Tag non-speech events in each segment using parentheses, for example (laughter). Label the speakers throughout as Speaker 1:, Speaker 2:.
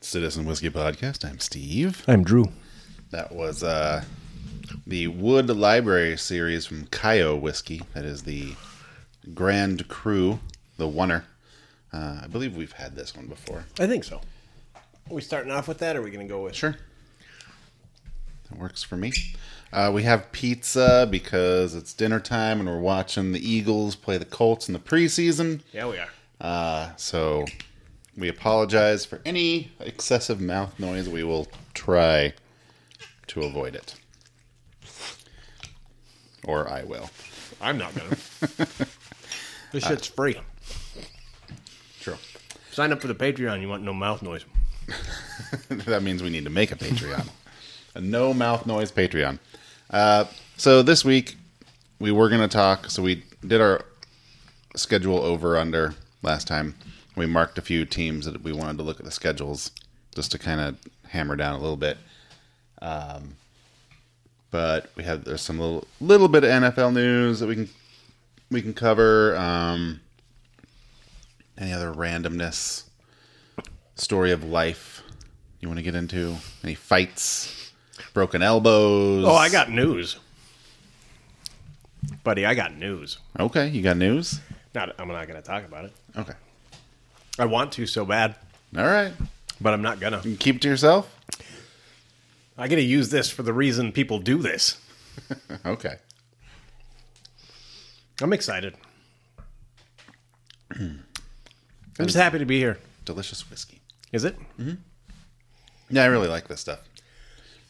Speaker 1: Citizen Whiskey Podcast. I'm Steve.
Speaker 2: I'm Drew.
Speaker 1: That was uh, the Wood Library series from Kayo Whiskey. That is the Grand Cru, the Oneer. Uh, I believe we've had this one before.
Speaker 2: I think so. Are we starting off with that, or are we going to go with?
Speaker 1: Sure. That works for me. Uh, we have pizza because it's dinner time and we're watching the Eagles play the Colts in the preseason.
Speaker 2: Yeah, we are.
Speaker 1: Uh, so we apologize for any excessive mouth noise. We will try to avoid it. Or I will.
Speaker 2: I'm not (laughs) going to. This shit's free.
Speaker 1: True.
Speaker 2: Sign up for the Patreon. You want no mouth noise?
Speaker 1: (laughs) that means we need to make a Patreon. a no mouth noise Patreon. Uh, so this week we were going to talk. So we did our schedule over under last time. We marked a few teams that we wanted to look at the schedules just to kind of hammer down a little bit. Um, but we have there's some little little bit of NFL news that we can we can cover. Um, any other randomness? Story of life you want to get into? Any fights? Broken elbows?
Speaker 2: Oh, I got news, buddy. I got news.
Speaker 1: Okay, you got news?
Speaker 2: Not. I'm not going to talk about it.
Speaker 1: Okay.
Speaker 2: I want to so bad,
Speaker 1: All right.
Speaker 2: but I'm not gonna.
Speaker 1: You keep it to yourself? (laughs)
Speaker 2: I got to use this for the reason people do this.
Speaker 1: Okay.
Speaker 2: I'm excited. I'm just happy to be here.
Speaker 1: Delicious whiskey.
Speaker 2: Is it?
Speaker 1: Yeah, I really like this stuff.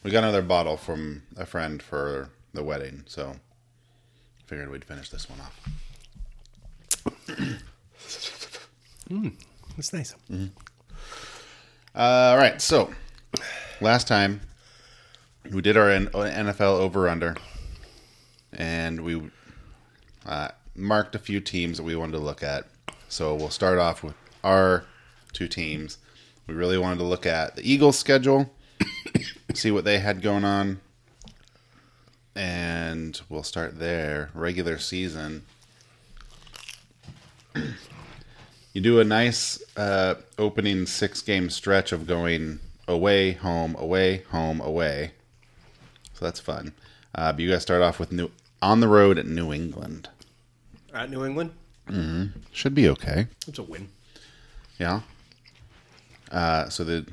Speaker 1: We got another bottle from a friend for the wedding, so figured we'd finish this one off.
Speaker 2: It's nice.
Speaker 1: All right. So last time we did our N- NFL over under, and we uh, marked a few teams that we wanted to look at. So we'll start off with our two teams. We really wanted to look at the Eagles' schedule, (coughs) see what they had going on, and we'll start there. Regular season. you do a nice uh, opening six game stretch of going away, home, away, home, away. So that's fun. Uh, but you guys start off with new on the road at New England.
Speaker 2: At New England,
Speaker 1: Should be okay.
Speaker 2: it's a win.
Speaker 1: Yeah. Uh, so the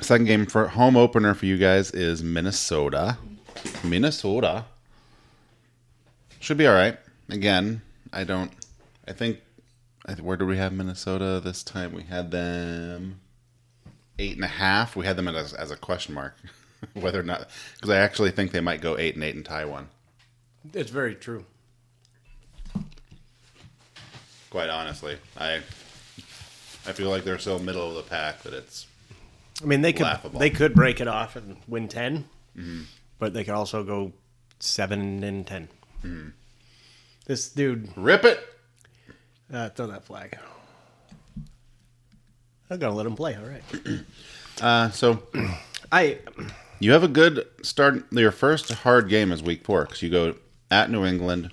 Speaker 1: second game for home opener for you guys is Minnesota. Minnesota should be all right. Again, I don't. I think. I, where did we have Minnesota this time? We had them eight and a half. We had them as, as a question mark, (laughs) whether or not because I actually think they might go eight and eight and tie one.
Speaker 2: It's very true.
Speaker 1: Quite honestly, I I feel like they're so middle of the pack that it's
Speaker 2: I mean, they could
Speaker 1: Laughable.
Speaker 2: they could break it off and win 10 but they could also go seven and 10
Speaker 1: Mm-hmm.
Speaker 2: This dude,
Speaker 1: rip it.
Speaker 2: uh, throw that flag. I'm gonna let him play. All right.
Speaker 1: Uh, so
Speaker 2: I
Speaker 1: You have a good start. Your first hard game is week four because you go at New England,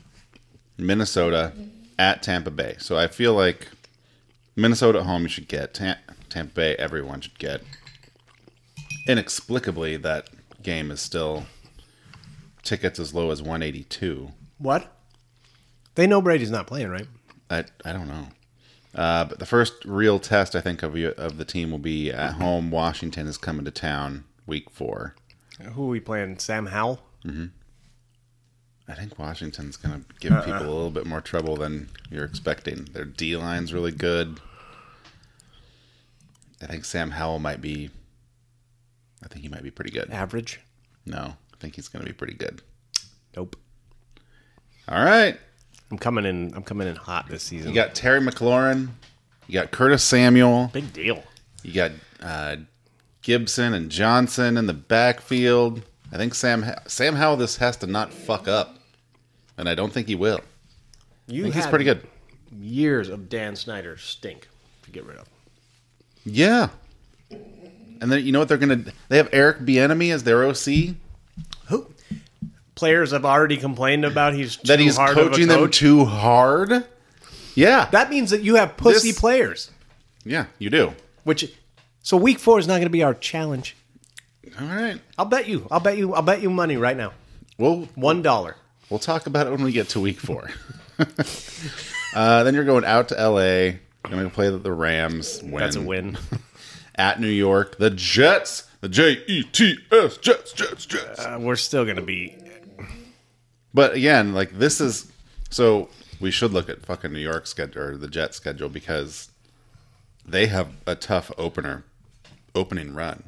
Speaker 1: Minnesota, at Tampa Bay. So I feel like Minnesota at home you should get. Tam- Tampa Bay, everyone should get. Inexplicably, that game is still tickets as low as 182.
Speaker 2: what? They know Brady's not playing, right?
Speaker 1: I, I don't know. Uh, but the first real test, I think, of, you, of the team will be at home. Washington is coming to town week four.
Speaker 2: Who are we playing? Sam Howell.
Speaker 1: I think Washington's going to give people a little bit more trouble than you're expecting. Their D line's really good. I think Sam Howell might be. I think he might be pretty good.
Speaker 2: Average.
Speaker 1: No, I think he's going to be pretty good.
Speaker 2: Nope.
Speaker 1: All right.
Speaker 2: I'm coming in. I'm coming in hot this season.
Speaker 1: You got Terry McLaurin. You got Curtis Samuel.
Speaker 2: Big deal.
Speaker 1: You got uh, Gibson and Johnson in the backfield. I think Sam Sam Howell this has to not fuck up, and I don't think he will. I
Speaker 2: You
Speaker 1: think he's
Speaker 2: had
Speaker 1: pretty good.
Speaker 2: Years of Dan Snyder stink to get rid of.
Speaker 1: Yeah. And then you know what they're gonna they have Eric Bieniemy as their OC
Speaker 2: Who? Players have already complained about he's too
Speaker 1: that he's
Speaker 2: hard
Speaker 1: coaching
Speaker 2: of a
Speaker 1: them
Speaker 2: coach.
Speaker 1: too hard. Yeah.
Speaker 2: That means that you have pussy
Speaker 1: This-
Speaker 2: players,
Speaker 1: yeah, you do.
Speaker 2: which So week four is not going to be our challenge.
Speaker 1: All right.
Speaker 2: I'll bet you. I'll bet you. I'll bet you money right now.
Speaker 1: Well,
Speaker 2: One dollar.
Speaker 1: we'll talk about it when we get to week four. (laughs) uh, then you're going out to L.A. Going to play the Rams. Win.
Speaker 2: That's a win.
Speaker 1: At New York, the Jets. The J E T S Jets, Jets, Jets.
Speaker 2: (laughs) Uh, we're still going to be.
Speaker 1: But again, like this is so we should look at fucking New York schedule or the Jet schedule because they have a tough opener opening run.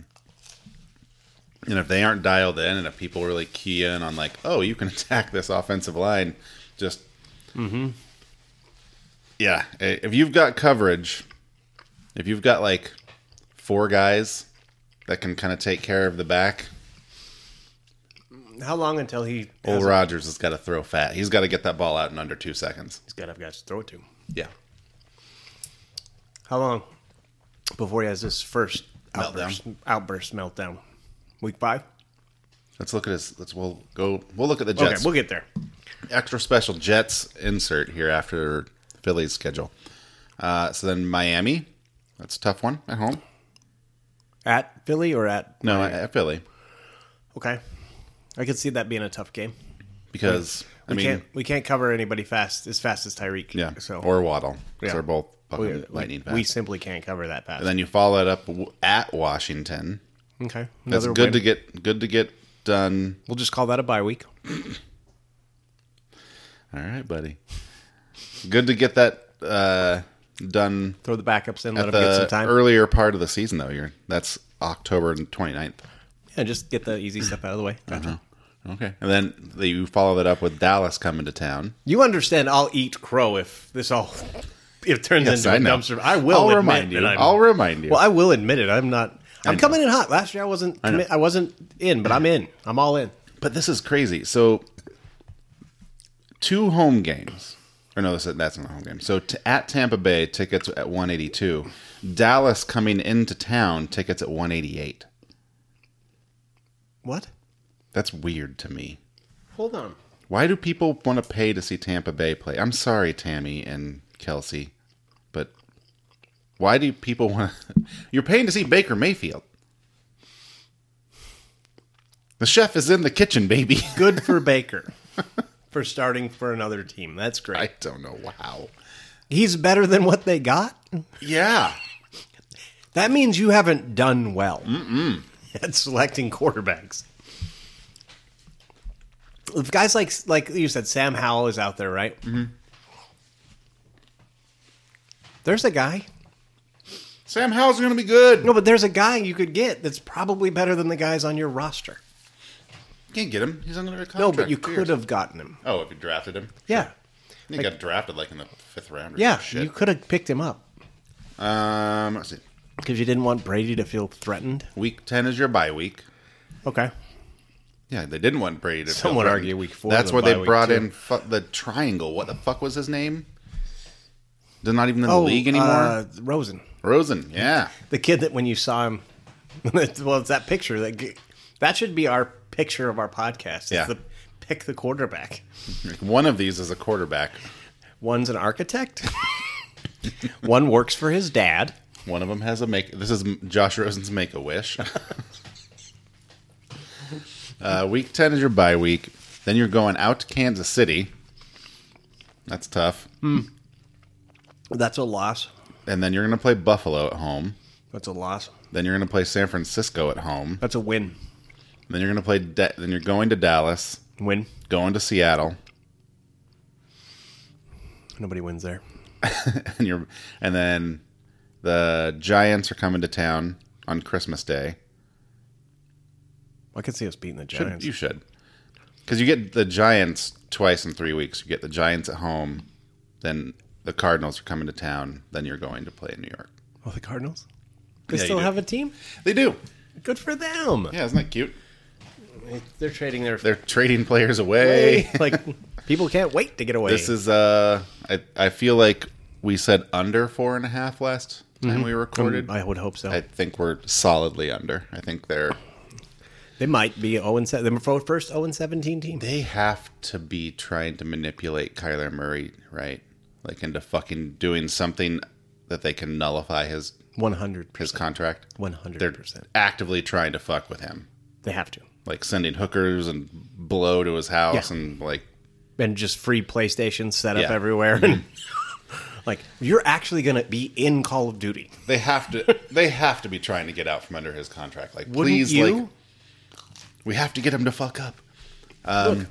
Speaker 1: And if they aren't dialed in and if people really key in on like, oh, you can (laughs) attack this offensive line, just Yeah. i- If you've got coverage, if you've got like four guys that can kind of take care of the back,
Speaker 2: How long until he?
Speaker 1: Old
Speaker 2: has-
Speaker 1: Rogers has got to throw fat. He's got to get that ball out in under two seconds.
Speaker 2: He's got to have guys to throw it to.
Speaker 1: Yeah.
Speaker 2: How long before he has this first outburst?
Speaker 1: Meltdown.
Speaker 2: Outburst meltdown. Week five.
Speaker 1: Let's look at his. Let's we'll go. We'll look at the
Speaker 2: Okay,
Speaker 1: Jets.
Speaker 2: we'll get there.
Speaker 1: Extra special Jets insert here after Philly's schedule. Uh, so then Miami. That's a tough one at home.
Speaker 2: At Philly or at
Speaker 1: No, at at Philly
Speaker 2: okay. I could see that being a tough game.
Speaker 1: because I
Speaker 2: We
Speaker 1: mean
Speaker 2: can't we can't cover anybody fast as fast as Tyreek.
Speaker 1: yeah,
Speaker 2: So
Speaker 1: or Waddle. 'cause
Speaker 2: Yeah.
Speaker 1: They're both fucking
Speaker 2: we,
Speaker 1: lightning
Speaker 2: we
Speaker 1: fast.
Speaker 2: simply can't cover that fast.
Speaker 1: and then you follow it up w- at Washington.
Speaker 2: okay.
Speaker 1: That's
Speaker 2: Another
Speaker 1: good
Speaker 2: win.
Speaker 1: to get. Good to get done.
Speaker 2: We'll just call that a bye week.
Speaker 1: All right, buddy. Good to get that uh, done
Speaker 2: Throw the backups in, let them
Speaker 1: the
Speaker 2: get some time.
Speaker 1: earlier part of the season though you're that's october 29th
Speaker 2: yeah, just get the easy stuff out of the way.
Speaker 1: Uh-huh. okay and then the, you follow that up with dallas coming to town
Speaker 2: You understand? I'll eat crow if this all (laughs) if it turns into a
Speaker 1: I know.
Speaker 2: dumpster. I will
Speaker 1: I'll
Speaker 2: admit
Speaker 1: remind
Speaker 2: that
Speaker 1: you.
Speaker 2: I'm-
Speaker 1: I'll remind you.
Speaker 2: Well, I will admit it. I'm not. I'm
Speaker 1: know.
Speaker 2: coming in hot. Last year I wasn't.
Speaker 1: know.
Speaker 2: commi- I wasn't in, but I'm in. I'm all in.
Speaker 1: but this is crazy so two home games or no this, that's not a home game so t- at tampa bay tickets at 182 dallas coming into town tickets at 188
Speaker 2: What?
Speaker 1: that's weird to me
Speaker 2: Hold on.
Speaker 1: why do people want to pay to see Tampa Bay play? I'm sorry, Tammy and Kelsey, but why do people want? To... (laughs) You're paying to see Baker Mayfield. The chef is in the kitchen, baby. (laughs)
Speaker 2: Good for Baker for starting for another team. That's great.
Speaker 1: I don't know how.
Speaker 2: He's better than what they got.
Speaker 1: Yeah,
Speaker 2: That means you haven't done well at selecting quarterbacks. If guys like like you said, Sam Howell is out there, right? Mm-hmm. There's a guy.
Speaker 1: Sam Howell's gonna be good.
Speaker 2: No, but there's a guy you could get that's probably better than the guys on your roster.
Speaker 1: Can't get him. He's under contract.
Speaker 2: No, but you
Speaker 1: for
Speaker 2: could
Speaker 1: years.
Speaker 2: have gotten him.
Speaker 1: Oh, if you drafted him,
Speaker 2: Yeah.
Speaker 1: he got drafted like in the fifth round. Or
Speaker 2: Yeah.
Speaker 1: some shit.
Speaker 2: You could have picked him up
Speaker 1: Um, let's see.
Speaker 2: because you didn't want Brady to feel threatened.
Speaker 1: Week ten is your bye week.
Speaker 2: Okay.
Speaker 1: Yeah, they didn't want Brady. To
Speaker 2: Some
Speaker 1: feel
Speaker 2: would
Speaker 1: threatened.
Speaker 2: argue week four
Speaker 1: That's
Speaker 2: was a
Speaker 1: where they
Speaker 2: bye week,
Speaker 1: brought
Speaker 2: too.
Speaker 1: in fu- the triangle. What the fuck was his name? They're not even in
Speaker 2: Oh,
Speaker 1: the league anymore.
Speaker 2: Uh, Rosen.
Speaker 1: Rosen. Yeah,
Speaker 2: the kid that when you saw him (laughs) well it's that picture that g- that should be our picture of our podcast It's
Speaker 1: Yeah.
Speaker 2: the pick the quarterback
Speaker 1: Like, one of these is a quarterback.
Speaker 2: one's an architect (laughs) one works for his dad
Speaker 1: One of them has a make. This is Josh Rosen's make a wish. (laughs) uh, week ten is your bye week. Then you're going out to Kansas City. That's tough.
Speaker 2: that's a loss
Speaker 1: And then you're going to play Buffalo at home.
Speaker 2: that's a loss
Speaker 1: Then you're going to play San Francisco at home.
Speaker 2: that's a win
Speaker 1: Then you're going to play. Da- then you're going to Dallas.
Speaker 2: win
Speaker 1: Going to Seattle. (laughs)
Speaker 2: nobody wins there
Speaker 1: and you're and then the Giants are coming to town on Christmas Day.
Speaker 2: i could see us beating the
Speaker 1: Should-
Speaker 2: giants
Speaker 1: You should, because you get the Giants twice in three weeks. You get the Giants at home, then the Cardinals are coming to town. Then you're going to play in New York.
Speaker 2: oh the cardinals they
Speaker 1: Yeah, you
Speaker 2: still
Speaker 1: do.
Speaker 2: have a team
Speaker 1: They do.
Speaker 2: good for them
Speaker 1: Yeah, isn't that cute?
Speaker 2: they're trading their
Speaker 1: They're trading players (laughs) away.
Speaker 2: (laughs) like people can't wait to get away
Speaker 1: This is uh, I I feel like we said under four and a half last time we recorded.
Speaker 2: i would hope so
Speaker 1: I think we're solidly under. I think they're
Speaker 2: they might be 0 and 7 the first 0 and 17 team
Speaker 1: They have to be trying to manipulate Kyler Murray, right? Like into fucking doing something that they can nullify his
Speaker 2: One hundred
Speaker 1: his
Speaker 2: percent.
Speaker 1: contract.
Speaker 2: One hundred
Speaker 1: They're
Speaker 2: percent.
Speaker 1: actively trying to fuck with him,
Speaker 2: They have to.
Speaker 1: like sending hookers and blow to his house
Speaker 2: Yeah.
Speaker 1: and like
Speaker 2: And just free PlayStation set up
Speaker 1: Yeah.
Speaker 2: everywhere and (laughs) like you're actually gonna be in Call of Duty.
Speaker 1: they have to they have to be trying to get out from under his contract. Like
Speaker 2: Wouldn't
Speaker 1: please,
Speaker 2: you?
Speaker 1: like we have to get him to fuck up.
Speaker 2: Look,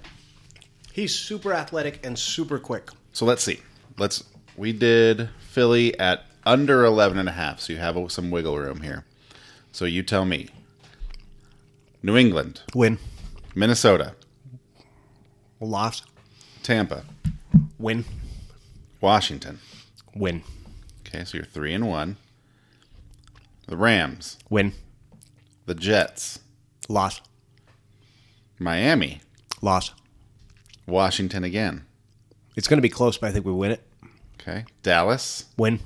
Speaker 2: he's super athletic and super quick.
Speaker 1: So let's see. Let's we did Philly at under 11 and a half, so you have some wiggle room here. So you tell me. New England,
Speaker 2: Win.
Speaker 1: Minnesota,
Speaker 2: Loss.
Speaker 1: Tampa,
Speaker 2: Win.
Speaker 1: Washington.
Speaker 2: Win.
Speaker 1: Okay, so you're 3 and 1. The Rams,
Speaker 2: Win.
Speaker 1: the Jets,
Speaker 2: Loss.
Speaker 1: Miami,
Speaker 2: Loss.
Speaker 1: Washington again.
Speaker 2: It's gonna be close, but I think we win it.
Speaker 1: Okay. Dallas,
Speaker 2: Win.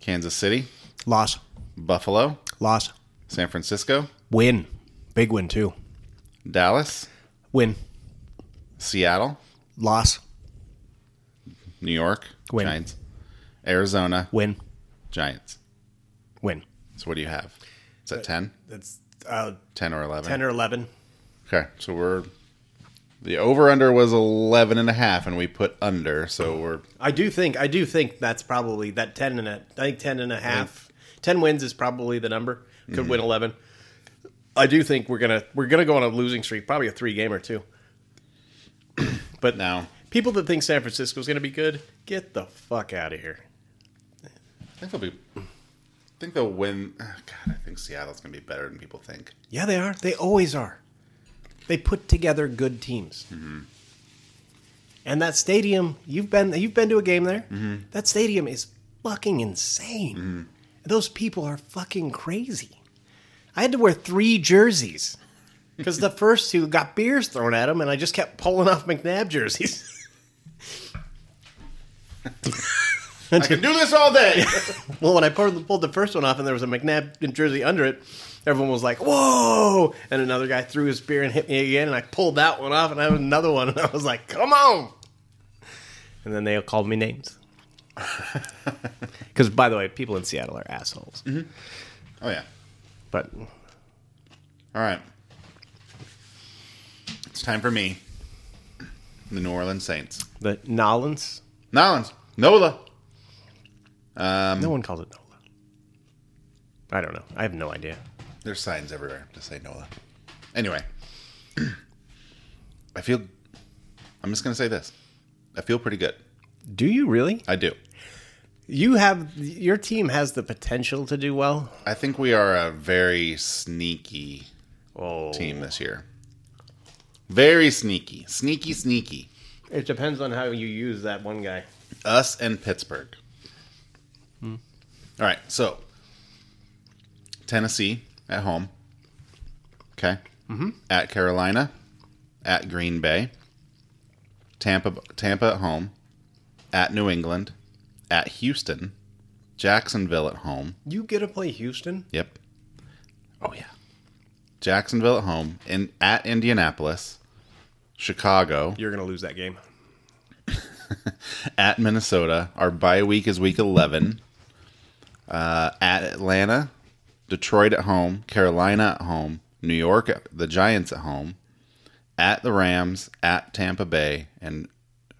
Speaker 1: Kansas City,
Speaker 2: Loss.
Speaker 1: Buffalo,
Speaker 2: Loss.
Speaker 1: San Francisco,
Speaker 2: Win. Big win too.
Speaker 1: Dallas,
Speaker 2: Win.
Speaker 1: Seattle,
Speaker 2: Loss.
Speaker 1: New York,
Speaker 2: Win.
Speaker 1: Giants, Arizona,
Speaker 2: Win.
Speaker 1: Giants.
Speaker 2: Win.
Speaker 1: So what do you have? Is that 10?
Speaker 2: That's uh,
Speaker 1: 10 or 11?
Speaker 2: ten or eleven.
Speaker 1: Okay, so we're the over under was 11 and a half and we put under, so we're
Speaker 2: I do think I do think that's probably that ten and a I think ten and a half. Ten wins is probably the number. Could win eleven. I do think we're gonna we're gonna go on a losing streak, probably a three game or two. (clears throat) but
Speaker 1: now
Speaker 2: people that think San Francisco's gonna be good, get the fuck out of here.
Speaker 1: I think they'll be I think they'll win. ah, God, I think Seattle's going to be better than people think.
Speaker 2: Yeah, they are. They always are. They put together good teams. And that stadium, you've been you've been to a game there. That stadium is fucking insane. Those people are fucking crazy. I had to wear three jerseys because the first two got beers thrown at them, and I just kept pulling off McNabb jerseys.
Speaker 1: I can do this all day. (laughs)
Speaker 2: well, when I pulled, pulled the first one off, and there was a McNabb jersey under it, everyone was like, "Whoa!" And another guy threw his beer and hit me again, and I pulled that one off, and I had another one, and I was like, "Come on!" And then they called me (laughs) names. Because, by the way, people in Seattle are assholes.
Speaker 1: oh yeah.
Speaker 2: But
Speaker 1: All right. It's time for me. The New Orleans Saints.
Speaker 2: the Nolans,
Speaker 1: Nolans, Nola.
Speaker 2: no one calls it Nola. I don't know. I have no idea.
Speaker 1: There's signs everywhere to say Nola. Anyway, (clears throat) I feel. I'm just gonna say this. I feel pretty good.
Speaker 2: Do you really?
Speaker 1: I do.
Speaker 2: You have your team has the potential to do well.
Speaker 1: I think we are a very sneaky
Speaker 2: Oh,
Speaker 1: team this year. Very sneaky, sneaky, sneaky.
Speaker 2: it depends on how you use that one guy.
Speaker 1: Us and Pittsburgh. All right, so Tennessee at home. Okay. Mm-hmm. At Carolina, at Green Bay, Tampa, Tampa at home, at New England, at Houston, Jacksonville at home.
Speaker 2: You get to play Houston.
Speaker 1: Yep. Oh yeah. Jacksonville at home and at Indianapolis, Chicago
Speaker 2: You're gonna lose that game.
Speaker 1: at Minnesota. Our bye week is week eleven. Uh, at Atlanta, Detroit at home, Carolina at home, New York at the Giants at home, at the Rams, at Tampa Bay, and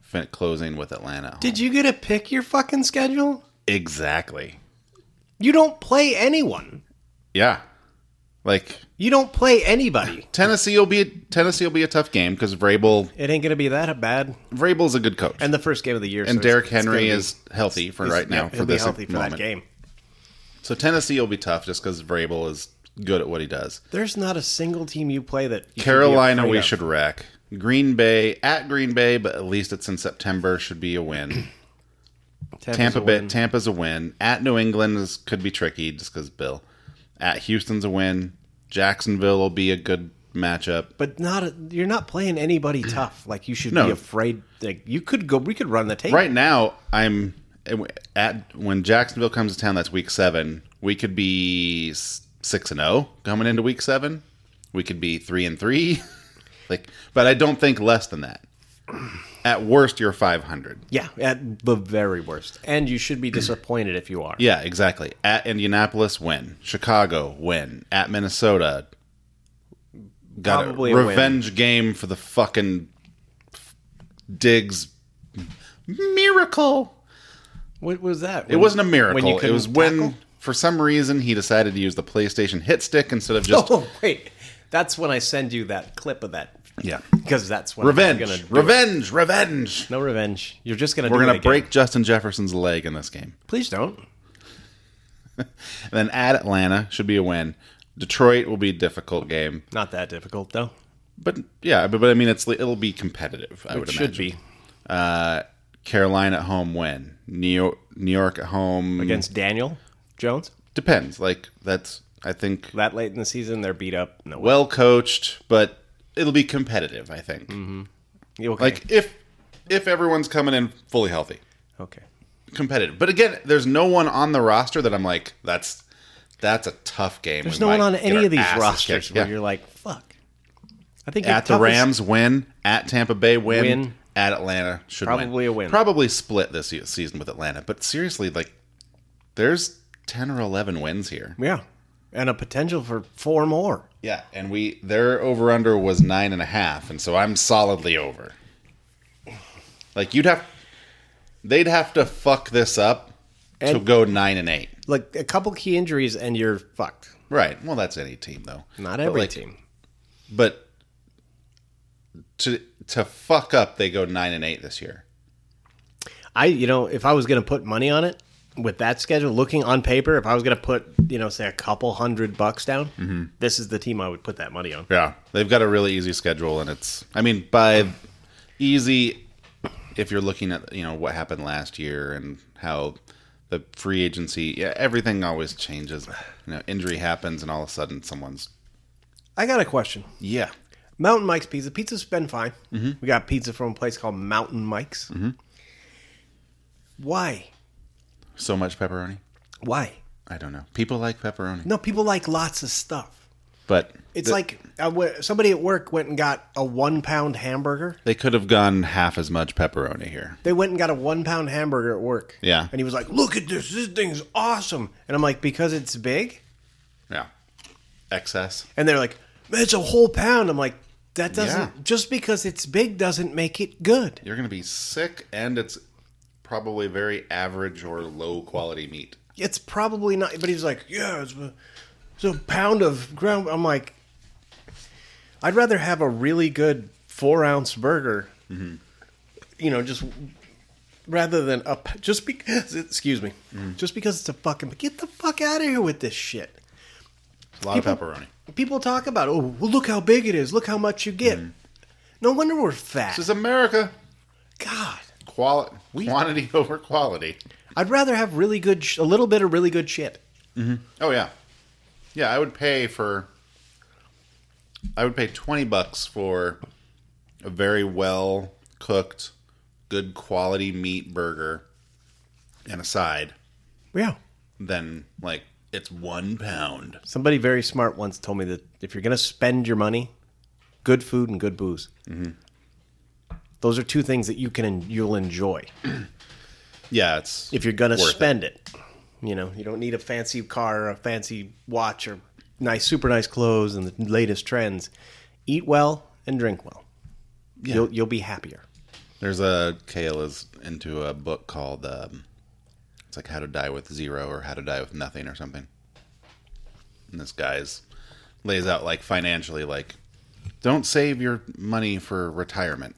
Speaker 1: fin- closing with Atlanta. At home.
Speaker 2: Did you get to pick your fucking schedule?
Speaker 1: exactly.
Speaker 2: You don't play anyone.
Speaker 1: Yeah. Like
Speaker 2: You don't play anybody.
Speaker 1: Tennessee will be Tennessee will be a tough game because Vrabel
Speaker 2: It ain't gonna be that bad.
Speaker 1: Vrabel's a good coach.
Speaker 2: And the first game of the year.
Speaker 1: and Derrick Henry is healthy for right now for
Speaker 2: he'll be
Speaker 1: this
Speaker 2: healthy for
Speaker 1: moment.
Speaker 2: that game.
Speaker 1: So Tennessee will be tough just because Vrabel is good at what he does.
Speaker 2: There's not a single team you play that you should be
Speaker 1: Carolina,
Speaker 2: afraid
Speaker 1: we
Speaker 2: of.
Speaker 1: should wreck. Green Bay at Green Bay, but at least it's in September. Should be a win.
Speaker 2: Tampa's
Speaker 1: Tampa
Speaker 2: a
Speaker 1: Bay,
Speaker 2: win.
Speaker 1: Tampa's a win. At New England is, could be tricky just because Bill. At Houston's a win. Jacksonville will be a good matchup.
Speaker 2: But not a, you're not
Speaker 1: (clears throat)
Speaker 2: playing anybody tough. Like you should
Speaker 1: No.
Speaker 2: be afraid. Like you could go. We could run the tape.
Speaker 1: Right now, I'm at when Jacksonville comes to town. That's week seven. We could be s- six and zero coming into week seven. (laughs) We could be three and three. like, but I don't think less than that. At worst, you're 500.
Speaker 2: Yeah, at the very worst. And
Speaker 1: (clears throat)
Speaker 2: you should be disappointed if you are.
Speaker 1: Yeah, exactly. At Indianapolis, win. Chicago, win. At Minnesota, got
Speaker 2: Probably
Speaker 1: a
Speaker 2: a win.
Speaker 1: revenge game for the fucking Diggs miracle.
Speaker 2: What was that?
Speaker 1: It wasn't a miracle.
Speaker 2: When you
Speaker 1: it
Speaker 2: couldn't
Speaker 1: was when,
Speaker 2: tackle?
Speaker 1: for some reason, he decided to use the PlayStation hit stick instead of just
Speaker 2: (laughs) Oh wait, that's when I send you that clip of that
Speaker 1: yeah.
Speaker 2: because that's when
Speaker 1: Revenge,
Speaker 2: I'm gonna do it.
Speaker 1: revenge, revenge.
Speaker 2: No revenge. You're just gonna.
Speaker 1: We're
Speaker 2: do it
Speaker 1: gonna
Speaker 2: again.
Speaker 1: break Justin Jefferson's leg in this game.
Speaker 2: Please don't.
Speaker 1: And then at Atlanta should be a win. Detroit will be a difficult game,
Speaker 2: Not that difficult though.
Speaker 1: but yeah, but, but I mean it's it'll be competitive. I would
Speaker 2: It should
Speaker 1: imagine.
Speaker 2: be
Speaker 1: Uh, Carolina at home win. New York, New York at home
Speaker 2: against Daniel Jones.
Speaker 1: depends. Like that's I think
Speaker 2: That late in the season, they're beat up. No, way.
Speaker 1: well coached, but it'll be competitive. I think.
Speaker 2: Mm-hmm. okay.
Speaker 1: Like if if everyone's coming in fully healthy,
Speaker 2: okay.
Speaker 1: competitive. But again, there's no one on the roster that I'm like that's that's a tough game.
Speaker 2: There's
Speaker 1: We
Speaker 2: no one
Speaker 1: might
Speaker 2: on
Speaker 1: get
Speaker 2: any
Speaker 1: our
Speaker 2: of these
Speaker 1: asses
Speaker 2: rosters
Speaker 1: kicked.
Speaker 2: where
Speaker 1: Yeah.
Speaker 2: you're like, fuck. I think your
Speaker 1: at the
Speaker 2: toughest-
Speaker 1: Rams win, at Tampa Bay win,
Speaker 2: Win.
Speaker 1: at Atlanta should win.
Speaker 2: Probably a win.
Speaker 1: Probably split this se- season with Atlanta, but seriously, like there's ten or eleven wins here.
Speaker 2: Yeah, and a potential for four more.
Speaker 1: Yeah, and we their over under was nine and a half, and so I'm solidly over. Like you'd have, they'd have to fuck this up to
Speaker 2: And-
Speaker 1: go nine and eight.
Speaker 2: Like a couple key injuries, and you're fucked.
Speaker 1: Right. Well, that's any team though.
Speaker 2: Not
Speaker 1: But,
Speaker 2: every
Speaker 1: like,
Speaker 2: team.
Speaker 1: but to to fuck up, they go nine and eight this year.
Speaker 2: I, you know, if I was going to put money on it with that schedule, looking on paper, if I was going to put, you know, say a couple hundred bucks down, this is the team I would put that money on.
Speaker 1: Yeah, they've got a really easy schedule, and it's I mean by easy if you're looking at you know what happened last year and how the free agency yeah everything always changes you know injury happens and all of a sudden someone's
Speaker 2: I got a question.
Speaker 1: yeah
Speaker 2: Mountain Mike's Pizza. Pizza's been fine. We got pizza from a place called Mountain Mike's. Why?
Speaker 1: so much pepperoni
Speaker 2: Why?
Speaker 1: I don't know people like pepperoni
Speaker 2: No, people like lots of stuff.
Speaker 1: but
Speaker 2: It's
Speaker 1: th-
Speaker 2: like I w- somebody at work went and got a one pound hamburger.
Speaker 1: they could have gone half as much pepperoni here
Speaker 2: They went and got a one pound hamburger at work.
Speaker 1: Yeah.
Speaker 2: And he was like, look at this. This thing's awesome. And I'm like, because it's big?
Speaker 1: yeah excess
Speaker 2: And they're like, "Man, it's a whole pound. I'm like, that doesn't,
Speaker 1: Yeah.
Speaker 2: just because it's big doesn't make it good.
Speaker 1: you're gonna be sick and it's probably very average or low quality meat
Speaker 2: It's probably not, but he's like, yeah, it's a, it's a pound of ground. I'm like, I'd rather have a really good four ounce burger, you know, just rather than a, p- just because, (laughs) excuse me, just because it's a fucking, get the fuck out of here with this shit.
Speaker 1: a lot of
Speaker 2: People-
Speaker 1: pepperoni.
Speaker 2: People talk about, oh, well, look how big it is. Look how much you get. No wonder we're fat.
Speaker 1: This is America.
Speaker 2: God.
Speaker 1: Quali- quantity (laughs) over quality.
Speaker 2: I'd rather have really good, sh- a little bit of really good shit.
Speaker 1: Oh yeah, yeah. I would pay for. I would pay twenty bucks for a very well cooked, good quality meat burger and a side
Speaker 2: Yeah.
Speaker 1: than like it's one pound.
Speaker 2: Somebody very smart once told me that if you're going to spend your money, good food and good booze.
Speaker 1: Mm-hmm.
Speaker 2: Those are two things that you can you'll enjoy
Speaker 1: Yeah, it's
Speaker 2: if you're going to
Speaker 1: Worth it.
Speaker 2: spend it. You know, you don't need a fancy car or a fancy watch or nice super nice clothes and the latest trends. Eat well and drink well. You'll you'll be happier.
Speaker 1: There's a Kayla's into a book called um, it's like How to Die with Zero or How to Die with Nothing or something. And this guy's lays out like financially like don't save your money for retirement.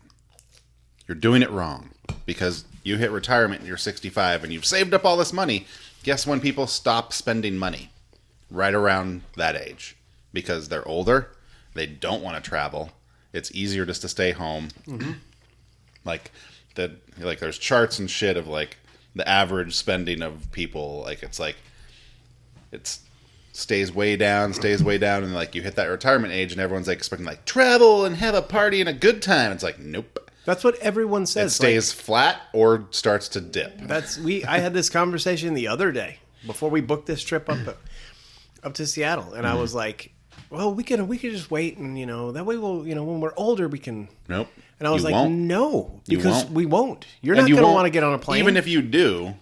Speaker 1: You're doing it wrong because you hit retirement and you're 65 and you've saved up all this money. Guess when people stop spending money? Right around that age because they're older, they don't want to travel. It's easier just to stay home like that like there's charts and shit of like the average spending of people like it's like it's stays way down stays way down and like you hit that retirement age and everyone's like expecting like travel and have a party and a good time it's like nope
Speaker 2: That's what everyone says.
Speaker 1: it
Speaker 2: Like,
Speaker 1: stays flat or starts to dip
Speaker 2: That's we. I had this conversation the other day before we booked this trip up up to Seattle, and I
Speaker 1: Mm-hmm.
Speaker 2: was like, "Well, we could we could just wait, and you know that way we'll you know when we're older we can."
Speaker 1: nope
Speaker 2: And I was
Speaker 1: You
Speaker 2: like,
Speaker 1: won't.
Speaker 2: no,
Speaker 1: You
Speaker 2: because
Speaker 1: won't.
Speaker 2: we won't. You're
Speaker 1: And
Speaker 2: not
Speaker 1: you
Speaker 2: going to
Speaker 1: won't-
Speaker 2: want to get on a plane.
Speaker 1: Even if you do,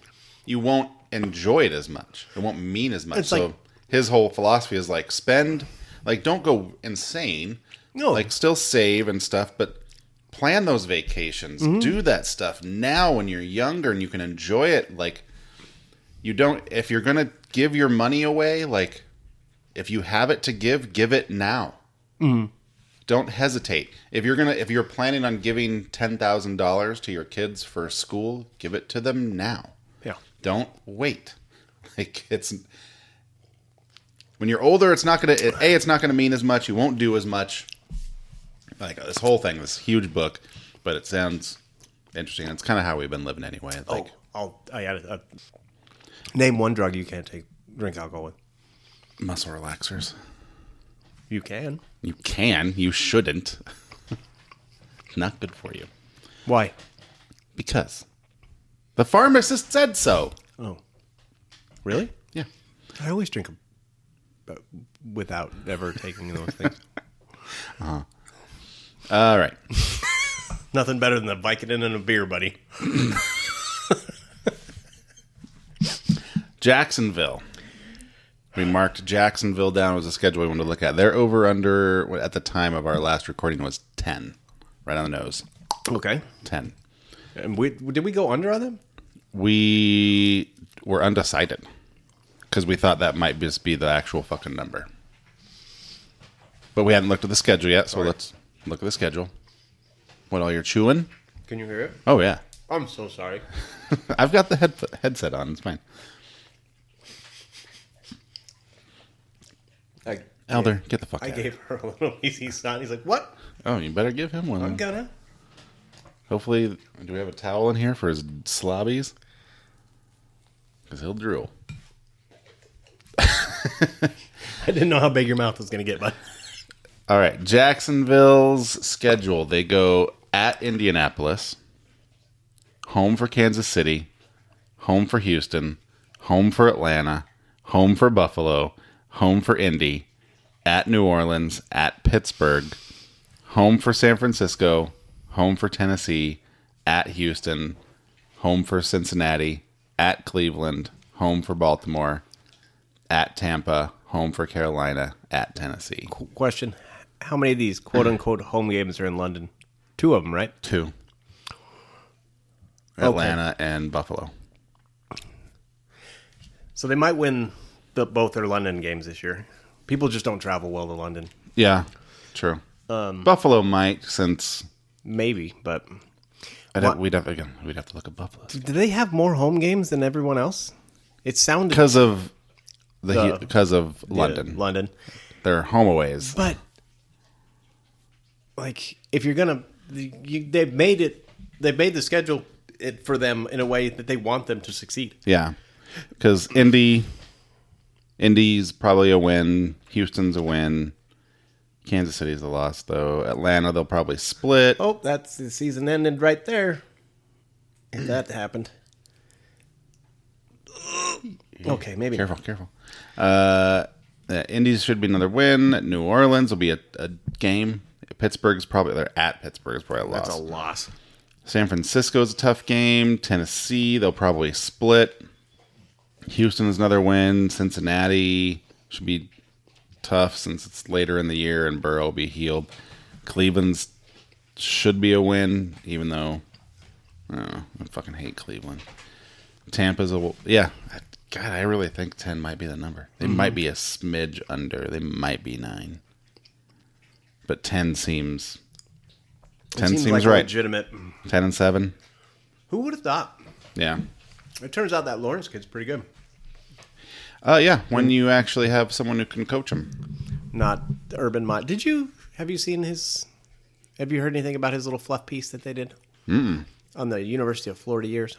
Speaker 1: you won't enjoy it as much. It won't mean as much.
Speaker 2: It's
Speaker 1: so
Speaker 2: like-
Speaker 1: his whole philosophy is like spend, like don't go insane.
Speaker 2: No.
Speaker 1: like still save and stuff, but plan those vacations. Do that stuff now when you're younger and you can enjoy it. Like you don't if you're gonna give your money away, like if you have it to give, give it now don't hesitate if you're gonna if you're planning on giving $10000 to your kids for school give it to them now
Speaker 2: yeah.
Speaker 1: don't wait (laughs) like it's when you're older it's not gonna it, a it's not gonna mean as much you won't do as much like this whole thing this huge book but it sounds interesting it's kind of how we've been living anyway like
Speaker 2: Oh, I'll, I got to name one drug you can't take drink alcohol with.
Speaker 1: muscle relaxers
Speaker 2: You can.
Speaker 1: you can you shouldn't (laughs) not good for you
Speaker 2: Why?
Speaker 1: because the pharmacist said so
Speaker 2: Oh, really?
Speaker 1: yeah
Speaker 2: I always drink 'em, but without ever taking those
Speaker 1: (laughs)
Speaker 2: things.
Speaker 1: All right.
Speaker 2: Nothing better than a Vicodin and a beer, buddy.
Speaker 1: Jacksonville. We marked Jacksonville down was a schedule we wanted to look at. Their over under at the time of our last recording was 10. Right on the nose.
Speaker 2: Okay.
Speaker 1: 10.
Speaker 2: And we did we go under on them?
Speaker 1: We were undecided because we thought that might just be the actual fucking number. But we hadn't looked at the schedule yet, so let's look at the schedule. What all you're chewing?
Speaker 2: Can you hear it?
Speaker 1: Oh, yeah. (laughs)
Speaker 2: I'm so sorry.
Speaker 1: I've got the head, headset on. It's fine.
Speaker 2: I,
Speaker 1: Elder, get the fuck out.
Speaker 2: I
Speaker 1: of here.
Speaker 2: gave her a little (laughs) easy sign. He's like, "What?
Speaker 1: Oh, you better give him one.
Speaker 2: I'm gonna."
Speaker 1: Hopefully, do we have a towel in here for his slobbies? Because he'll drool.
Speaker 2: (laughs) I didn't know how big your mouth was gonna get, but
Speaker 1: All right, Jacksonville's schedule. They go at Indianapolis, home for Kansas City, home for Houston, home for Atlanta, home for Buffalo, home for Indy, at New Orleans, at Pittsburgh, home for San Francisco, home for Tennessee, at Houston, home for Cincinnati, at Cleveland, home for Baltimore, at Tampa, home for Carolina, at Tennessee.
Speaker 2: question: How many of these quote unquote home games are in London? Two of them, right?
Speaker 1: Two. Atlanta and Buffalo.
Speaker 2: So they might win the, both their London games this year. People just don't travel well to London,
Speaker 1: Yeah, true.
Speaker 2: Um,
Speaker 1: Buffalo might since
Speaker 2: maybe. But
Speaker 1: I'd have, we'd have again we'd have to look at Buffalo
Speaker 2: do they have more home games than everyone else? It sounded
Speaker 1: because of the
Speaker 2: The-
Speaker 1: because of London.
Speaker 2: Yeah, London.
Speaker 1: They're home aways.
Speaker 2: But like, if you're gonna, you, they've made it. They've made the schedule it, for them in a way that they want them to succeed.
Speaker 1: Yeah, because Indy, Indy's probably a win. Houston's a win. Kansas City's a loss though. Atlanta they'll probably split.
Speaker 2: Oh, that's the season ended right there. If that happened. Okay, maybe. not.
Speaker 1: Mm. Careful, careful. Uh, uh, Indies should be another win. New Orleans will be a, a game. Pittsburgh's probably they're at Pittsburgh's probably a loss.
Speaker 2: That's a loss.
Speaker 1: San Francisco's a tough game. Tennessee they'll probably split. Houston is another win. Cincinnati should be tough since it's later in the year and Burrow will be healed. Cleveland's should be a win, even though oh, I fucking hate Cleveland. Tampa's a yeah. I- God, I really think ten might be the number. They might be a smidge under. They might be nine, but ten seems ten seems,
Speaker 2: like
Speaker 1: right.
Speaker 2: Legitimate.
Speaker 1: ten and seven,
Speaker 2: Who would have thought?
Speaker 1: yeah.
Speaker 2: It turns out that Lawrence kid's pretty good.
Speaker 1: Uh, yeah, when you actually have someone who can coach them.
Speaker 2: Not Urban Mott. Did you have you seen his? Have you heard anything about his little fluff piece that they did on the University of Florida years?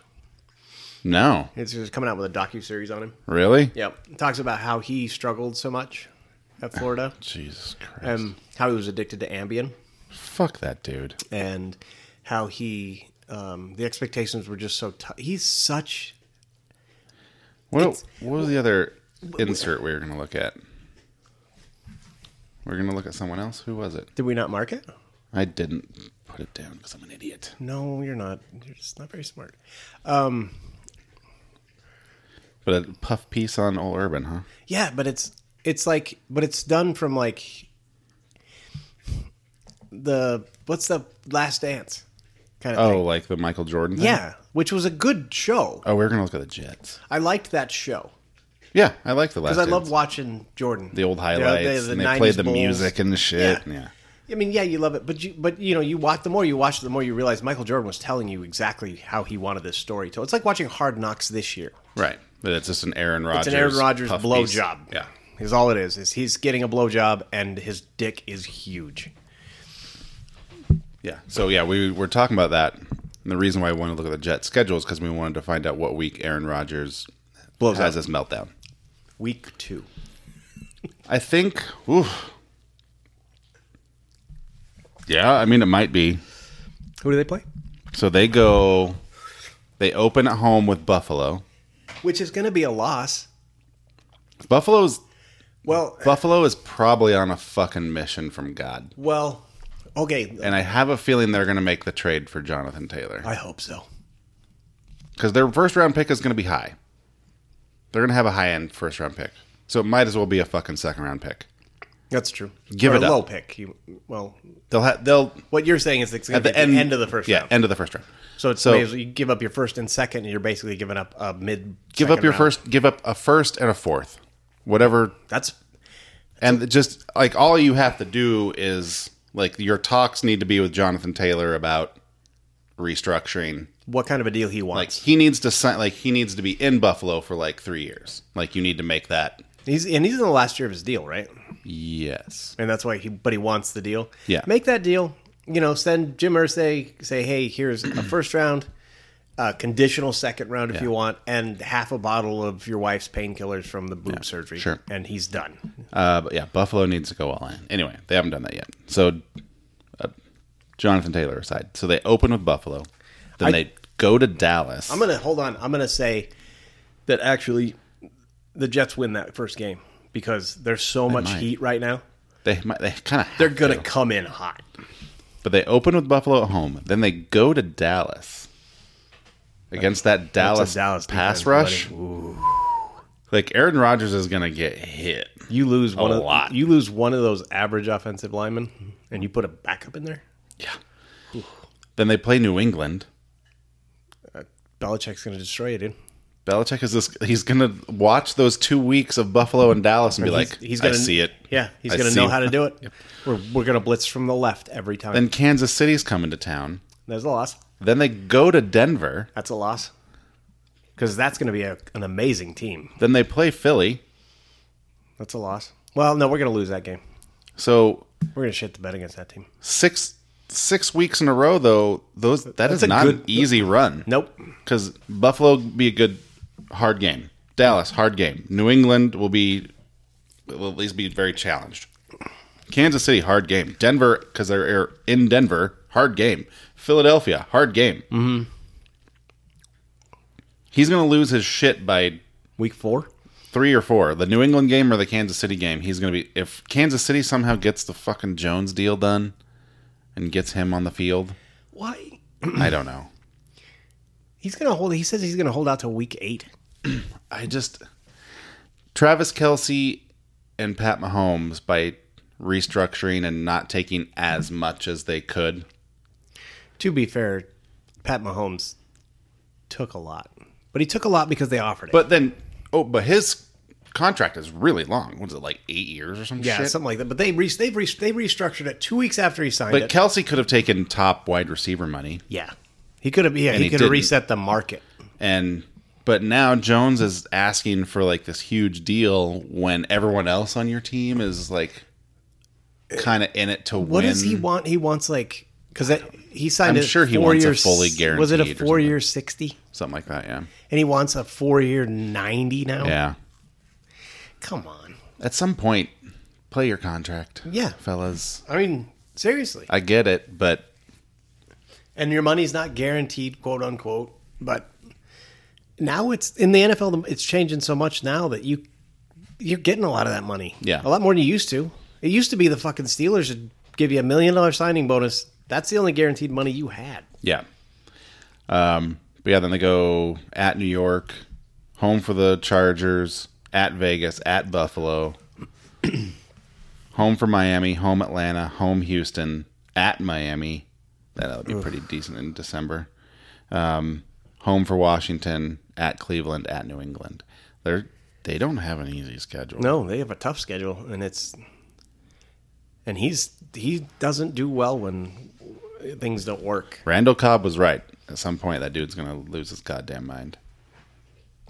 Speaker 1: No,
Speaker 2: It's just coming out with a docu series on him.
Speaker 1: really?
Speaker 2: Yep, it talks about how he struggled so much at Florida,
Speaker 1: Jesus Christ!
Speaker 2: um, how he was addicted to Ambien.
Speaker 1: Fuck that dude.
Speaker 2: and how he um, the expectations were just so tough. He's such
Speaker 1: What, what was the other insert we were going to look at? We are going to look at someone else. Who was it?
Speaker 2: did we not mark it?
Speaker 1: I didn't put put it down because I'm an idiot.
Speaker 2: No, you're not. You're just not very smart.
Speaker 1: But a puff piece on Old Urban, huh?
Speaker 2: Yeah, but it's it's like but it's done from like the what's the last dance kind of
Speaker 1: Oh,
Speaker 2: thing.
Speaker 1: like the Michael Jordan thing?
Speaker 2: Yeah, which was a good show.
Speaker 1: Oh, we are going to look at the Jets.
Speaker 2: I liked that show
Speaker 1: Yeah, I like the last
Speaker 2: because I
Speaker 1: Dance.
Speaker 2: love watching Jordan.
Speaker 1: the old highlights. and they
Speaker 2: 90s
Speaker 1: played the
Speaker 2: Bulls.
Speaker 1: music and the shit.
Speaker 2: Yeah.
Speaker 1: Yeah.
Speaker 2: I mean, yeah, you love it, but you but you know, you watch the more you watch it, the more you realize Michael Jordan was telling you exactly how he wanted this story told. It's like watching Hard Knocks this year.
Speaker 1: Right. But it's just an Aaron Rodgers.
Speaker 2: It's an Aaron Rodgers
Speaker 1: puff piece.
Speaker 2: blowjob.
Speaker 1: Yeah.
Speaker 2: is all it is. Is he's getting a blowjob and his dick is huge.
Speaker 1: Yeah. So, yeah, we were talking about that. And the reason why I wanted to look at the Jets schedule is because we wanted to find out what week Aaron Rodgers
Speaker 2: Blows
Speaker 1: has
Speaker 2: up.
Speaker 1: his meltdown.
Speaker 2: Week two.
Speaker 1: I think. Oof. Yeah, I mean, it might be.
Speaker 2: Who do they play?
Speaker 1: So they go. They open at home with Buffalo.
Speaker 2: Which is going to be a loss.
Speaker 1: Buffalo's
Speaker 2: Well,
Speaker 1: Buffalo is probably on a fucking mission from God.
Speaker 2: well, okay.
Speaker 1: And I have a feeling they're going to make the trade for Jonathan Taylor.
Speaker 2: I hope so.
Speaker 1: because their first round pick is going to be high. They're going to have a high end first round pick, so it might as well be a fucking second round pick.
Speaker 2: That's true.
Speaker 1: Give
Speaker 2: or
Speaker 1: it
Speaker 2: a
Speaker 1: up.
Speaker 2: low pick. You, well,
Speaker 1: They'll have they'll
Speaker 2: what you're saying is it's going
Speaker 1: at
Speaker 2: to
Speaker 1: the
Speaker 2: be
Speaker 1: end,
Speaker 2: the end of the first
Speaker 1: yeah,
Speaker 2: round.
Speaker 1: end of the first round.
Speaker 2: So it's
Speaker 1: So-
Speaker 2: may as well- you give up your first and second, and you're basically giving up a mid.
Speaker 1: Give up
Speaker 2: second
Speaker 1: your
Speaker 2: round.
Speaker 1: first, give up a first and a fourth, whatever,
Speaker 2: That's
Speaker 1: and just like all you have to do is like your talks need to be with Jonathan Taylor about restructuring.
Speaker 2: what kind of a deal he
Speaker 1: Like
Speaker 2: wants.
Speaker 1: he needs to sign, like he needs to be in Buffalo for like three years. Like you need to make that.
Speaker 2: he's and he's in the last year of his deal, right?
Speaker 1: Yes.
Speaker 2: And that's why he, but he wants the deal.
Speaker 1: Yeah.
Speaker 2: make that deal. You know, send Jim Irsay, say, hey, here's
Speaker 1: (clears throat)
Speaker 2: a first round, a conditional second round if you want, and half a bottle of your wife's painkillers from the boob surgery.
Speaker 1: sure.
Speaker 2: and he's done.
Speaker 1: Uh, but yeah, Buffalo needs to go all in. Anyway, they haven't done that yet. So, uh, Jonathan Taylor aside, so they open with Buffalo, then
Speaker 2: I-
Speaker 1: they go to Dallas.
Speaker 2: I'm gonna hold on. I'm gonna say that actually, the Jets win that first game because there's so much
Speaker 1: might.
Speaker 2: heat right now.
Speaker 1: they might, they kind of
Speaker 2: They're gonna come in hot.
Speaker 1: but they open with Buffalo at home. Then they go to Dallas against that Dallas,
Speaker 2: Dallas
Speaker 1: pass
Speaker 2: defense,
Speaker 1: rush.
Speaker 2: buddy.
Speaker 1: Like Aaron Rodgers is gonna get hit.
Speaker 2: You lose one of
Speaker 1: lot.
Speaker 2: you lose one of those average offensive linemen, and you put a backup in there.
Speaker 1: Yeah. Then they play New England.
Speaker 2: Belichick's gonna destroy you, dude.
Speaker 1: Belichick is this. He's gonna watch those two weeks of Buffalo and Dallas and be like,
Speaker 2: he's, he's gonna
Speaker 1: "I see it."
Speaker 2: Yeah, he's
Speaker 1: I
Speaker 2: gonna
Speaker 1: see
Speaker 2: know
Speaker 1: it."
Speaker 2: how to do it.
Speaker 1: (laughs)
Speaker 2: We're we're gonna blitz from the left every time.
Speaker 1: Then Kansas City's coming to town.
Speaker 2: There's a loss.
Speaker 1: Then they go to Denver.
Speaker 2: That's a loss. Because that's gonna be a, an amazing team.
Speaker 1: Then they play Philly.
Speaker 2: That's a loss. Well, no, we're gonna lose that game.
Speaker 1: So
Speaker 2: We're gonna shit the bed against that team.
Speaker 1: six six weeks in a row, though those that's
Speaker 2: a
Speaker 1: not an
Speaker 2: good-
Speaker 1: easy run.
Speaker 2: Nope.
Speaker 1: because Buffalo would be a good hard game. Dallas hard game. New England will be will at least be very challenged. Kansas City hard game. Denver because they're in Denver hard game. Philadelphia hard game. Mm-hmm. He's gonna lose his shit by
Speaker 2: Week four.
Speaker 1: three or four the new england game or the kansas city game he's going to be if kansas city somehow gets the fucking jones deal done and gets him on the field
Speaker 2: Why?
Speaker 1: i don't know
Speaker 2: He's gonna hold. He says he's gonna hold out to week eight.
Speaker 1: i just travis kelsey and pat mahomes by restructuring and not taking as much as they could
Speaker 2: To be fair, Pat Mahomes took a lot, but he took a lot because they offered it.
Speaker 1: but then oh but his contract is really long was it like eight years or some
Speaker 2: yeah,
Speaker 1: shit
Speaker 2: something like that. But they re- they re- they restructured it two weeks after he signed
Speaker 1: but
Speaker 2: it.
Speaker 1: kelsey could have taken top wide receiver money
Speaker 2: yeah, he could have. Yeah,
Speaker 1: he
Speaker 2: he could have
Speaker 1: didn't.
Speaker 2: reset the market.
Speaker 1: and but now Jones is asking for like this huge deal when everyone else on your team is like kind of in it to win.
Speaker 2: What does he want? He wants like because he signed.
Speaker 1: I'm
Speaker 2: a
Speaker 1: sure he
Speaker 2: four
Speaker 1: wants a
Speaker 2: year,
Speaker 1: fully
Speaker 2: Was it a
Speaker 1: guaranteed or
Speaker 2: four year sixty?
Speaker 1: Something like that, yeah.
Speaker 2: And he wants a four year ninety now.
Speaker 1: Yeah.
Speaker 2: Come on.
Speaker 1: At some point, play your contract.
Speaker 2: Yeah.
Speaker 1: fellas.
Speaker 2: I mean, seriously.
Speaker 1: I get it, but
Speaker 2: and your money's not guaranteed, quote unquote. But now it's in the NFL. It's changing so much now that you you're getting a lot of that money.
Speaker 1: Yeah.
Speaker 2: a lot more than you used to. It used to be the fucking Steelers would give you a million dollar signing bonus That's the only guaranteed money you had.
Speaker 1: Yeah. Um, but yeah, then they go at New York, home for the Chargers, at Vegas, at Buffalo, home for Miami, home Atlanta, home Houston, at Miami. That'll be pretty decent in December. Um, home for Washington, at Cleveland, at New England. They're they don't have an easy schedule.
Speaker 2: No, they have a tough schedule, and it's and he's he doesn't do well when things don't work.
Speaker 1: Randall Cobb was right. At some point, that dude's gonna lose his goddamn mind.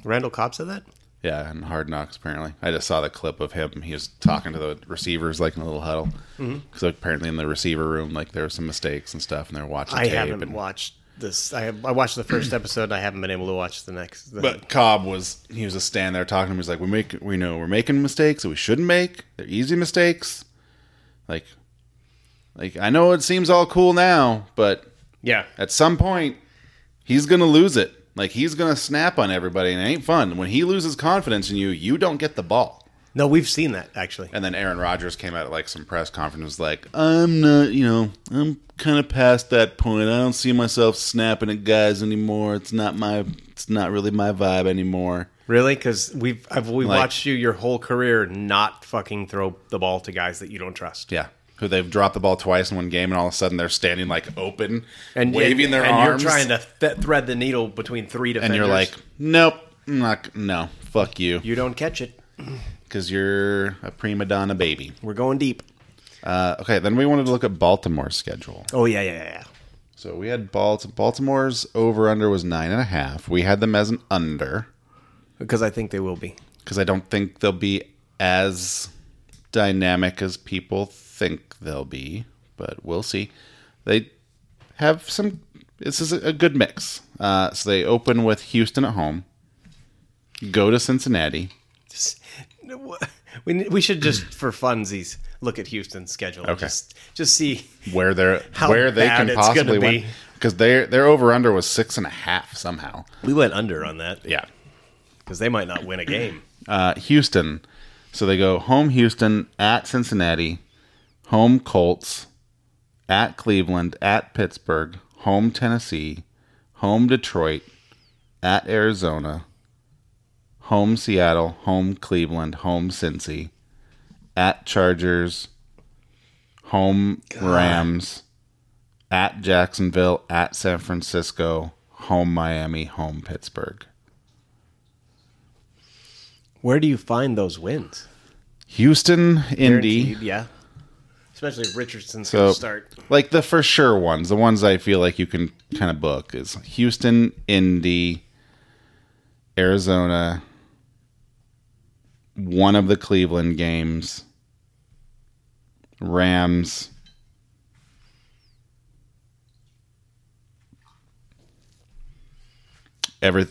Speaker 2: Randall Cobb said that.
Speaker 1: Yeah, and Hard Knocks apparently. I just saw the clip of him. He was talking to the receivers like in a little huddle.
Speaker 2: Mm-hmm.
Speaker 1: Because apparently in the receiver room, like there were some mistakes and stuff, and they're watching
Speaker 2: I
Speaker 1: tape.
Speaker 2: haven't
Speaker 1: and,
Speaker 2: watched this. I have, I watched the first episode. and I haven't been able to watch the next. the-
Speaker 1: but Cobb was he was just standing there talking to him. He's like, "We make we know we're making mistakes that we shouldn't make. They're easy mistakes. Like, like I know it seems all cool now, but
Speaker 2: yeah,
Speaker 1: at some point he's gonna lose it. Like he's gonna snap on everybody, and it ain't fun. When he loses confidence in you, you don't get the ball."
Speaker 2: no, we've seen that actually.
Speaker 1: And then Aaron Rodgers came out at like some press conference was like, I'm not, you know, I'm kind of past that point. I don't see myself snapping at guys anymore. It's not my, it's not really my vibe anymore.
Speaker 2: Really, because we've I've, we
Speaker 1: Like-
Speaker 2: watched you your whole career not fucking throw the ball to guys that you don't trust.
Speaker 1: Yeah. Who they've dropped the ball twice in one game, and all of a sudden they're standing like open
Speaker 2: And
Speaker 1: and waving
Speaker 2: and,
Speaker 1: their
Speaker 2: and
Speaker 1: arms.
Speaker 2: you're trying to th- thread the needle between three defenders,
Speaker 1: and you're like, nope, I'm not, no, fuck you.
Speaker 2: you don't catch it.
Speaker 1: Because you're a prima donna baby.
Speaker 2: We're going deep.
Speaker 1: Uh, okay, then we wanted to look at Baltimore's schedule.
Speaker 2: Oh yeah, yeah, yeah. yeah.
Speaker 1: So we had Balt- Baltimore's over under was nine and a half. We had them as an under.
Speaker 2: Because I think they will be.
Speaker 1: because I don't think they'll be as dynamic as people think they'll be, but we'll see. They have some. This is a a good mix. Uh, so they open with Houston at home, go to Cincinnati.
Speaker 2: We we should just for funsies look at Houston's schedule.
Speaker 1: Okay.
Speaker 2: Just, just see.
Speaker 1: where they're
Speaker 2: How
Speaker 1: where they
Speaker 2: bad
Speaker 1: can
Speaker 2: it's
Speaker 1: possibly
Speaker 2: gonna
Speaker 1: win
Speaker 2: be.
Speaker 1: because their their over under was six and a half somehow.
Speaker 2: We went under on that
Speaker 1: Yeah,
Speaker 2: because they might not win a game.
Speaker 1: uh, Houston. So they go home Houston at Cincinnati, home Colts, at Cleveland, at Pittsburgh, home Tennessee, home Detroit, at Arizona, home Seattle, home Cleveland, home Cincy, at Chargers, home Rams, at Jacksonville, at San Francisco, home Miami, home Pittsburgh.
Speaker 2: Where do you find those wins?
Speaker 1: Houston, Indy.
Speaker 2: Guaranteed, yeah. Especially if Richardson's
Speaker 1: So,
Speaker 2: gonna start.
Speaker 1: like the for sure ones, the ones I feel like you can kind of book is Houston, Indy, Arizona, one of the Cleveland games, Rams. Every,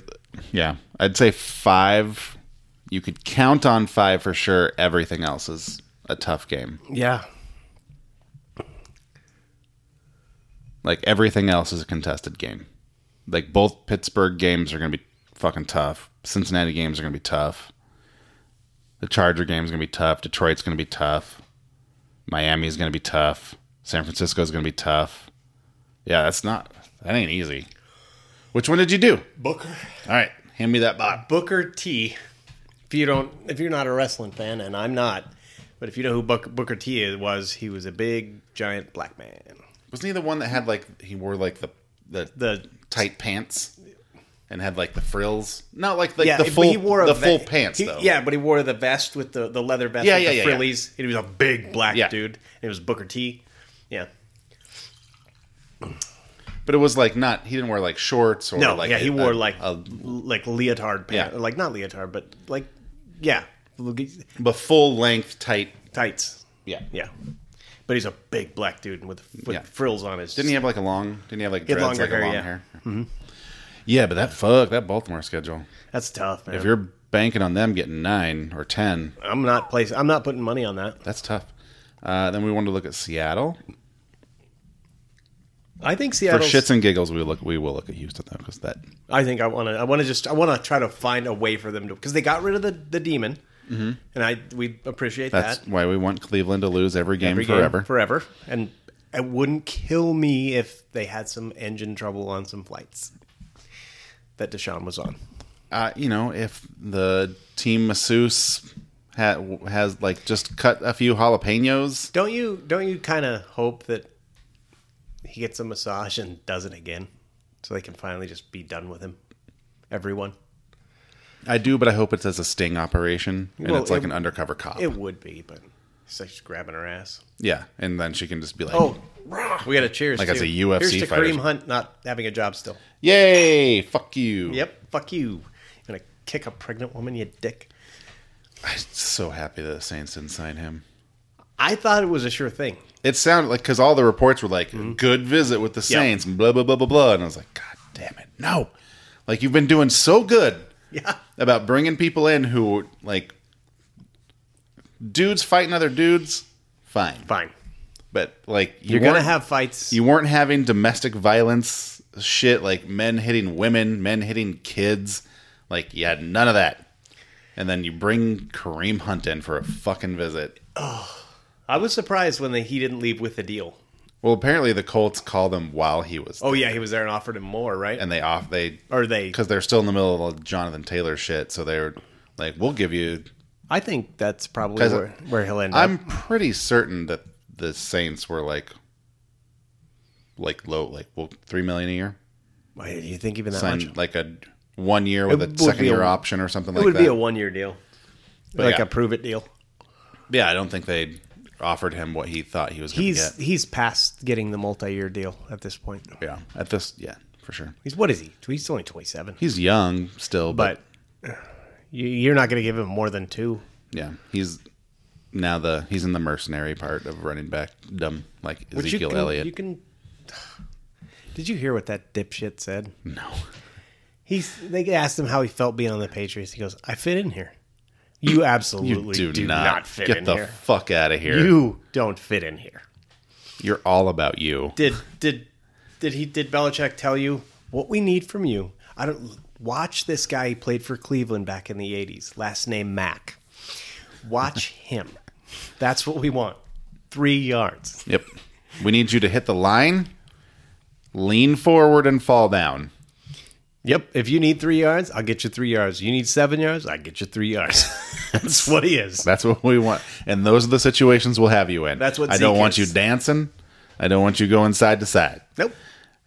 Speaker 1: yeah, I'd say five. You could count on five for sure. Everything else is a tough game.
Speaker 2: Yeah.
Speaker 1: Like everything else is a contested game. Like both Pittsburgh games are going to be fucking tough. Cincinnati games are going to be tough. The Charger game's going to be tough. Detroit's going to be tough. Miami's going to be tough. San Francisco's going to be tough. Yeah, that's not that ain't easy. Which one did you do?
Speaker 2: Booker.
Speaker 1: All right, hand me that box.
Speaker 2: Booker T. If you don't, if you're not a wrestling fan, and I'm not, but if you know who Book, Booker T is, was, he was a big, giant black man.
Speaker 1: Wasn't he the one that had like he wore like the the,
Speaker 2: The
Speaker 1: tight pants and had like the frills? Not like like
Speaker 2: yeah,
Speaker 1: the
Speaker 2: but
Speaker 1: full
Speaker 2: he wore a
Speaker 1: the
Speaker 2: ve-
Speaker 1: full pants
Speaker 2: he-
Speaker 1: though.
Speaker 2: Yeah, but he wore the vest with the, the leather vest
Speaker 1: Yeah,
Speaker 2: with
Speaker 1: yeah,
Speaker 2: the
Speaker 1: yeah, yeah.
Speaker 2: frillies. And he was a big black
Speaker 1: Yeah.
Speaker 2: dude. And it was Booker T. Yeah.
Speaker 1: But it was like not he didn't wear like shorts or
Speaker 2: No,
Speaker 1: like
Speaker 2: yeah, he
Speaker 1: a-
Speaker 2: wore
Speaker 1: a-
Speaker 2: like
Speaker 1: a-
Speaker 2: like leotard pants.
Speaker 1: Yeah.
Speaker 2: Like not leotard, but like yeah. Look-
Speaker 1: but full length tight.
Speaker 2: Tights.
Speaker 1: Yeah.
Speaker 2: Yeah. But he's a big black dude with, with
Speaker 1: Yeah.
Speaker 2: frills on his
Speaker 1: Didn't he have like a long? Didn't he have like
Speaker 2: had
Speaker 1: dreads,
Speaker 2: longer
Speaker 1: like a
Speaker 2: hair,
Speaker 1: long
Speaker 2: yeah. Mm-hmm.
Speaker 1: hair? Yeah, but that fuck that Baltimore schedule.
Speaker 2: That's tough, man.
Speaker 1: If you're banking on them getting nine or ten,
Speaker 2: I'm not place I'm not putting money on that.
Speaker 1: that's tough. Uh, then we wanted to look at Seattle
Speaker 2: I think
Speaker 1: for
Speaker 2: Seattle
Speaker 1: shits and giggles. We look, we will look at Houston though because that
Speaker 2: I think I want to. I want to just. I want to try to find a way for them to because they got rid of the the demon, and I we appreciate
Speaker 1: Mm-hmm. that's
Speaker 2: that
Speaker 1: why we want Cleveland to lose every game
Speaker 2: Every game,
Speaker 1: forever.
Speaker 2: forever, and it wouldn't kill me if they had some engine trouble on some flights that Deshaun was on.
Speaker 1: uh, you know, if the team masseuse ha- has like just cut a few jalapenos,
Speaker 2: Don't you? Don't you kind of hope that he gets a massage and does it again, so they can finally just be done with him? Everyone.
Speaker 1: I do, but I hope it's as a sting operation and
Speaker 2: Well,
Speaker 1: it's like
Speaker 2: it-
Speaker 1: an undercover cop.
Speaker 2: It would be, but it's like just grabbing her ass.
Speaker 1: yeah, and then she can just be like,
Speaker 2: Oh, we got a cheers.
Speaker 1: Like
Speaker 2: too.
Speaker 1: as a UFC
Speaker 2: Here's to
Speaker 1: fighter.
Speaker 2: Kareem Hunt not having a job still.
Speaker 1: "Yay, fuck you!"
Speaker 2: Yep. Fuck you. You gonna kick a pregnant woman, you dick.
Speaker 1: I'm so happy that the Saints didn't sign him.
Speaker 2: I thought it was a sure thing. (laughs)
Speaker 1: It sounded like because all the reports were like,
Speaker 2: Mm-hmm.
Speaker 1: "Good visit with the Saints," and blah blah blah blah blah, and I was like, "God damn it, no!" Like you've been doing so good
Speaker 2: Yeah.
Speaker 1: about bringing people in who like dudes fighting other dudes, fine,
Speaker 2: Fine.
Speaker 1: but like you
Speaker 2: You're gonna
Speaker 1: weren't-
Speaker 2: have fights.
Speaker 1: you weren't having domestic violence shit like men hitting women, men hitting kids. Like you had none of that. And then you bring Kareem Hunt in for a fucking visit.
Speaker 2: I was surprised when they, he didn't leave with the deal.
Speaker 1: Well, apparently the Colts called him while he was
Speaker 2: Oh yeah, he was there and offered him more, right?
Speaker 1: and they off they
Speaker 2: or they?
Speaker 1: because they're still in the middle of Jonathan Taylor shit, so they're like, "We'll give you."
Speaker 2: I think that's probably
Speaker 1: 'Cause
Speaker 2: where, where he'll end up.
Speaker 1: I'm pretty certain that the Saints were like, like low, like well, three million a year,
Speaker 2: Why do you think even that much?
Speaker 1: sign like a one year with
Speaker 2: would
Speaker 1: a
Speaker 2: be
Speaker 1: second year
Speaker 2: a-
Speaker 1: option or something
Speaker 2: it
Speaker 1: like
Speaker 2: would
Speaker 1: that.
Speaker 2: be a one year deal, like
Speaker 1: yeah.
Speaker 2: a prove it deal.
Speaker 1: Yeah, I don't think they offered him what he thought he was going to
Speaker 2: He's
Speaker 1: get.
Speaker 2: he's past getting the multi year deal at this point.
Speaker 1: Yeah, at this, yeah, for sure.
Speaker 2: He's what is he? He's only twenty seven.
Speaker 1: He's young still, but,
Speaker 2: But you- you're not going to give him more than two.
Speaker 1: yeah, he's now the he's in the mercenary part of running back dumb like
Speaker 2: Which you
Speaker 1: Ezekiel
Speaker 2: can-
Speaker 1: Elliott.
Speaker 2: You can. (sighs) Did you hear what that dipshit said?
Speaker 1: no,
Speaker 2: He's. They asked him how he felt being on the Patriots. He goes, "I fit in here." You absolutely
Speaker 1: you
Speaker 2: do, not, fit
Speaker 1: get
Speaker 2: in
Speaker 1: the
Speaker 2: here.
Speaker 1: fuck out of here.
Speaker 2: You don't fit in here.
Speaker 1: You, are all about you.
Speaker 2: Did did did he did Belichick tell you what we need from you? I don't watch this guy. He played for Cleveland back in the '80s. Last name Mack. (laughs) Watch him. That's what we want. Three yards.
Speaker 1: Yep, we need you to hit the line, lean forward, and fall down.
Speaker 2: Yep. If you need three yards, I'll get you three yards. You need seven yards, I get you three yards. (laughs) That's what he is.
Speaker 1: That's what we want, and those are the situations we'll have you in.
Speaker 2: That's what
Speaker 1: I don't
Speaker 2: Zeke
Speaker 1: want
Speaker 2: is.
Speaker 1: you dancing. I don't want you going side to side.
Speaker 2: Nope.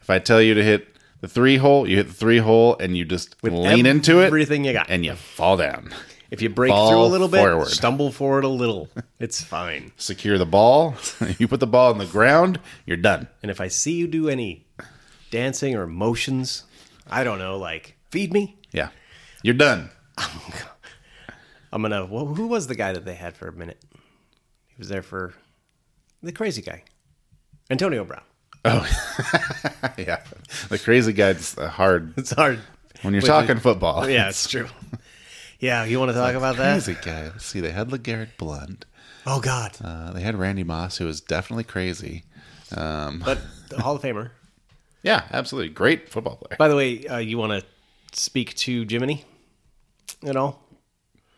Speaker 1: If I tell you to hit the three hole, you hit the three hole and you just lean into it
Speaker 2: Everything you got.
Speaker 1: and you fall down.
Speaker 2: if you break
Speaker 1: Fall
Speaker 2: through a little bit,
Speaker 1: forward.
Speaker 2: stumble forward a little, it's fine.
Speaker 1: Secure the ball. (laughs) you put the ball on the ground, you're done.
Speaker 2: And if I see you do any dancing or motions, I don't know, like feed me.
Speaker 1: Yeah. You're done. (laughs)
Speaker 2: I'm gonna. wh- Who was the guy that they had for a minute? He was there for the crazy guy, Antonio Brown.
Speaker 1: yeah. The crazy guy's uh, hard
Speaker 2: It's hard.
Speaker 1: when you're
Speaker 2: Wait,
Speaker 1: talking football. (laughs)
Speaker 2: Yeah, it's true. Yeah, you want to talk about that?
Speaker 1: Crazy guy. Let's see. They had LeGarrette Blunt.
Speaker 2: Oh God,
Speaker 1: Uh, they had Randy Moss, who was definitely crazy. Um,
Speaker 2: but the Hall of Famer.
Speaker 1: yeah, absolutely. Great football player.
Speaker 2: By the way, uh, you want to speak to Jiminy at all?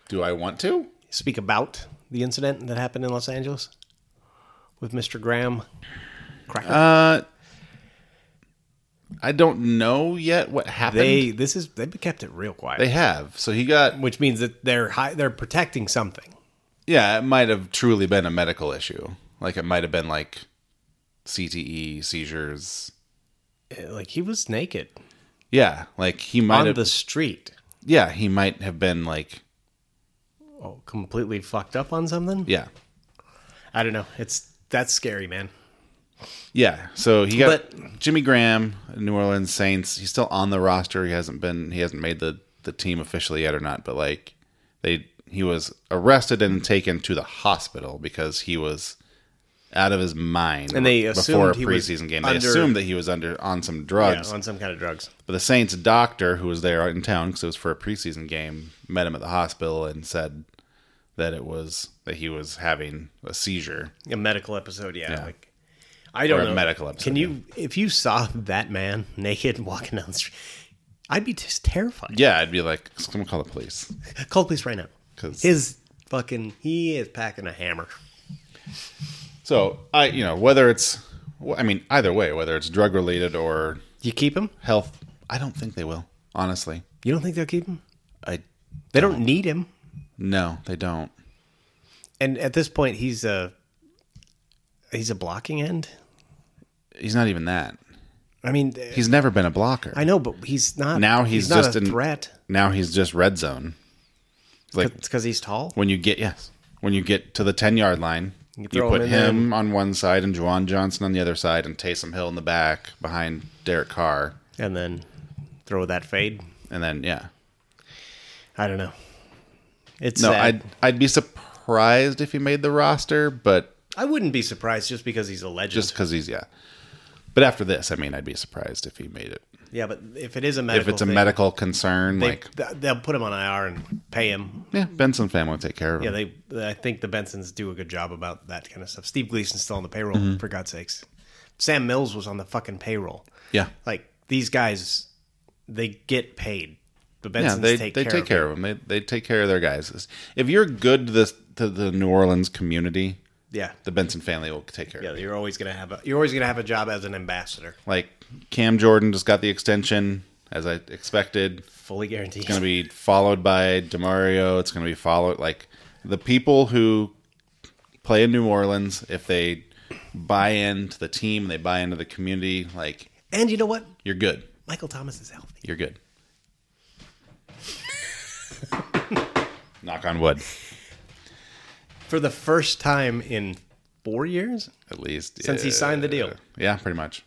Speaker 1: Do I want to?
Speaker 2: Speak about the incident that happened in Los Angeles with Mr. Graham Cracker.
Speaker 1: Uh, I don't know yet what happened.
Speaker 2: they this is they've kept it real quiet,
Speaker 1: They have. So he got.
Speaker 2: which means that they're high, they're protecting something.
Speaker 1: Yeah, it might have truly been a medical issue. Like it might have been like CTE seizures.
Speaker 2: Uh, Like he was naked
Speaker 1: Yeah, like he might
Speaker 2: on
Speaker 1: have.
Speaker 2: the street,
Speaker 1: yeah, he might have been like.
Speaker 2: oh, completely fucked up on something.
Speaker 1: Yeah,
Speaker 2: I don't know. It's that's scary, man.
Speaker 1: yeah. So he got Jimmy Graham, New Orleans Saints. He's still on the roster. He hasn't been. He hasn't made the the team officially yet or not. But like they, he was arrested and taken to the hospital because he was out of his mind.
Speaker 2: And they
Speaker 1: before a
Speaker 2: assumed he was
Speaker 1: preseason game, they
Speaker 2: under-
Speaker 1: assumed that he was under on some
Speaker 2: Yeah,
Speaker 1: drugs.
Speaker 2: on some kind of drugs.
Speaker 1: But the Saints doctor, who was there in town because it was for a preseason game, met him at the hospital and said that it was that he was having a seizure.
Speaker 2: a medical episode. Yeah,
Speaker 1: Yeah.
Speaker 2: like I don't
Speaker 1: Or a
Speaker 2: know.
Speaker 1: medical episode,
Speaker 2: Can you, if you saw that man (laughs) naked walking down the street, I'd be just terrified.
Speaker 1: Yeah, I'd be like, someone call the police.
Speaker 2: Call the police right now.
Speaker 1: 'Cause-
Speaker 2: His fucking he is packing a hammer.
Speaker 1: So I, you know, whether it's Well, I mean, either way, whether it's drug related or
Speaker 2: You keep him?
Speaker 1: health, I don't think they will. Honestly,
Speaker 2: You don't think they'll keep him?
Speaker 1: I
Speaker 2: They don't need him.
Speaker 1: no, they don't.
Speaker 2: And at this point, he's a he's a blocking end.
Speaker 1: He's not even that.
Speaker 2: I mean,
Speaker 1: He's never been a blocker.
Speaker 2: I know, but he's not.
Speaker 1: Now he's
Speaker 2: not
Speaker 1: just
Speaker 2: a
Speaker 1: an-
Speaker 2: threat.
Speaker 1: now he's just red zone. Like
Speaker 2: It's because he's tall.
Speaker 1: when you get yes, when you get to the ten yard line, you,
Speaker 2: throw
Speaker 1: put
Speaker 2: him in
Speaker 1: him, on one side and Juwan Johnson on the other side, and Taysom Hill in the back behind Derek Carr,
Speaker 2: And then throw that fade.
Speaker 1: and then yeah,
Speaker 2: I don't know. It's
Speaker 1: no,
Speaker 2: sad.
Speaker 1: I'd I'd be surprised if he made the roster, but
Speaker 2: I wouldn't be surprised just because he's a legend.
Speaker 1: just because he's yeah. But after this, I mean, I'd be surprised if he made it.
Speaker 2: yeah, but if it is a
Speaker 1: If
Speaker 2: medical,
Speaker 1: it's a
Speaker 2: thing,
Speaker 1: medical concern,
Speaker 2: they,
Speaker 1: like
Speaker 2: th- they'll put him on IR and pay him.
Speaker 1: yeah, Benson family will take care of
Speaker 2: Yeah,
Speaker 1: him.
Speaker 2: they. I think the Bensons do a good job about that kind of stuff. Steve Gleason's still on the payroll,
Speaker 1: Mm-hmm.
Speaker 2: for God's sakes. Sam Mills was on the fucking payroll.
Speaker 1: yeah,
Speaker 2: Like these guys, they get paid. The
Speaker 1: yeah,
Speaker 2: Bensons
Speaker 1: they
Speaker 2: take
Speaker 1: they
Speaker 2: care
Speaker 1: take
Speaker 2: of
Speaker 1: care of them. They they take care of their guys. If you're good to the to the New Orleans community,
Speaker 2: it. Yeah,
Speaker 1: the Benson family will take care
Speaker 2: yeah.
Speaker 1: of it.
Speaker 2: You're always gonna have a. You're always gonna have a job as an ambassador,
Speaker 1: Like Cam Jordan just got the extension, as I expected.
Speaker 2: fully guaranteed.
Speaker 1: It's gonna be followed by Demario. It's gonna be followed like the people who play in New Orleans. If they buy into the team, they buy into the community. Like
Speaker 2: and you know what?
Speaker 1: you're good.
Speaker 2: Michael Thomas is healthy.
Speaker 1: You're
Speaker 2: (laughs)
Speaker 1: good. Knock on wood,
Speaker 2: For the first time in four years,
Speaker 1: at least
Speaker 2: Since he signed the deal.
Speaker 1: Yeah, pretty much.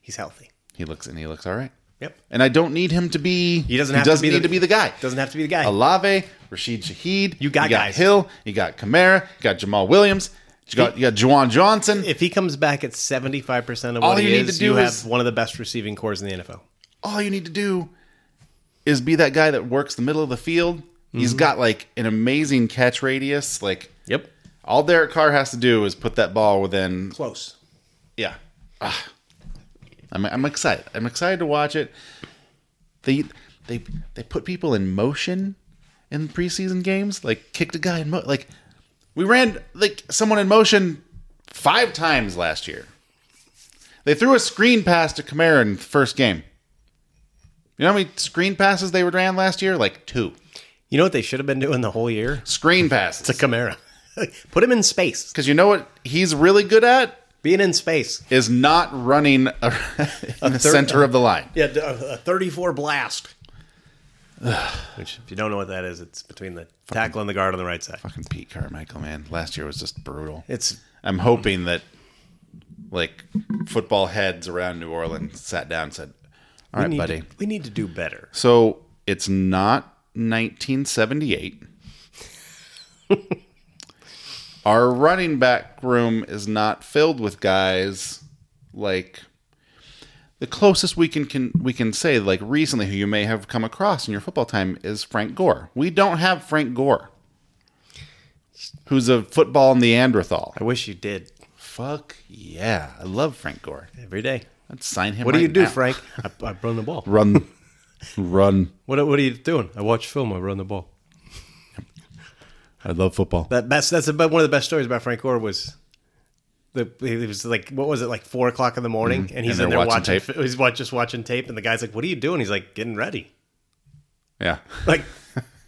Speaker 2: he's healthy.
Speaker 1: He looks and he looks all right.
Speaker 2: Yep.
Speaker 1: And I don't need him to be.
Speaker 2: He doesn't have to be
Speaker 1: need
Speaker 2: the-
Speaker 1: to be the guy.
Speaker 2: Doesn't have to be the guy.
Speaker 1: Alave, Rashid Shaheed.
Speaker 2: You got
Speaker 1: you got
Speaker 2: guys.
Speaker 1: Hill. You got Kamara. You got Jamal Williams. You got you got Juwan Johnson.
Speaker 2: If he comes back at 75% of what
Speaker 1: All
Speaker 2: he
Speaker 1: you need
Speaker 2: is,
Speaker 1: to do
Speaker 2: you
Speaker 1: is-
Speaker 2: have one of the best receiving cores in the NFL.
Speaker 1: All you need to do is be that guy that works the middle of the field.
Speaker 2: Mm-hmm.
Speaker 1: He's got like an amazing catch radius. Like
Speaker 2: Yep.
Speaker 1: all Derek Carr has to do is put that ball within.
Speaker 2: Close.
Speaker 1: Yeah. Ah. I'm I'm excited. I'm excited to watch it. They they they put people in motion in preseason games. Like kicked a guy in mo like we ran like someone in motion five times last year. They threw a screen pass to Kamara in the first game. You know how many screen passes they ran last year? Like two.
Speaker 2: You know what they should have been doing the whole year?
Speaker 1: Screen passes.
Speaker 2: The Camara. (laughs) Put him in space.
Speaker 1: Because you know what he's really good at?
Speaker 2: Being in space.
Speaker 1: Is not running a, (laughs) in the center of the line.
Speaker 2: Yeah, d- a a 34 blast. (sighs) Which, if you don't know what that is, it's between the tackle and the guard on the right side.
Speaker 1: Fucking Pete Carmichael, man. Last year was just brutal.
Speaker 2: It's
Speaker 1: I'm hoping that like football heads around New Orleans sat down and said, "All
Speaker 2: we
Speaker 1: right,
Speaker 2: need
Speaker 1: buddy.
Speaker 2: to- we need to do better.
Speaker 1: So it's not
Speaker 2: (laughs)
Speaker 1: 1978. Our running back room is not filled with guys like the closest we can, can we can say like recently who you may have come across in your football time is Frank Gore. We don't have Frank Gore, who's a football Neanderthal.
Speaker 2: I wish you did
Speaker 1: Fuck yeah, I love Frank Gore.
Speaker 2: every day.
Speaker 1: Let's sign him.
Speaker 2: What do
Speaker 1: right
Speaker 2: you do,
Speaker 1: now.
Speaker 2: Frank? (laughs) I, I run the ball. (laughs)
Speaker 1: Run, run.
Speaker 2: What, what are you doing? I watch film. I run the ball.
Speaker 1: I love football.
Speaker 2: That best that's about one of the best stories about Frank Gore was the it was like what was it like four o'clock in the morning and he's
Speaker 1: Mm-hmm. And they're
Speaker 2: in there watching,
Speaker 1: watching
Speaker 2: tape. he's watch, just watching tape and the guy's like what are you doing he's like getting ready (laughs)
Speaker 1: Yeah.
Speaker 2: like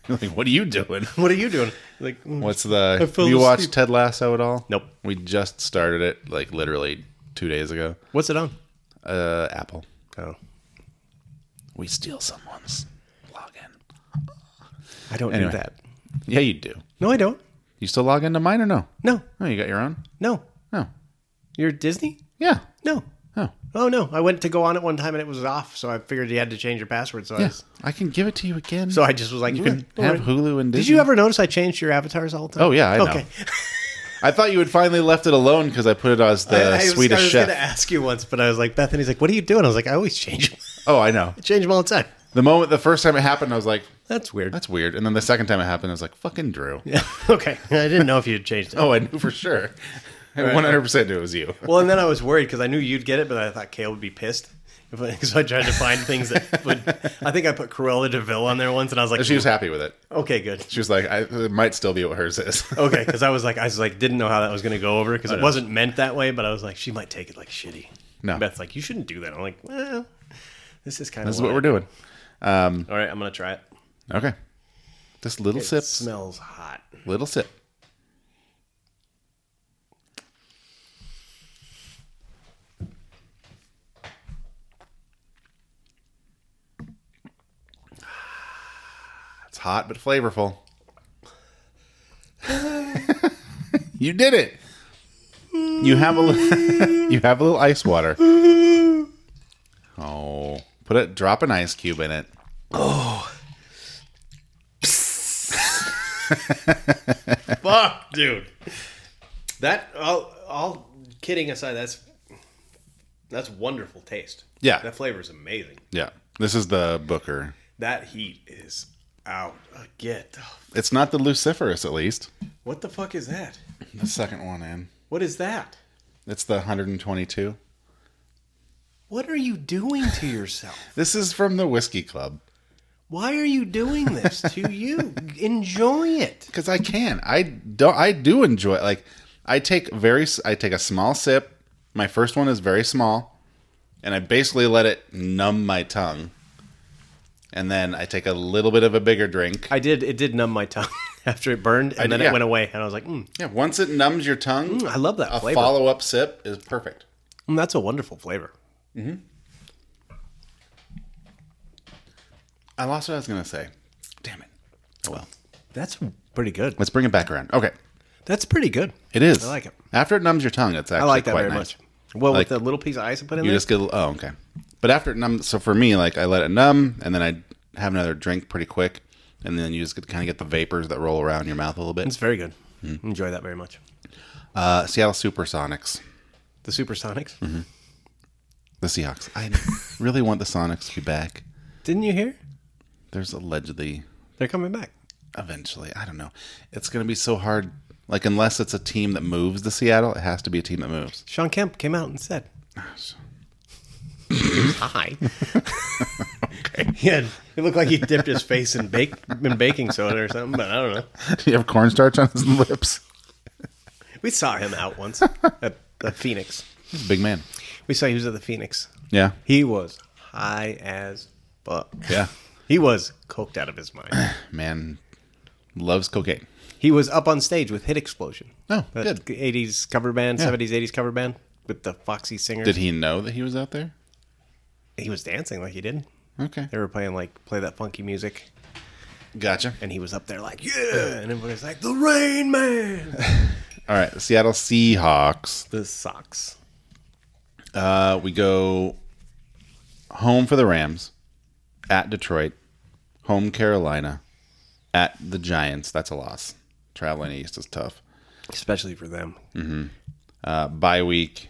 Speaker 1: like, what are you doing?
Speaker 2: what are you doing like mm.
Speaker 1: What's the?
Speaker 2: I
Speaker 1: Have
Speaker 2: fell
Speaker 1: you watched
Speaker 2: asleep.
Speaker 1: Ted Lasso at all?
Speaker 2: Nope.
Speaker 1: We just started it, like literally two days ago.
Speaker 2: what's it on
Speaker 1: Uh, Apple.
Speaker 2: oh
Speaker 1: We steal someone's login.
Speaker 2: I don't
Speaker 1: Anyway.
Speaker 2: do that
Speaker 1: Yeah, you do.
Speaker 2: no I don't
Speaker 1: You still log into mine or no?
Speaker 2: no
Speaker 1: No, you got your own.
Speaker 2: no
Speaker 1: No.
Speaker 2: you're Disney
Speaker 1: Yeah.
Speaker 2: no
Speaker 1: Oh.
Speaker 2: oh no I went to go on it one time and it was off so I figured you had to change your password so I
Speaker 1: Yes.
Speaker 2: was,
Speaker 1: I can give it to you again.
Speaker 2: so I just was like
Speaker 1: you
Speaker 2: "Yeah,
Speaker 1: can
Speaker 2: all
Speaker 1: have
Speaker 2: right."
Speaker 1: Hulu and Disney.
Speaker 2: did you ever notice I changed your avatars all the time
Speaker 1: Oh yeah, I know.
Speaker 2: okay
Speaker 1: I thought you had finally left it alone because I put it as the
Speaker 2: I, I was,
Speaker 1: Swedish
Speaker 2: I was
Speaker 1: chef.
Speaker 2: gonna ask you once, but I was like, Bethany's like, "What are you doing?" I was like, "I always change (laughs) them.
Speaker 1: Oh, I know.
Speaker 2: change them all the time."
Speaker 1: The moment, the first time it happened, I was like,
Speaker 2: That's weird. (laughs)
Speaker 1: "That's weird," and then the second time it happened, I was like, "Fucking Drew."
Speaker 2: Yeah. okay, I didn't know if you had changed it. (laughs)
Speaker 1: Oh, I knew for sure. (laughs) One hundred percent, it was you.
Speaker 2: Well, and then I (laughs) was worried because I knew you'd get it, but I thought Kale would be pissed. Because I tried to find things that would. I think I put Cruella Deville on there once, and I was like,
Speaker 1: And she was happy with it.
Speaker 2: "Okay, good."
Speaker 1: She was like, I, it might still be what hers is.
Speaker 2: Okay, because I was like, I was like, didn't know how that was going to go over because it wasn't meant that way. But I was like, she might take it like shitty.
Speaker 1: No.
Speaker 2: Beth's like, you shouldn't do that. I'm like, well, this is kind of
Speaker 1: This is what we're doing.
Speaker 2: doing. All right, I'm gonna try it.
Speaker 1: Okay. Just little
Speaker 2: It
Speaker 1: sips.
Speaker 2: smells hot.
Speaker 1: Little sip. It's hot but flavorful. (laughs) you did it. You have a li- (laughs) you have a little ice water. Oh, put it. Drop an ice cube in it.
Speaker 2: Fuck, dude. That all, all kidding aside, that's that's wonderful taste.
Speaker 1: Yeah.
Speaker 2: that flavor is amazing.
Speaker 1: Yeah, this is the Booker.
Speaker 2: That heat is out again. Oh,
Speaker 1: It's not the Luciferous, at least.
Speaker 2: What the fuck is that?
Speaker 1: The second one in.
Speaker 2: What is that?
Speaker 1: It's the 122.
Speaker 2: What are you doing to yourself?
Speaker 1: This is from the Whiskey Club.
Speaker 2: Why are you doing this to (laughs) you? Enjoy it.
Speaker 1: Because I can. I don't. I do enjoy. Like, I take very. s- I take a small sip. My first one is very small, and I basically let it numb my tongue. And then I take a little bit of a bigger drink.
Speaker 2: I did. It did numb my tongue (laughs) after it burned, and
Speaker 1: did,
Speaker 2: then
Speaker 1: yeah.
Speaker 2: it went away. And I was like, mm,
Speaker 1: Yeah. Once it numbs your tongue,
Speaker 2: I love that
Speaker 1: a
Speaker 2: flavor.
Speaker 1: follow-up sip is perfect.
Speaker 2: Mm, that's a wonderful flavor.
Speaker 1: I lost what I was gonna say. Damn it. Oh well.
Speaker 2: That's pretty good.
Speaker 1: Let's bring it back around. Okay.
Speaker 2: That's pretty good.
Speaker 1: It is.
Speaker 2: I like it.
Speaker 1: After it numbs your tongue, it's actually
Speaker 2: I like that
Speaker 1: quite
Speaker 2: very
Speaker 1: nice.
Speaker 2: much. Well,
Speaker 1: Like-
Speaker 2: with the little piece of ice I put in
Speaker 1: You
Speaker 2: there,
Speaker 1: just get a little- oh okay, but after it numbs, so for me, like I let it numb, and then I have another drink pretty quick, and then you just get, kind of get the vapors that roll around your mouth a little
Speaker 2: it's
Speaker 1: bit.
Speaker 2: very good.
Speaker 1: Hmm.
Speaker 2: Enjoy that very much.
Speaker 1: Uh, Seattle SuperSonics,
Speaker 2: The Supersonics.
Speaker 1: Mm-hmm. the Seahawks. I (laughs) really want the Sonics to be back.
Speaker 2: Didn't you hear?
Speaker 1: There's allegedly,
Speaker 2: They're coming back.
Speaker 1: eventually, I don't know. It's gonna be so hard. Like unless it's a team that moves to Seattle, it has to be a team that moves.
Speaker 2: Sean Kemp came out and said,
Speaker 1: Ah, (laughs)
Speaker 2: "Hi." (laughs) okay. He had, it looked like he dipped his face in bake in baking soda or something, but I don't know.
Speaker 1: (laughs) Do you have cornstarch on his (laughs) lips?
Speaker 2: We saw him out once at the Phoenix.
Speaker 1: He's a big man.
Speaker 2: We saw he was at the Phoenix.
Speaker 1: Yeah,
Speaker 2: He was high as fuck.
Speaker 1: yeah.
Speaker 2: He was coked out of his mind.
Speaker 1: Man loves cocaine.
Speaker 2: He was up on stage with Hit Explosion.
Speaker 1: Oh,
Speaker 2: That
Speaker 1: good.
Speaker 2: 80s cover band,
Speaker 1: Yeah.
Speaker 2: 70s, 80s cover band with the Foxy singer.
Speaker 1: Did he know that he was out there?
Speaker 2: he was dancing like he did.
Speaker 1: Okay,
Speaker 2: They were playing like play that funky music,
Speaker 1: gotcha.
Speaker 2: and he was up there like yeah, and everybody's like the
Speaker 1: (laughs)
Speaker 2: Rain Man,
Speaker 1: All right, Seattle Seahawks.
Speaker 2: the socks.
Speaker 1: Uh, we go home for the Rams, at Detroit, home Carolina, at the Giants. That's a loss. Traveling east is tough.
Speaker 2: Especially for them,
Speaker 1: Uh, bye week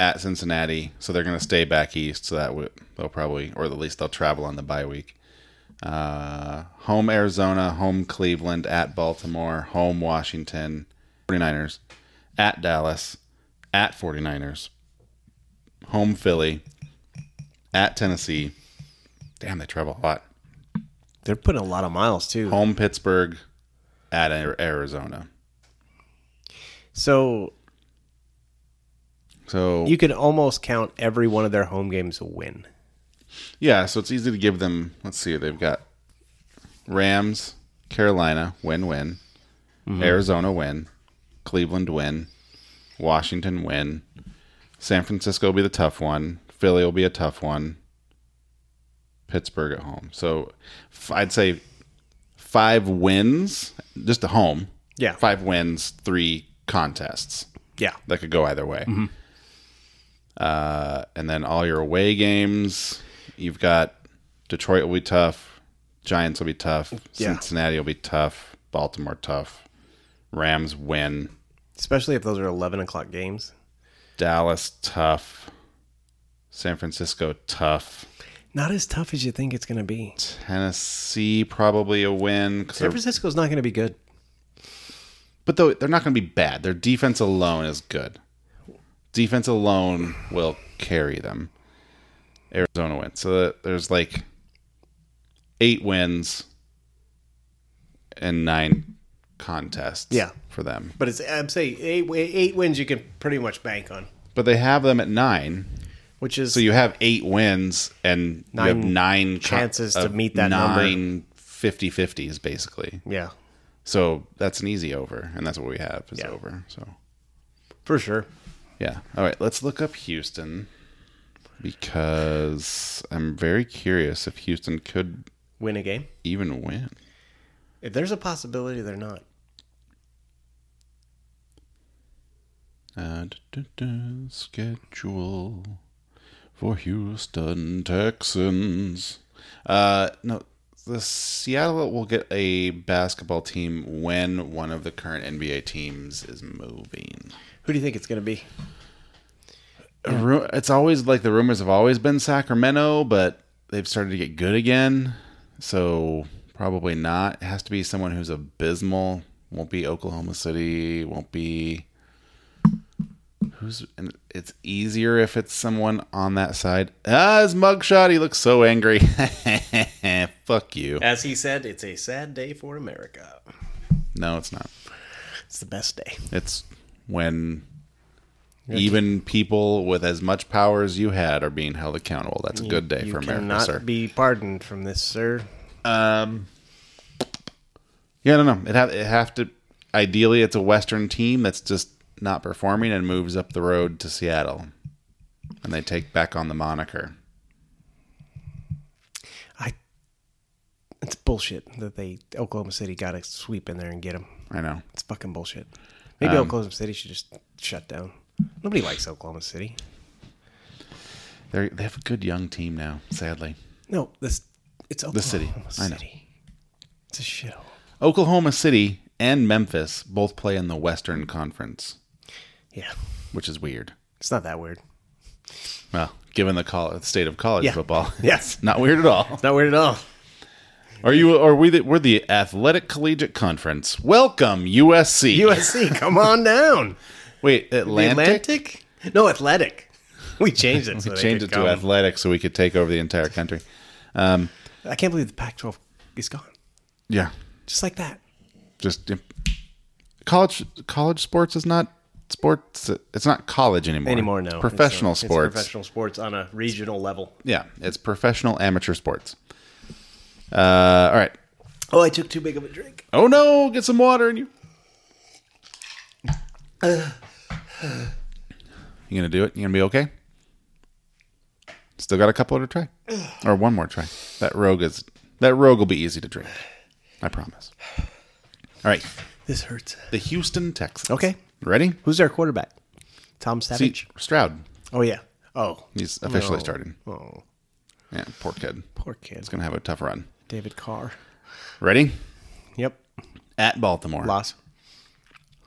Speaker 1: at Cincinnati, so they're going to stay back east. So that would they'll probably, or at least they'll travel on the bye week. Uh, home Arizona, home Cleveland, at Baltimore, home Washington, 49ers, at Dallas, at 49ers, home Philly, at Tennessee. Damn, they travel a lot.
Speaker 2: they're putting a lot of miles too.
Speaker 1: Home Pittsburgh, at Ar- Arizona.
Speaker 2: So
Speaker 1: So
Speaker 2: you could almost count every one of their home games a win.
Speaker 1: Yeah, so it's easy to give them. Let's see, they've got Rams, Carolina, win win, Arizona win, Cleveland win, Washington win, San Francisco will be the tough one, Philly will be a tough one, Pittsburgh at home. So f- I'd say five wins, just a home.
Speaker 2: Yeah.
Speaker 1: five wins, three contests
Speaker 2: Yeah,
Speaker 1: that could go either way.
Speaker 2: Mm-hmm.
Speaker 1: Uh, and then all your away games, you've got Detroit will be tough, Giants will be tough,
Speaker 2: Yeah.
Speaker 1: Cincinnati will be tough, Baltimore tough, Rams win,
Speaker 2: especially if those are eleven o'clock games.
Speaker 1: Dallas tough, San Francisco tough,
Speaker 2: Not as tough as you think it's going to be.
Speaker 1: Tennessee probably a win. 'cause
Speaker 2: San
Speaker 1: they're-
Speaker 2: Francisco's not going to be good.
Speaker 1: but though they're not going to be bad, their defense alone is good. Defense alone will carry them. Arizona wins. So that- there's like eight wins and nine contests.
Speaker 2: Yeah.
Speaker 1: for them.
Speaker 2: But it's I'm saying eight eight wins you can pretty much bank on,
Speaker 1: But they have them at nine.
Speaker 2: which is
Speaker 1: So you have eight wins and you have
Speaker 2: Nine
Speaker 1: nine co-
Speaker 2: chances to
Speaker 1: uh,
Speaker 2: meet that number.
Speaker 1: nine 50-50s basically.
Speaker 2: yeah
Speaker 1: So that's an easy over, and that's what we have is
Speaker 2: Yeah.
Speaker 1: over. So
Speaker 2: for sure.
Speaker 1: yeah. All right, let's look up Houston because I'm very curious if Houston could
Speaker 2: Win a game
Speaker 1: even win.
Speaker 2: if there's a possibility they're not.
Speaker 1: Uh, duh, duh, duh, schedule for Houston Texans. Uh, no, the Seattle will get a basketball team when one of the current NBA teams is moving.
Speaker 2: Who do you think it's going to be?
Speaker 1: A ru- It's always like the rumors have always been Sacramento, but they've started to get good again. So probably not. It has to be someone who's abysmal. Won't be Oklahoma City. Won't be who's. And it's easier if it's someone on that side. Ah, his mugshot. He looks so angry. (laughs) Fuck you.
Speaker 2: As he said, it's a sad day for America.
Speaker 1: No, it's not.
Speaker 2: It's the best day.
Speaker 1: It's when even people with as much power as you had are being held accountable. That's a good day
Speaker 2: you
Speaker 1: for America,
Speaker 2: cannot
Speaker 1: sir.
Speaker 2: be pardoned from this, sir.
Speaker 1: Um, yeah, no, no. It have it have to. Ideally, it's a Western team that's just not performing and moves up the road to Seattle, and they take back on the moniker.
Speaker 2: I. It's bullshit that they Oklahoma City got to sweep in there and get him.
Speaker 1: I know.
Speaker 2: It's fucking bullshit. Maybe
Speaker 1: Um,
Speaker 2: Oklahoma City should just shut down. Nobody likes Oklahoma City.
Speaker 1: They they have a good young team now. Sadly,
Speaker 2: No, this it's Oklahoma
Speaker 1: city. I know.
Speaker 2: City. It's a shithole.
Speaker 1: Oklahoma City and Memphis both play in the Western Conference,
Speaker 2: Yeah,
Speaker 1: which is weird.
Speaker 2: it's not that weird.
Speaker 1: Well, given the col- the state of college
Speaker 2: Yeah.
Speaker 1: football,
Speaker 2: (laughs)
Speaker 1: (laughs)
Speaker 2: Yes.
Speaker 1: not weird at all.
Speaker 2: Not weird at all.
Speaker 1: Are you? Are we? The, we're the Athletic Collegiate Conference. Welcome USC.
Speaker 2: USC, come on down.
Speaker 1: Wait,
Speaker 2: The
Speaker 1: Atlantic?
Speaker 2: Atlantic? No, Athletic. We
Speaker 1: (laughs)
Speaker 2: changed it. So they
Speaker 1: change
Speaker 2: could
Speaker 1: it
Speaker 2: come.
Speaker 1: to athletic so we could take over the entire country. Um,
Speaker 2: I can't believe the Pac-12 is gone.
Speaker 1: yeah,
Speaker 2: Just like that.
Speaker 1: just yeah. college college sports is not sports. It's not college anymore.
Speaker 2: Anymore, no.
Speaker 1: It's professional
Speaker 2: It's a- it's
Speaker 1: sports.
Speaker 2: professional sports on a regional level.
Speaker 1: Yeah, it's professional amateur sports. Uh, all right.
Speaker 2: Oh, I took too big of a drink.
Speaker 1: Oh no, get some water in you. You gonna do it? You gonna be okay? Still got a couple to try, or one more try. That rogue is that rogue will be easy to drink. I promise. All right,
Speaker 2: This hurts.
Speaker 1: the Houston Texans.
Speaker 2: Okay.
Speaker 1: ready?
Speaker 2: Who's their quarterback? Tom Savage.
Speaker 1: See, Stroud.
Speaker 2: Oh yeah. Oh,
Speaker 1: He's officially
Speaker 2: No.
Speaker 1: starting.
Speaker 2: Oh,
Speaker 1: Yeah, poor kid.
Speaker 2: poor kid.
Speaker 1: He's gonna have a tough run.
Speaker 2: David Carr.
Speaker 1: Ready?
Speaker 2: Yep.
Speaker 1: At Baltimore,
Speaker 2: Loss.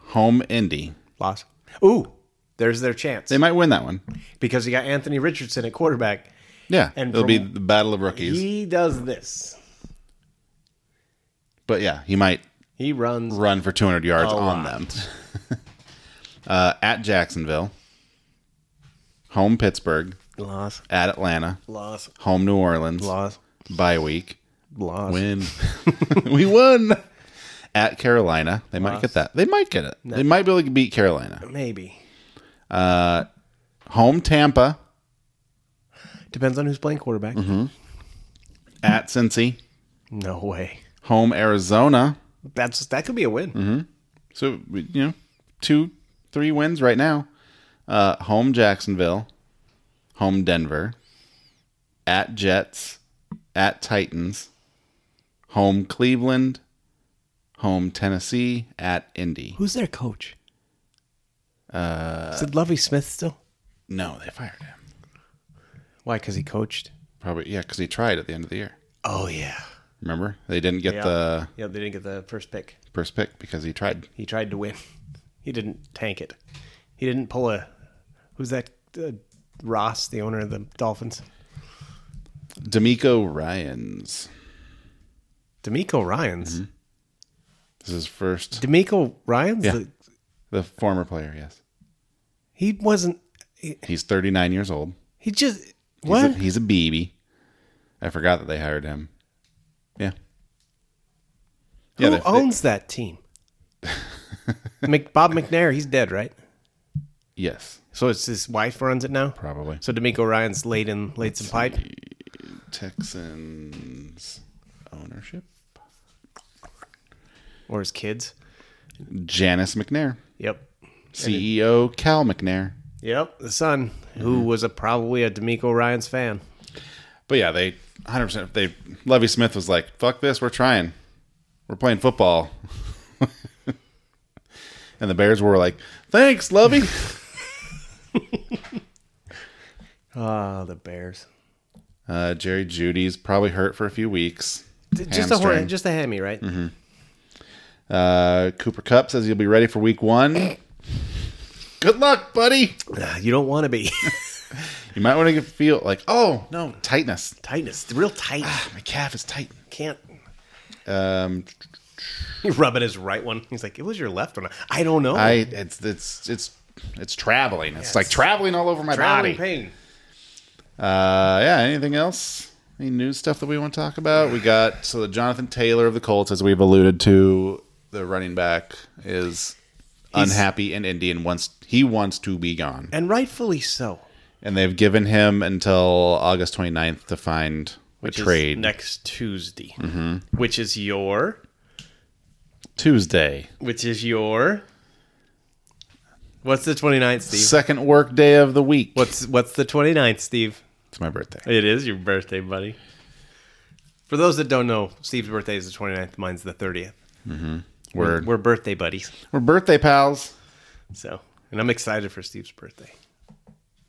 Speaker 1: home Indy.
Speaker 2: Loss. Ooh, there's their chance
Speaker 1: They might win that one.
Speaker 2: because you got Anthony Richardson at quarterback.
Speaker 1: Yeah,
Speaker 2: And
Speaker 1: it'll be
Speaker 2: from-
Speaker 1: the battle of rookies.
Speaker 2: He does this.
Speaker 1: but yeah, he might
Speaker 2: He runs.
Speaker 1: run for 200 yards
Speaker 2: A
Speaker 1: on
Speaker 2: lot.
Speaker 1: them. (laughs) uh, at Jacksonville, home Pittsburgh,
Speaker 2: Loss.
Speaker 1: at Atlanta,
Speaker 2: Loss.
Speaker 1: home New Orleans,
Speaker 2: Loss.
Speaker 1: bye week,
Speaker 2: Loss.
Speaker 1: win. (laughs) we won. At Carolina, they might get that. They might get it. They might be able to beat Carolina.
Speaker 2: Maybe.
Speaker 1: Home Tampa,
Speaker 2: Depends on who's playing quarterback.
Speaker 1: Mm-hmm. at Cincy,
Speaker 2: No way.
Speaker 1: home Arizona.
Speaker 2: That's that could be a win.
Speaker 1: Mm-hmm. So we- you know, two, three wins right now. Uh, home Jacksonville, home Denver, at Jets, at Titans, home Cleveland, home Tennessee, at Indy.
Speaker 2: Who's their coach? Uh, Is it Lovey Smith still?
Speaker 1: No, they fired him.
Speaker 2: Why? Because he coached.
Speaker 1: Probably yeah, because he tried at the end of the year.
Speaker 2: Oh yeah.
Speaker 1: Remember, they didn't get
Speaker 2: Yeah.
Speaker 1: the
Speaker 2: yeah, they didn't get the first pick.
Speaker 1: first pick because he tried.
Speaker 2: He tried to win. He didn't tank it. He didn't pull a. Who's that? Uh, Ross, the owner of the Dolphins.
Speaker 1: D'Amico Ryan's.
Speaker 2: D'Amico Ryan's.
Speaker 1: Mm-hmm. This is his first,
Speaker 2: D'Amico Ryan's.
Speaker 1: Yeah.
Speaker 2: The,
Speaker 1: the former player. Yes,
Speaker 2: he wasn't. He,
Speaker 1: he's 39 years old.
Speaker 2: he just.
Speaker 1: He's A,
Speaker 2: What?
Speaker 1: he's a BB. I forgot that they hired him. Yeah. they-
Speaker 2: Who
Speaker 1: they-
Speaker 2: owns that
Speaker 1: (laughs)
Speaker 2: team? Mc, Bob McNair, he's dead, right?
Speaker 1: yes,
Speaker 2: So it's his wife runs it now.
Speaker 1: probably.
Speaker 2: So D'Amico Ryan's laid in laid some pipe.
Speaker 1: Texans ownership.
Speaker 2: or his kids.
Speaker 1: Janice McNair,
Speaker 2: Yep.
Speaker 1: CEO Cal McNair.
Speaker 2: Yep. The son,
Speaker 1: Mm-hmm.
Speaker 2: who was a probably a D'Amico Ryan's fan.
Speaker 1: But yeah, they 100%. They Levy Smith was like, "Fuck this, we're trying, we're playing football," (laughs) and the Bears were like, "Thanks, Levy."
Speaker 2: Ah, the Bears.
Speaker 1: (laughs) uh, Jerry Judy's probably hurt for a few weeks.
Speaker 2: Just a
Speaker 1: Hamstring. Mm-hmm.
Speaker 2: horn, just a hammy, right?
Speaker 1: Uh, Cooper Cup says he'll be ready for Week One. Good luck, buddy.
Speaker 2: Ah, You don't want to be (laughs)
Speaker 1: You might want to feel like, oh no, tightness. Ah,
Speaker 2: tightness,
Speaker 1: (sighs)
Speaker 2: real tight.
Speaker 1: My calf is tight.
Speaker 2: Can't.
Speaker 1: Um,
Speaker 2: You're rubbing his right one. He's like, it was your left one. I don't know.
Speaker 1: I it's it's it's it's traveling. It's
Speaker 2: Yes.
Speaker 1: like traveling all over my
Speaker 2: Traveling
Speaker 1: body.
Speaker 2: pain.
Speaker 1: Uh, yeah. Anything else? Any new stuff that we want to talk about? We got so the Jonathan Taylor of the Colts, as we've alluded to, the running back is unhappy and Indian wants he wants to be gone,
Speaker 2: and rightfully so.
Speaker 1: and they've given him until August 29th to find a
Speaker 2: is
Speaker 1: trade Mm-hmm.
Speaker 2: next Tuesday, which is your,
Speaker 1: Tuesday,
Speaker 2: which is your. What's the 29th, Steve?
Speaker 1: second work day of the week.
Speaker 2: What's what's the 29th, Steve?
Speaker 1: It's my birthday.
Speaker 2: It is your birthday, buddy. For those that don't know, Steve's birthday is the 29th, mine's the 30th.
Speaker 1: We're
Speaker 2: We're birthday buddies.
Speaker 1: we're birthday pals.
Speaker 2: So, and I'm excited for Steve's birthday.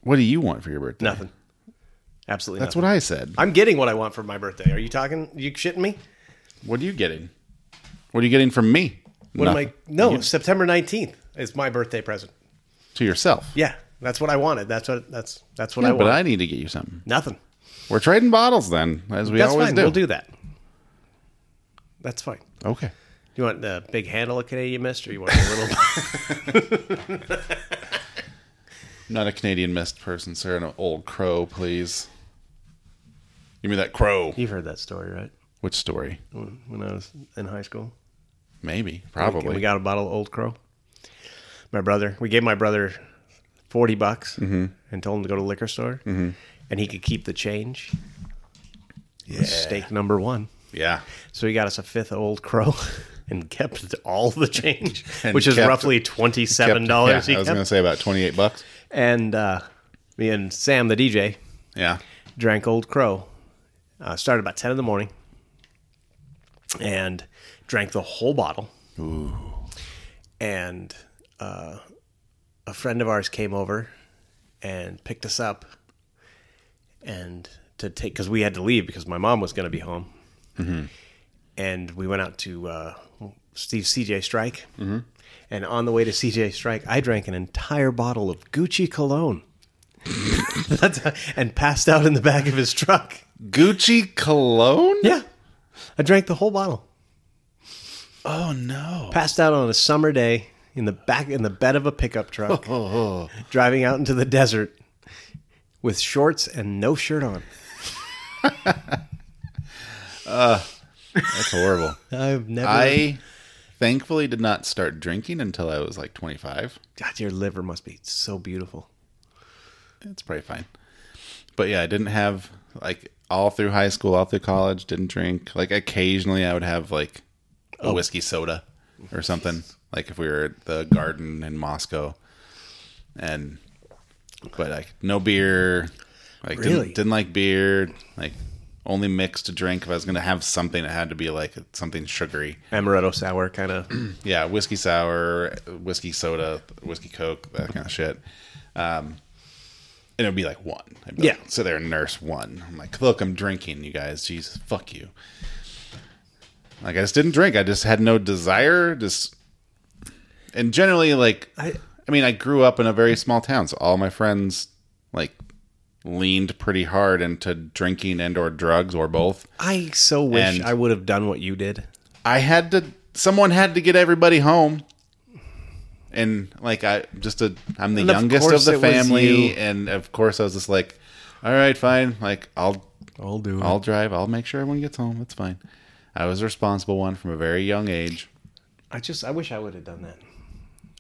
Speaker 1: What do you want for your birthday?
Speaker 2: Nothing. Absolutely
Speaker 1: That's
Speaker 2: nothing.
Speaker 1: what I said.
Speaker 2: I'm getting what I want for my birthday. Are you talking? You shitting me?
Speaker 1: What are you getting? What are you getting from me?
Speaker 2: What am I?
Speaker 1: Nothing.
Speaker 2: No, September 19th is my birthday present.
Speaker 1: to yourself.
Speaker 2: Yeah, that's what I wanted. That's what that's that's what I
Speaker 1: Yeah,
Speaker 2: wanted.
Speaker 1: but I need to get you something.
Speaker 2: Nothing.
Speaker 1: We're trading bottles then, as we
Speaker 2: That's
Speaker 1: always
Speaker 2: fine.
Speaker 1: do.
Speaker 2: We'll do that. That's fine.
Speaker 1: Okay.
Speaker 2: You want the big handle of Canadian Mist, or you want a little?
Speaker 1: I'm not a Canadian Mist person, sir. An old crow, please. Give me that crow.
Speaker 2: You've heard that story, right?
Speaker 1: Which story?
Speaker 2: When when I was in high school.
Speaker 1: Maybe.
Speaker 2: And we
Speaker 1: Probably.
Speaker 2: got a bottle of Old Crow. My brother, we gave my brother forty bucks and told him to go to the liquor store, and he could keep the change. Yeah. Steak number one.
Speaker 1: Yeah.
Speaker 2: So he got us a fifth of Old Crow (laughs) and kept all the change,
Speaker 1: And
Speaker 2: which is
Speaker 1: kept-
Speaker 2: roughly twenty seven dollars.
Speaker 1: Yeah, I was going to say about 28 bucks.
Speaker 2: And uh, me and Sam, the DJ,
Speaker 1: Yeah.
Speaker 2: drank Old Crow. Uh, started about ten in the morning, and drank the whole bottle. Ooh. And uh, a friend of ours came over and picked us up, and to take because we had to leave because my mom was going to be home, and we went out to uh, Steve CJ Strike. And on the way to CJ Strike, I drank an entire bottle of Gucci cologne. That's (laughs) and passed out in the back of his truck.
Speaker 1: Gucci cologne?
Speaker 2: Yeah. I drank the whole bottle.
Speaker 1: Oh, no.
Speaker 2: Passed out on a summer day in the back in the bed of a pickup truck (laughs) oh. driving out into the desert with shorts and no shirt on.
Speaker 1: That's horrible.
Speaker 2: I've never
Speaker 1: I thankfully did not start drinking until I was like 25.
Speaker 2: God, your liver must be so beautiful.
Speaker 1: It's probably fine. But yeah, I didn't have like all through high school, all through college, didn't drink. Like occasionally I would have like a whiskey soda or something. Like if we were at the garden in Moscow. And but like no beer. Like
Speaker 2: Really?
Speaker 1: didn't, didn't like beer. Like only mixed to drink. If I was gonna have something, it had to be like something sugary.
Speaker 2: Amaretto sour kind (clears throat) of
Speaker 1: Yeah, whiskey sour, whiskey soda, whiskey coke, that kind of shit. Um, and it would be like one. I'd be like,
Speaker 2: Yeah.
Speaker 1: sit there and nurse one. I'm like, look, I'm drinking, you guys. Jesus, fuck you. Like I just didn't drink. I just had no desire. Just and generally, like I,
Speaker 2: I-
Speaker 1: I mean, I grew up in a very small town, so all my friends like leaned pretty hard into drinking and or drugs or both.
Speaker 2: I so wish
Speaker 1: And-
Speaker 2: I would have done what you did.
Speaker 1: I had to. Someone had to get everybody home, and like I just a, I'm the
Speaker 2: And of
Speaker 1: youngest of
Speaker 2: course
Speaker 1: the
Speaker 2: it was you.
Speaker 1: family, and of course I was just like, all right, fine. Like I'll
Speaker 3: I'll do it.
Speaker 1: I'll drive. I'll make sure everyone gets home. That's fine. I was a responsible one from a very young age.
Speaker 2: I just I wish I would have done that.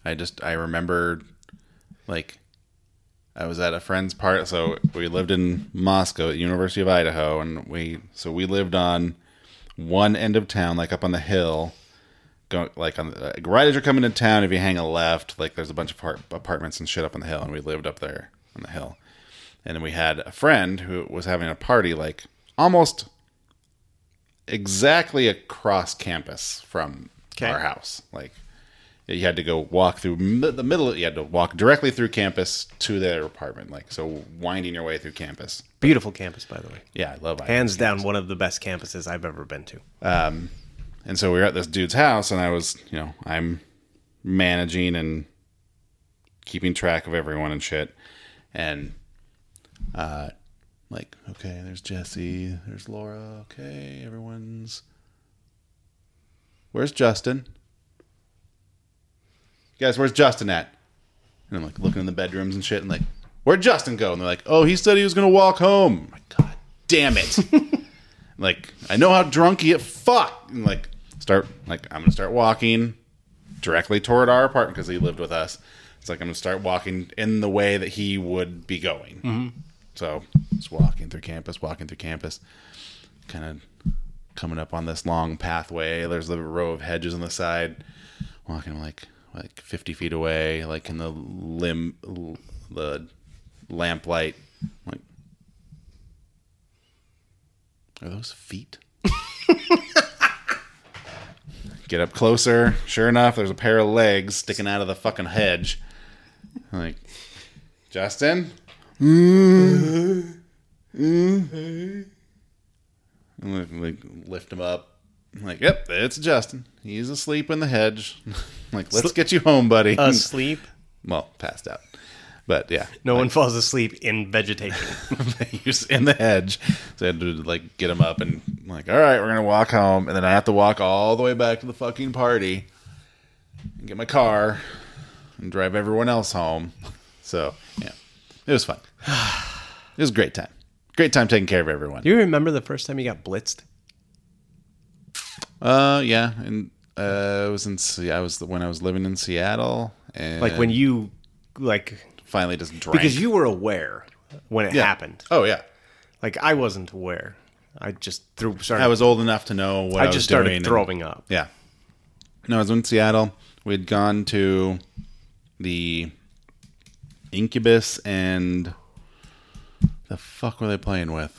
Speaker 1: I just I remember like I was at a friend's part so we lived in Moscow at University of Idaho and we so we lived on one end of town like up on the hill go, like on the, like, right as you're coming to town if you hang a left like there's a bunch of part, apartments and shit up on the hill and we lived up there on the hill and then we had a friend who was having a party like almost exactly across campus from
Speaker 2: Okay.
Speaker 1: our house like you had to go walk through mi- the middle you had to walk directly through campus to their apartment like so winding your way through campus
Speaker 2: Beautiful campus, by the way.
Speaker 1: yeah i love Idaho.
Speaker 2: Hands down, one of the best campuses I've ever been to.
Speaker 1: Um, and so we were at this dude's house and i was you know i'm managing and keeping track of everyone and shit and uh like okay there's jesse there's laura okay everyone's where's justin guys where's justin at and i'm like looking in the bedrooms and shit and like where'd justin go and they're like oh he said he was gonna walk home I'm like god damn it (laughs) like I know how drunk you get. Fuck, and like start like I'm gonna start walking directly toward our apartment because he lived with us. It's like I'm gonna start walking in the way that he would be going. So just walking through campus, walking through campus, kind of coming up on this long pathway. There's the row of hedges on the side. Walking like like 50 feet away, like in the limb, l- the lamplight. Like, are those feet? (laughs) Get up closer. Sure enough, there's a pair of legs sticking out of the fucking hedge. I'm like, Justin? Mm-hmm. And like, like, lift him up. I'm like, yep, it's Justin. He's asleep in the hedge. (laughs) I'm like, let's get you home, buddy.
Speaker 2: Asleep.
Speaker 1: well, passed out. But yeah.
Speaker 2: No one falls asleep in (laughs) vegetation.
Speaker 1: (laughs) he was in the hedge. So I had to like get him up and I'm like, all right, we're gonna walk home, and then I have to walk all the way back to the fucking party and get my car and drive everyone else home. So yeah, it was fun. (sighs) It was a great time. Great time taking care of everyone.
Speaker 2: Do you remember the first time you got blitzed?
Speaker 1: Uh, yeah, and uh, I was in. Se- I was when I was living in Seattle, and
Speaker 2: Like when you like
Speaker 1: finally just drank.
Speaker 2: because you were aware when it
Speaker 1: Yeah.
Speaker 2: happened.
Speaker 1: Oh yeah,
Speaker 2: Like I wasn't aware. I just threw started
Speaker 1: I was old enough to know what I,
Speaker 2: I
Speaker 1: was
Speaker 2: just started
Speaker 1: doing and-
Speaker 2: throwing up.
Speaker 1: Yeah. No, I was in Seattle. We'd gone to the Incubus and the fuck were they playing with?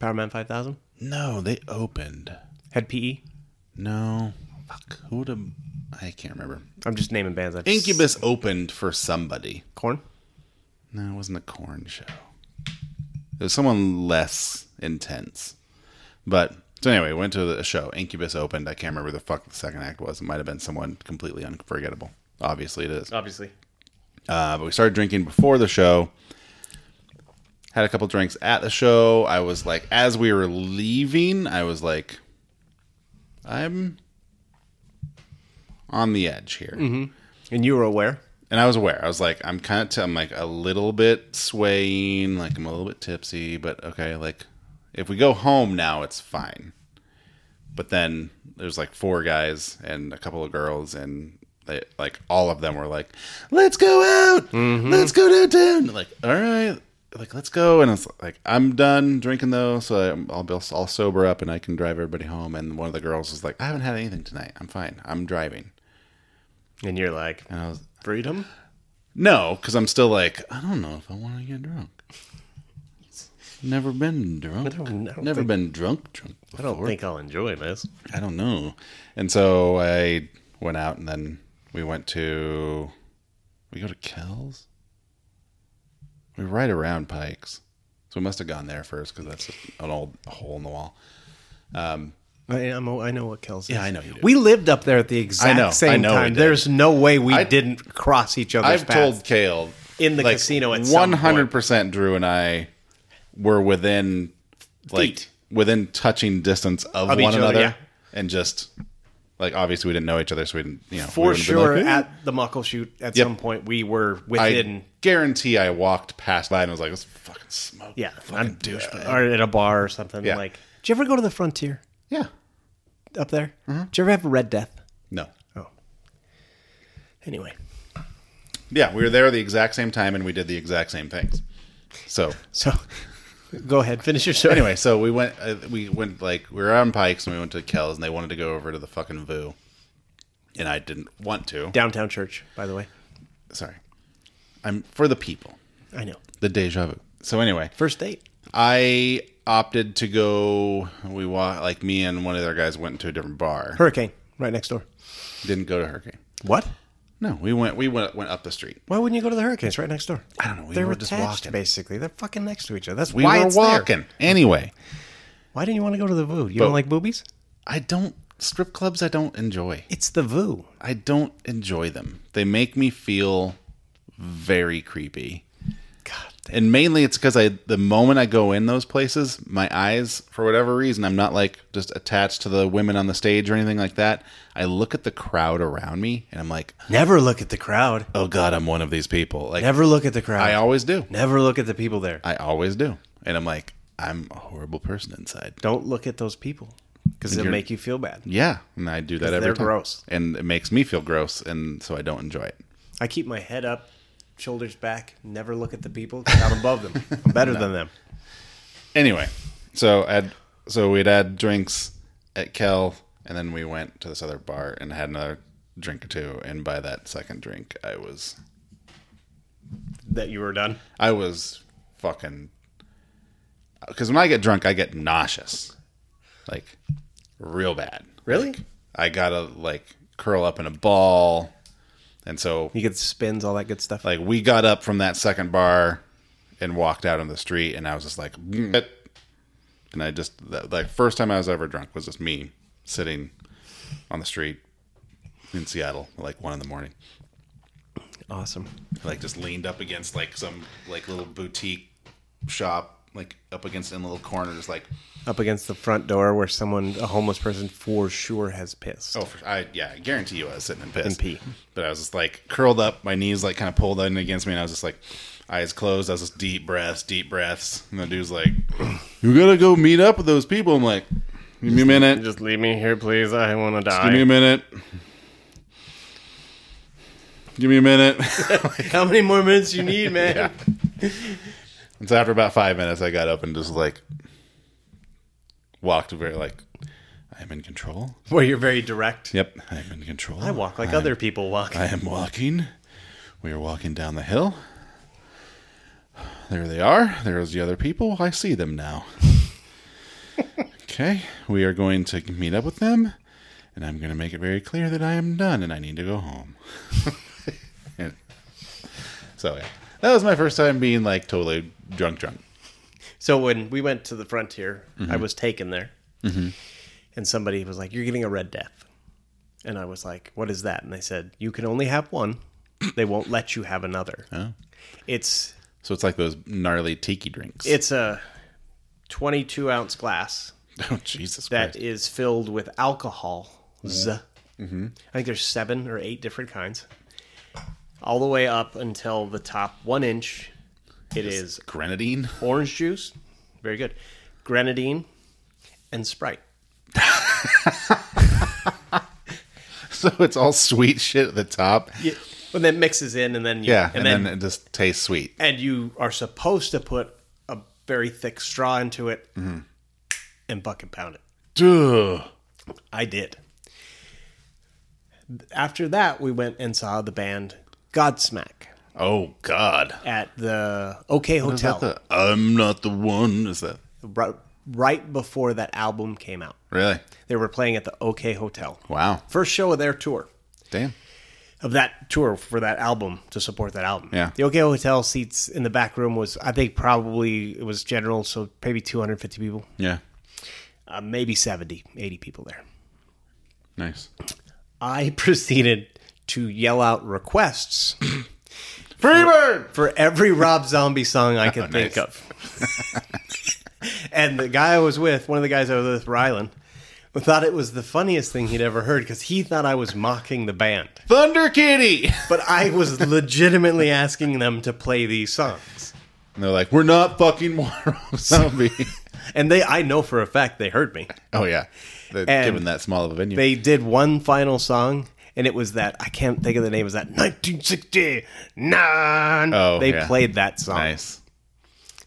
Speaker 2: Powerman 5000
Speaker 1: No, they opened.
Speaker 2: had E? PE.
Speaker 1: No, fuck. Who would have? I can't remember.
Speaker 2: I'm just naming bands. I just,
Speaker 1: Incubus opened for somebody.
Speaker 2: Corn.
Speaker 1: No, it wasn't a corn show. It was someone less intense. But so anyway, went to the show. Incubus opened. I can't remember the fuck the second act was. It might have been someone completely unforgettable. Obviously, it is.
Speaker 2: Obviously.
Speaker 1: Uh, but we started drinking before the show. Had a couple drinks at the show. I was like, as we were leaving, I was like, I'm on the edge here.
Speaker 2: And you were aware.
Speaker 1: And I was aware. I was like, I'm kind of, t- I'm like a little bit swaying, like I'm a little bit tipsy, but okay, like if we go home now, it's fine. But then there's like four guys and a couple of girls, and they like all of them were like, "Let's go out, let's go downtown." Like, all right, like let's go. And it's like I'm done drinking though, so I'm, I'll be all sober up and I can drive everybody home. And one of the girls was like, "I haven't had anything tonight. I'm fine. I'm driving."
Speaker 2: And you're like
Speaker 1: And I was,
Speaker 2: freedom.
Speaker 1: no, because I'm still like, I don't know if I want to get drunk. Never been drunk.
Speaker 2: I don't- I don't
Speaker 1: Never
Speaker 2: think-
Speaker 1: been drunk. drunk
Speaker 2: I
Speaker 1: before.
Speaker 2: don't think I'll enjoy this.
Speaker 1: I don't know. And so I went out, and then we went to. We go to Kells. We were right around Pikes, so we must have gone there first because that's an old hole in the wall.
Speaker 2: I, I'm, I know what Kells is.
Speaker 1: Yeah, I know you do.
Speaker 2: We lived up there at the exact
Speaker 1: know,
Speaker 2: same
Speaker 1: I know we
Speaker 2: time.
Speaker 1: did.
Speaker 2: There's no way we
Speaker 1: I-
Speaker 2: didn't cross each other's
Speaker 1: I've
Speaker 2: paths.
Speaker 1: told Kale
Speaker 2: In the casino at some
Speaker 1: one hundred percent. Drew and I were within like
Speaker 2: Feet.
Speaker 1: within touching distance of,
Speaker 2: Of each
Speaker 1: one
Speaker 2: other,
Speaker 1: another,
Speaker 2: yeah.
Speaker 1: and just Like obviously we didn't know each other, so we didn't. You know, we
Speaker 2: For
Speaker 1: wouldn't have been
Speaker 2: sure,
Speaker 1: like, "Hey."
Speaker 2: at the muckle shoot, at
Speaker 1: Yep.
Speaker 2: some point, we were
Speaker 1: I
Speaker 2: within.
Speaker 1: guarantee I walked past by and was like, "Let's fucking smoke."
Speaker 2: yeah,
Speaker 1: fucking
Speaker 2: I'm-
Speaker 1: douchebag.
Speaker 2: Or at a bar or something.
Speaker 1: Yeah.
Speaker 2: Like, did you ever go to the frontier
Speaker 1: Yeah.
Speaker 2: up there?
Speaker 1: Mm-hmm.
Speaker 2: Did you ever have Red Death?
Speaker 1: No.
Speaker 2: Oh. Anyway,
Speaker 1: Yeah, we were there the exact same time and we did the exact same things. So
Speaker 2: so (laughs) go ahead, finish (laughs) your story.
Speaker 1: anyway, so we went. Uh, we went like we were on Pikes and we went to Kells and they wanted to go over to the fucking Voo, and I didn't want to.
Speaker 2: Downtown church, by the way.
Speaker 1: Sorry, I'm for the people.
Speaker 2: I know.
Speaker 1: The deja vu. So anyway,
Speaker 2: First date.
Speaker 1: I opted to go. We wa like me and one of the other guys went to a different bar.
Speaker 2: Hurricane, right next door.
Speaker 1: Didn't go to Hurricane.
Speaker 2: What?
Speaker 1: No, we went. We went went up the street.
Speaker 2: Why wouldn't you go to the hurricane? It's right next door.
Speaker 1: I don't know. We
Speaker 2: They're
Speaker 1: were just
Speaker 2: attached,
Speaker 1: walking.
Speaker 2: basically. They're fucking next to each other. That's
Speaker 1: We
Speaker 2: why
Speaker 1: were
Speaker 2: it's there.
Speaker 1: walking anyway.
Speaker 2: Why didn't you want to go to the VOO? You
Speaker 1: But-
Speaker 2: don't like boobies?
Speaker 1: I don't strip clubs. I don't enjoy.
Speaker 2: It's the VOO.
Speaker 1: I don't enjoy them. They make me feel very creepy.
Speaker 2: God.
Speaker 1: And mainly it's because I the moment I go in those places, my eyes, for whatever reason, I'm not like just attached to the women on the stage or anything like that. I look at the crowd around me and I'm like,
Speaker 2: Never look at the crowd.
Speaker 1: oh God, I'm one of these people. Like
Speaker 2: Never look at the crowd.
Speaker 1: I always do.
Speaker 2: Never look at the people there.
Speaker 1: I always do. And I'm like, I'm a horrible person inside.
Speaker 2: Don't look at those people because it'll
Speaker 1: you're-
Speaker 2: make you feel bad.
Speaker 1: Yeah. And I do that every
Speaker 2: they're
Speaker 1: time.
Speaker 2: gross.
Speaker 1: And it makes me feel gross and so I don't enjoy it.
Speaker 2: I keep my head up, shoulders back, never look at the (laughs) people 'cause I'm above them. I'm better than them.
Speaker 1: anyway, so i had so we'd had drinks at Kel, and then we went to this other bar and had another drink or two. And by that second drink, I was
Speaker 2: That you were done.
Speaker 1: I was fucking because when I get drunk, I get nauseous, like real bad.
Speaker 2: Really?
Speaker 1: Like, I gotta like curl up in a ball, and so
Speaker 2: You get spins, all that good stuff.
Speaker 1: like we got up from that second bar and walked out on the street and i was just like "Bleh." and i just that, like first time i was ever drunk was just me sitting on the street in seattle at, like one in the morning
Speaker 2: awesome.
Speaker 1: like just leaned up against like some like little boutique shop like up against in a little corner just like
Speaker 2: Up against the front door where someone, a homeless person, for sure has pissed.
Speaker 1: oh for, i yeah i guarantee you i was sitting in piss
Speaker 2: And pee.
Speaker 1: but i was just like curled up my knees like kind of pulled in against me and i was just like eyes closed i was just deep breaths deep breaths and the dude's like (clears throat) you gotta go meet up with those people i'm like give me a minute
Speaker 2: Just leave me here, please. I want to
Speaker 1: give me a
Speaker 2: die.
Speaker 1: minute give me a minute (laughs)
Speaker 2: How many more minutes you need, man? (laughs)
Speaker 1: yeah and so after about five minutes i got up and just like walked very like i'm in control
Speaker 2: Where you're very direct.
Speaker 1: yep i'm in control
Speaker 2: I walk like
Speaker 1: I'm-
Speaker 2: other people walk.
Speaker 1: I am walking. We are walking down the hill. There they are. There's the other people. I see them
Speaker 2: (laughs)
Speaker 1: now. okay, we are going to meet up with them, and I'm going to make it very clear that I am done and I need to go home. (laughs) And- so yeah, that was my first time being like totally drunk, drunk.
Speaker 2: So when we went to the frontier, I
Speaker 1: Mm-hmm.
Speaker 2: was taken there, and somebody was like, "You're getting a red death," and I was like, "What is that?" And they said, "You can only have one. They won't let you have another.
Speaker 1: (laughs) Oh.
Speaker 2: It's
Speaker 1: So it's like those gnarly tiki drinks.
Speaker 2: it's a 22 ounce glass
Speaker 1: (laughs) oh Jesus
Speaker 2: that
Speaker 1: Christ!
Speaker 2: is filled with alcohol. Z.
Speaker 1: Mm-hmm.
Speaker 2: I think there's seven or eight different kinds, all the way up until the top one inch. It is
Speaker 1: Grenadine. (laughs)
Speaker 2: orange juice, very good, grenadine, and Sprite.
Speaker 1: so it's all sweet shit at the top.
Speaker 2: Yeah. And then mixes in, and then you,
Speaker 1: Yeah,
Speaker 2: and, then,
Speaker 1: it just tastes sweet.
Speaker 2: and you are supposed to put a very thick straw into it
Speaker 1: Mm-hmm.
Speaker 2: and bucket pound it.
Speaker 1: Duh.
Speaker 2: I did. After that, we went and saw the band Godsmack
Speaker 1: Oh God!
Speaker 2: at the OK
Speaker 1: Is that
Speaker 2: Hotel
Speaker 1: the I'm not the one? Is that
Speaker 2: ri- right before that album came out.
Speaker 1: really?
Speaker 2: They were playing at the OK Hotel.
Speaker 1: Wow!
Speaker 2: First show of their tour.
Speaker 1: Damn!
Speaker 2: of that tour for that album to support that album.
Speaker 1: Yeah.
Speaker 2: The OK Hotel seats in the back room was, I think, probably it was general, so maybe 250 people,
Speaker 1: Yeah,
Speaker 2: uh, maybe 70, 80 people there.
Speaker 1: nice.
Speaker 2: I (laughs) proceeded to yell
Speaker 1: (clears throat)
Speaker 2: out requests
Speaker 1: Freebird.
Speaker 2: for every Rob Zombie song I could
Speaker 1: Oh,
Speaker 2: think
Speaker 1: nice.
Speaker 2: of. and the guy I was with, one of the guys I was with, Rylan, thought it was the funniest thing he'd ever heard because he thought I was mocking the band.
Speaker 1: Thunder Kitty. (laughs)
Speaker 2: But I was legitimately asking them to play these songs.
Speaker 1: And they're like, we're not fucking Mario (laughs) Zombie.
Speaker 2: And they I know for a fact they heard me.
Speaker 1: oh yeah, They're
Speaker 2: And
Speaker 1: given that small of a venue.
Speaker 2: They did one final song and it was that I can't think of the name, it was that 1969.
Speaker 1: Oh,
Speaker 2: they
Speaker 1: yeah.
Speaker 2: played that song.
Speaker 1: nice.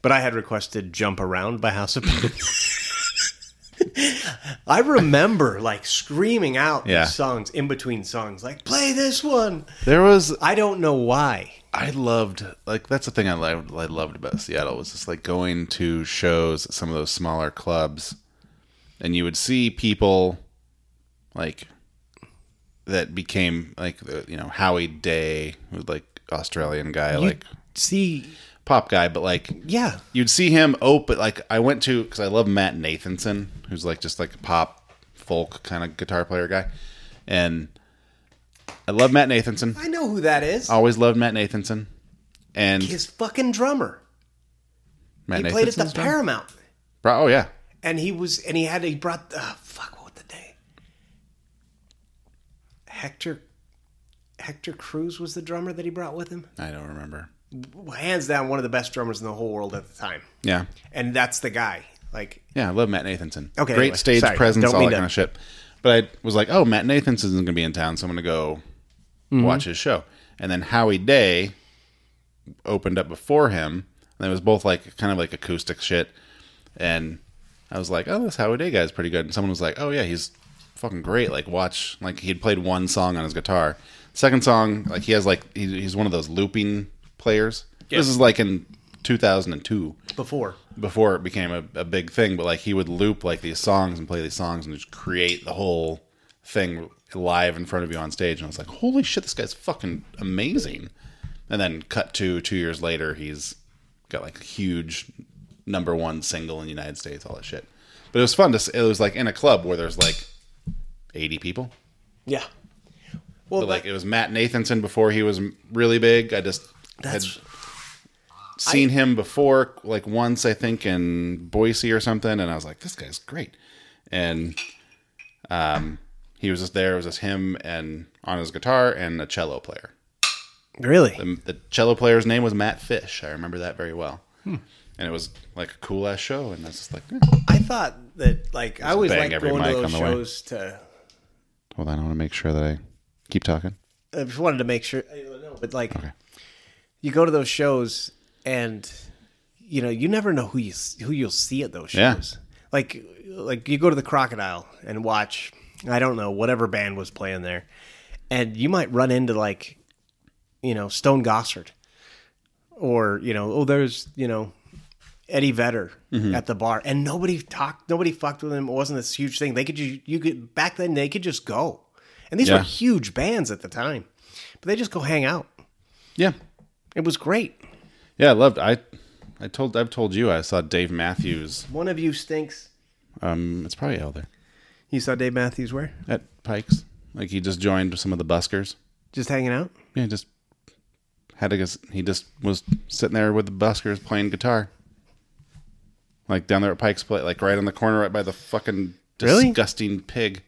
Speaker 2: But I had requested Jump Around by House of Blues. (laughs) I remember like screaming out
Speaker 1: Yeah.
Speaker 2: these songs in between songs, like, play this one.
Speaker 1: There was
Speaker 2: I don't know why.
Speaker 1: I loved like that's the thing I loved I loved about Seattle was just like going to shows at some of those smaller clubs and you would see people like that became like the, you know Howie Day who was, like Australian guy like
Speaker 2: See,
Speaker 1: pop guy but like
Speaker 2: yeah.
Speaker 1: you'd see him open like I went to because I love Matt Nathanson, who's like just like a pop folk kind of guitar player guy, and I love Matt Nathanson.
Speaker 2: I know who that is.
Speaker 1: Always loved Matt Nathanson, and
Speaker 2: His fucking drummer.
Speaker 1: Matt
Speaker 2: He played at the
Speaker 1: Nathanson's done-
Speaker 2: Paramount.
Speaker 1: Bro- oh yeah,
Speaker 2: And he was, and he had, he brought, uh, fuck, what was the day? Hector, Hector Cruz was the drummer that he brought with him.
Speaker 1: I don't remember.
Speaker 2: Hands down, one of the best drummers in the whole world at the time.
Speaker 1: Yeah,
Speaker 2: And that's the guy. Like,
Speaker 1: yeah, I love Matt Nathanson.
Speaker 2: Okay,
Speaker 1: great
Speaker 2: anyway,
Speaker 1: stage
Speaker 2: sorry,
Speaker 1: presence,
Speaker 2: don't
Speaker 1: all
Speaker 2: mean
Speaker 1: that
Speaker 2: to-
Speaker 1: kind of shit. But I was like, oh, Matt Nathanson's gonna be in town, so I'm gonna go
Speaker 2: Mm-hmm.
Speaker 1: watch his show. And then Howie Day opened up before him, and it was both like kind of like acoustic shit. And I was like, oh, this Howie Day guy's pretty good. And someone was like, oh yeah, he's fucking great. Like watch, like he had played one song on his guitar. Second song, like he has like he, he's one of those looping players. This is like in 2002
Speaker 2: before.
Speaker 1: before it became a, a big thing, but like he would loop like these songs and play these songs and just create the whole thing live in front of you on stage. And I was like, holy shit, this guy's fucking amazing. And then cut to two years later, he's got like a huge number one single in the United States, all that shit. But it was fun to, s- it was like in a club where there's like 80 people.
Speaker 2: Yeah. Well,
Speaker 1: But like
Speaker 2: that-
Speaker 1: it was Matt Nathanson before he was m- really big. I just
Speaker 2: That's-
Speaker 1: had seen him before, like once I think in Boise or something, and I was like, this guy's great. And um, he was just there. It was just him and on his guitar and a cello player.
Speaker 2: really?
Speaker 1: The, the cello player's name was Matt Fish. I remember that very well.
Speaker 2: Hmm.
Speaker 1: And it was like a cool ass show, and I was just like, eh.
Speaker 2: I thought that, like, I always
Speaker 1: bang
Speaker 2: like
Speaker 1: every
Speaker 2: going to
Speaker 1: mic on
Speaker 2: those
Speaker 1: the way.
Speaker 2: shows to,
Speaker 1: hold on, I want to make sure that I keep talking.
Speaker 2: I just wanted to make sure, I don't know, but like, you go to those shows and, you know, you never know who you who you'll see at those
Speaker 1: Yeah.
Speaker 2: shows. Like, like you go to the Crocodile and watch, I don't know, whatever band was playing there, and you might run into like, you know, Stone Gossard, or you know, oh, there's you know, Eddie Vedder
Speaker 1: Mm-hmm.
Speaker 2: at the bar, and nobody talked, nobody fucked with him. It wasn't this huge thing. They could you, you could back then they could just go, and these were
Speaker 1: Yeah.
Speaker 2: huge bands at the time, but they just go hang out.
Speaker 1: Yeah,
Speaker 2: It was great.
Speaker 1: Yeah, I loved. I, I told. I've told you. I saw Dave Matthews.
Speaker 2: One of you stinks.
Speaker 1: Um, it's probably out there
Speaker 2: You saw Dave Matthews where?
Speaker 1: at Pikes. Like he just joined some of the buskers.
Speaker 2: Just hanging out.
Speaker 1: Yeah, just had a. gus- He just was sitting there with the buskers playing guitar. Like down there at Pikes Play, like right on the corner, right by the fucking
Speaker 2: Really?
Speaker 1: disgusting pig.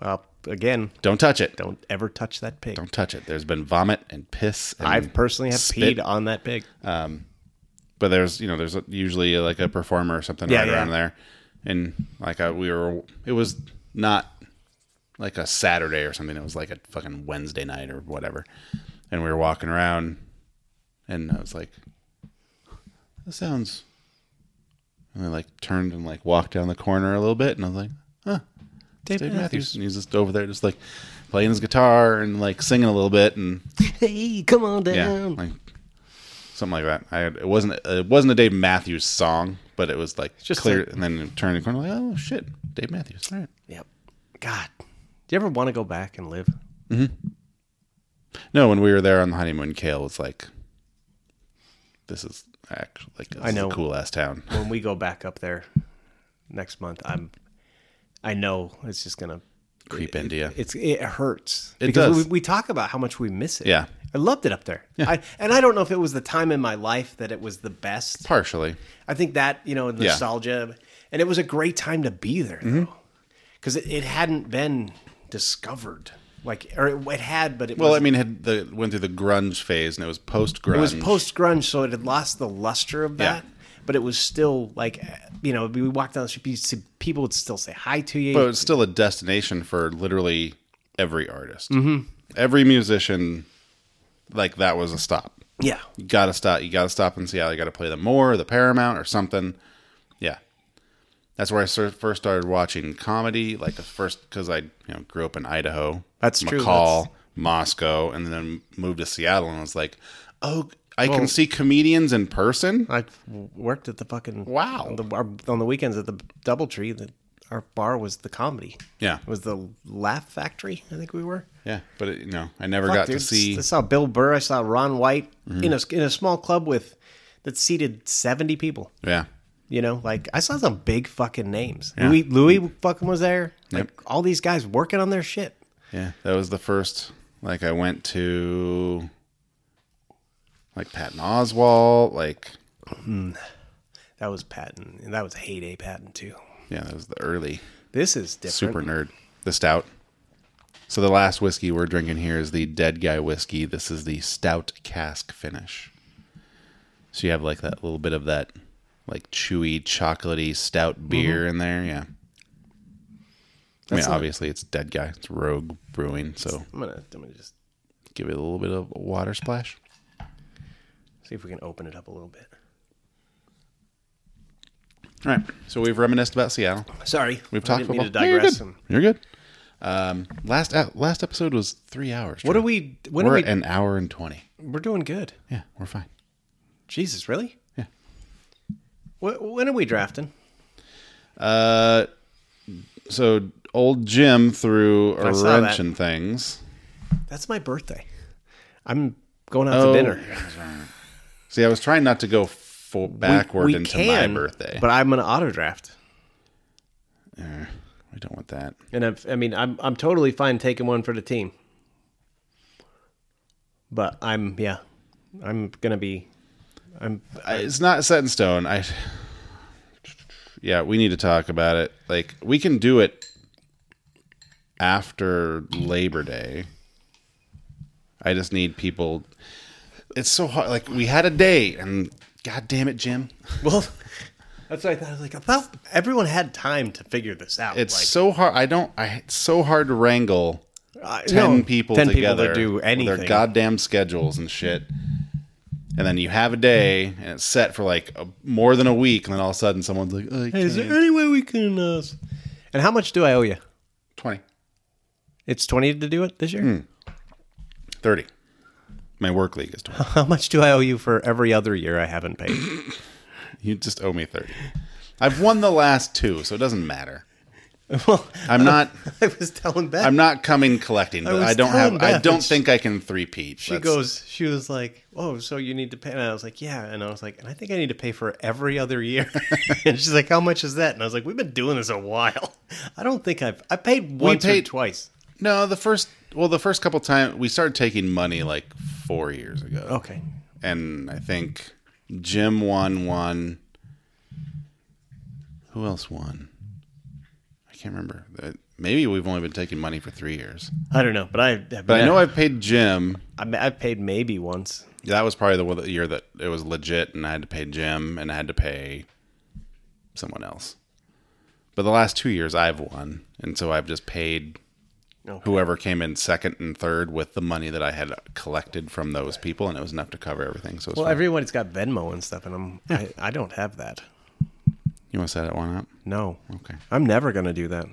Speaker 2: Uh, again,
Speaker 1: Don't touch it. Don't.
Speaker 2: don't ever touch that pig.
Speaker 1: touch it. There's been vomit and piss. And,
Speaker 2: I personally have
Speaker 1: spit.
Speaker 2: peed on that pig.
Speaker 1: but there's you know there's usually like a performer or something
Speaker 2: Yeah,
Speaker 1: right
Speaker 2: yeah.
Speaker 1: around there and like I, we were it was not like a saturday or something it was like a fucking wednesday night or whatever and we were walking around and i was like that sounds and i like turned and like walked down the corner a little bit and i was like huh
Speaker 2: Dave,
Speaker 1: dave matthews and he's just over there just like playing his guitar and like singing a little bit and
Speaker 2: (laughs) Hey, come on down.
Speaker 1: yeah, like something like that. I it wasn't it wasn't a Dave Matthews song, but it was like
Speaker 2: just
Speaker 1: just clear.
Speaker 2: like-
Speaker 1: and then it turned the corner like, oh shit, Dave Matthews. All right.
Speaker 2: Yep. God, do you ever want to go back and live?
Speaker 1: No, when we were there on the honeymoon, Kale was like, "This is actually like this
Speaker 2: I know.
Speaker 1: is a cool ass town."
Speaker 2: When we go back up there next month, I'm. I know it's just gonna.
Speaker 1: Creep India.
Speaker 2: It's it hurts.
Speaker 1: It does.
Speaker 2: We, we talk about how much we miss it.
Speaker 1: Yeah.
Speaker 2: I loved it up there. I, and I don't know if it was the time in my life that it was the best.
Speaker 1: Partially, Mm-hmm.
Speaker 2: I think that you know nostalgia, and it was a great time to be there. Though. because it, it hadn't been discovered. Like, or it, it had, but it
Speaker 1: Well, I
Speaker 2: wasn't-
Speaker 1: mean, it had the went through the grunge phase, and it was post grunge.
Speaker 2: it was post grunge, so it had lost the luster of
Speaker 1: Yeah.
Speaker 2: that. But it was still like, eh, you know, we walked down the street, you'd see- people would still say hi to you.
Speaker 1: but it's still a destination for literally every artist, mm-hmm. every musician. Like that was a stop.
Speaker 2: yeah,
Speaker 1: You gotta stop. You gotta stop in Seattle. You gotta play the Moore, the Paramount, or something. Yeah, that's where I ser- first started watching comedy. Like the first, because I you know grew up in Idaho.
Speaker 2: That's true,
Speaker 1: McCall, Moscow, and then moved to Seattle, and was like, oh, I
Speaker 2: Well-
Speaker 1: can see comedians in person.
Speaker 2: I w- worked at the fucking
Speaker 1: Wow.
Speaker 2: on the, our, on the weekends at the DoubleTree. The, our bar was the comedy.
Speaker 1: Yeah.
Speaker 2: it was the Laugh Factory. I think we were.
Speaker 1: Yeah, but it, you know, I never
Speaker 2: Fuck,
Speaker 1: got to
Speaker 2: dude.
Speaker 1: see. Mm-hmm.
Speaker 2: I saw Bill Burr. I saw Ron White in a in a small club with that seated seventy people.
Speaker 1: Yeah,
Speaker 2: You know, like I saw some big fucking names.
Speaker 1: Yeah.
Speaker 2: Louis Louis fucking was there. Like
Speaker 1: Yep.
Speaker 2: all these guys working on their shit.
Speaker 1: yeah, that was the first. Like I went to, like Patton Oswalt. Like
Speaker 2: That was Patton, and that was heyday Patton too.
Speaker 1: yeah, that was the early.
Speaker 2: This is different.
Speaker 1: Super nerd. The stout. So the last whiskey we're drinking here is the Dead Guy whiskey. This is the stout cask finish. So you have like that little bit of that like chewy, chocolatey stout beer in there. Yeah. I mean,
Speaker 2: Mm-hmm. That's not-
Speaker 1: obviously it's Dead Guy. It's Rogue Brewing. So
Speaker 2: I'm gonna I'm gonna just
Speaker 1: give it a little bit of water splash.
Speaker 2: see if we can open it up a little bit.
Speaker 1: All right. So we've reminisced about Seattle.
Speaker 2: Sorry,
Speaker 1: We've
Speaker 2: I
Speaker 1: talked
Speaker 2: didn't
Speaker 1: about
Speaker 2: mean to digress. and-
Speaker 1: You're good. Um, last uh, last episode was three hours.
Speaker 2: What
Speaker 1: Troy.
Speaker 2: are we? When
Speaker 1: We're
Speaker 2: are we?
Speaker 1: at an hour and twenty.
Speaker 2: we're doing good.
Speaker 1: Yeah, we're fine.
Speaker 2: Jesus, really?
Speaker 1: Yeah.
Speaker 2: Wh- When are we drafting?
Speaker 1: Uh, so old Jim threw a
Speaker 2: saw
Speaker 1: wrench
Speaker 2: that.
Speaker 1: and things.
Speaker 2: That's my birthday. I'm going out
Speaker 1: Oh.
Speaker 2: to dinner.
Speaker 1: See, I was trying not to go full backward
Speaker 2: we
Speaker 1: into
Speaker 2: can,
Speaker 1: my birthday.
Speaker 2: but I'm gonna auto draft.
Speaker 1: I don't want that.
Speaker 2: And I've, I mean, I'm I'm totally fine taking one for the team. But I'm yeah, I'm gonna be. I'm
Speaker 1: I, it's not set in stone. I. Yeah, we need to talk about it. Like we can do it after Labor Day. I just need people. It's so hard. Like we had a date, and God damn it, Jim.
Speaker 2: well. (laughs) That's what I thought. I was like, I thought everyone had time to figure this out.
Speaker 1: It's
Speaker 2: like,
Speaker 1: so hard. I don't. I it's so hard to wrangle
Speaker 2: I-
Speaker 1: ten
Speaker 2: no,
Speaker 1: people
Speaker 2: 10
Speaker 1: together
Speaker 2: people to do
Speaker 1: with
Speaker 2: anything.
Speaker 1: their goddamn schedules and shit. And then you have a day and it's set for like a, more than a week, and then all of a sudden someone's like, "Oh, I
Speaker 2: Hey, is
Speaker 1: can't."
Speaker 2: there any way we can? Uh, s- and how much do I owe you?
Speaker 1: 20,
Speaker 2: It's twenty to do it this year.
Speaker 1: Hmm. 30. My work league is 20.
Speaker 2: (laughs) How much do I owe you for every other year I haven't paid?
Speaker 1: (laughs) you just owe me 30. I've won the last two, so it doesn't matter.
Speaker 2: well,
Speaker 1: I'm
Speaker 2: (laughs)
Speaker 1: not.
Speaker 2: I was telling Beth.
Speaker 1: I'm not coming collecting. But
Speaker 2: was
Speaker 1: I, don't
Speaker 2: telling
Speaker 1: have. I
Speaker 2: Beth,
Speaker 1: don't
Speaker 2: it's-
Speaker 1: think I can three peat.
Speaker 2: she goes. She was like, "Oh, so you need to pay?" And I was like, "Yeah." And I was like, "And I think I need to pay for every
Speaker 1: (laughs)
Speaker 2: other year." and she's like, "How much is that?" And I was like, "We've been doing this a while. (laughs) I don't think I've I paid once
Speaker 1: paid-
Speaker 2: or twice."
Speaker 1: No, the first. Well, the first couple times we started taking money like four years ago.
Speaker 2: Okay.
Speaker 1: and I think Jim won one. Who else won? I can't remember. Uh, Maybe we've only been taking money for three years.
Speaker 2: I don't know, but I
Speaker 1: But I know I've paid Jim.
Speaker 2: I I've paid maybe once.
Speaker 1: That was probably the one- the year that it was legit, and I had to pay Jim, and I had to pay someone else. But the last two years, I've won, and so I've just paid
Speaker 2: Okay.
Speaker 1: whoever came in second and third with the money that I had collected from those people, and it was enough to cover everything. So it's
Speaker 2: Well,
Speaker 1: fine.
Speaker 2: everyone's got Venmo and stuff, and I'm I, I don't have that.
Speaker 1: you want to set that one up?
Speaker 2: No.
Speaker 1: Okay.
Speaker 2: I'm never gonna do that.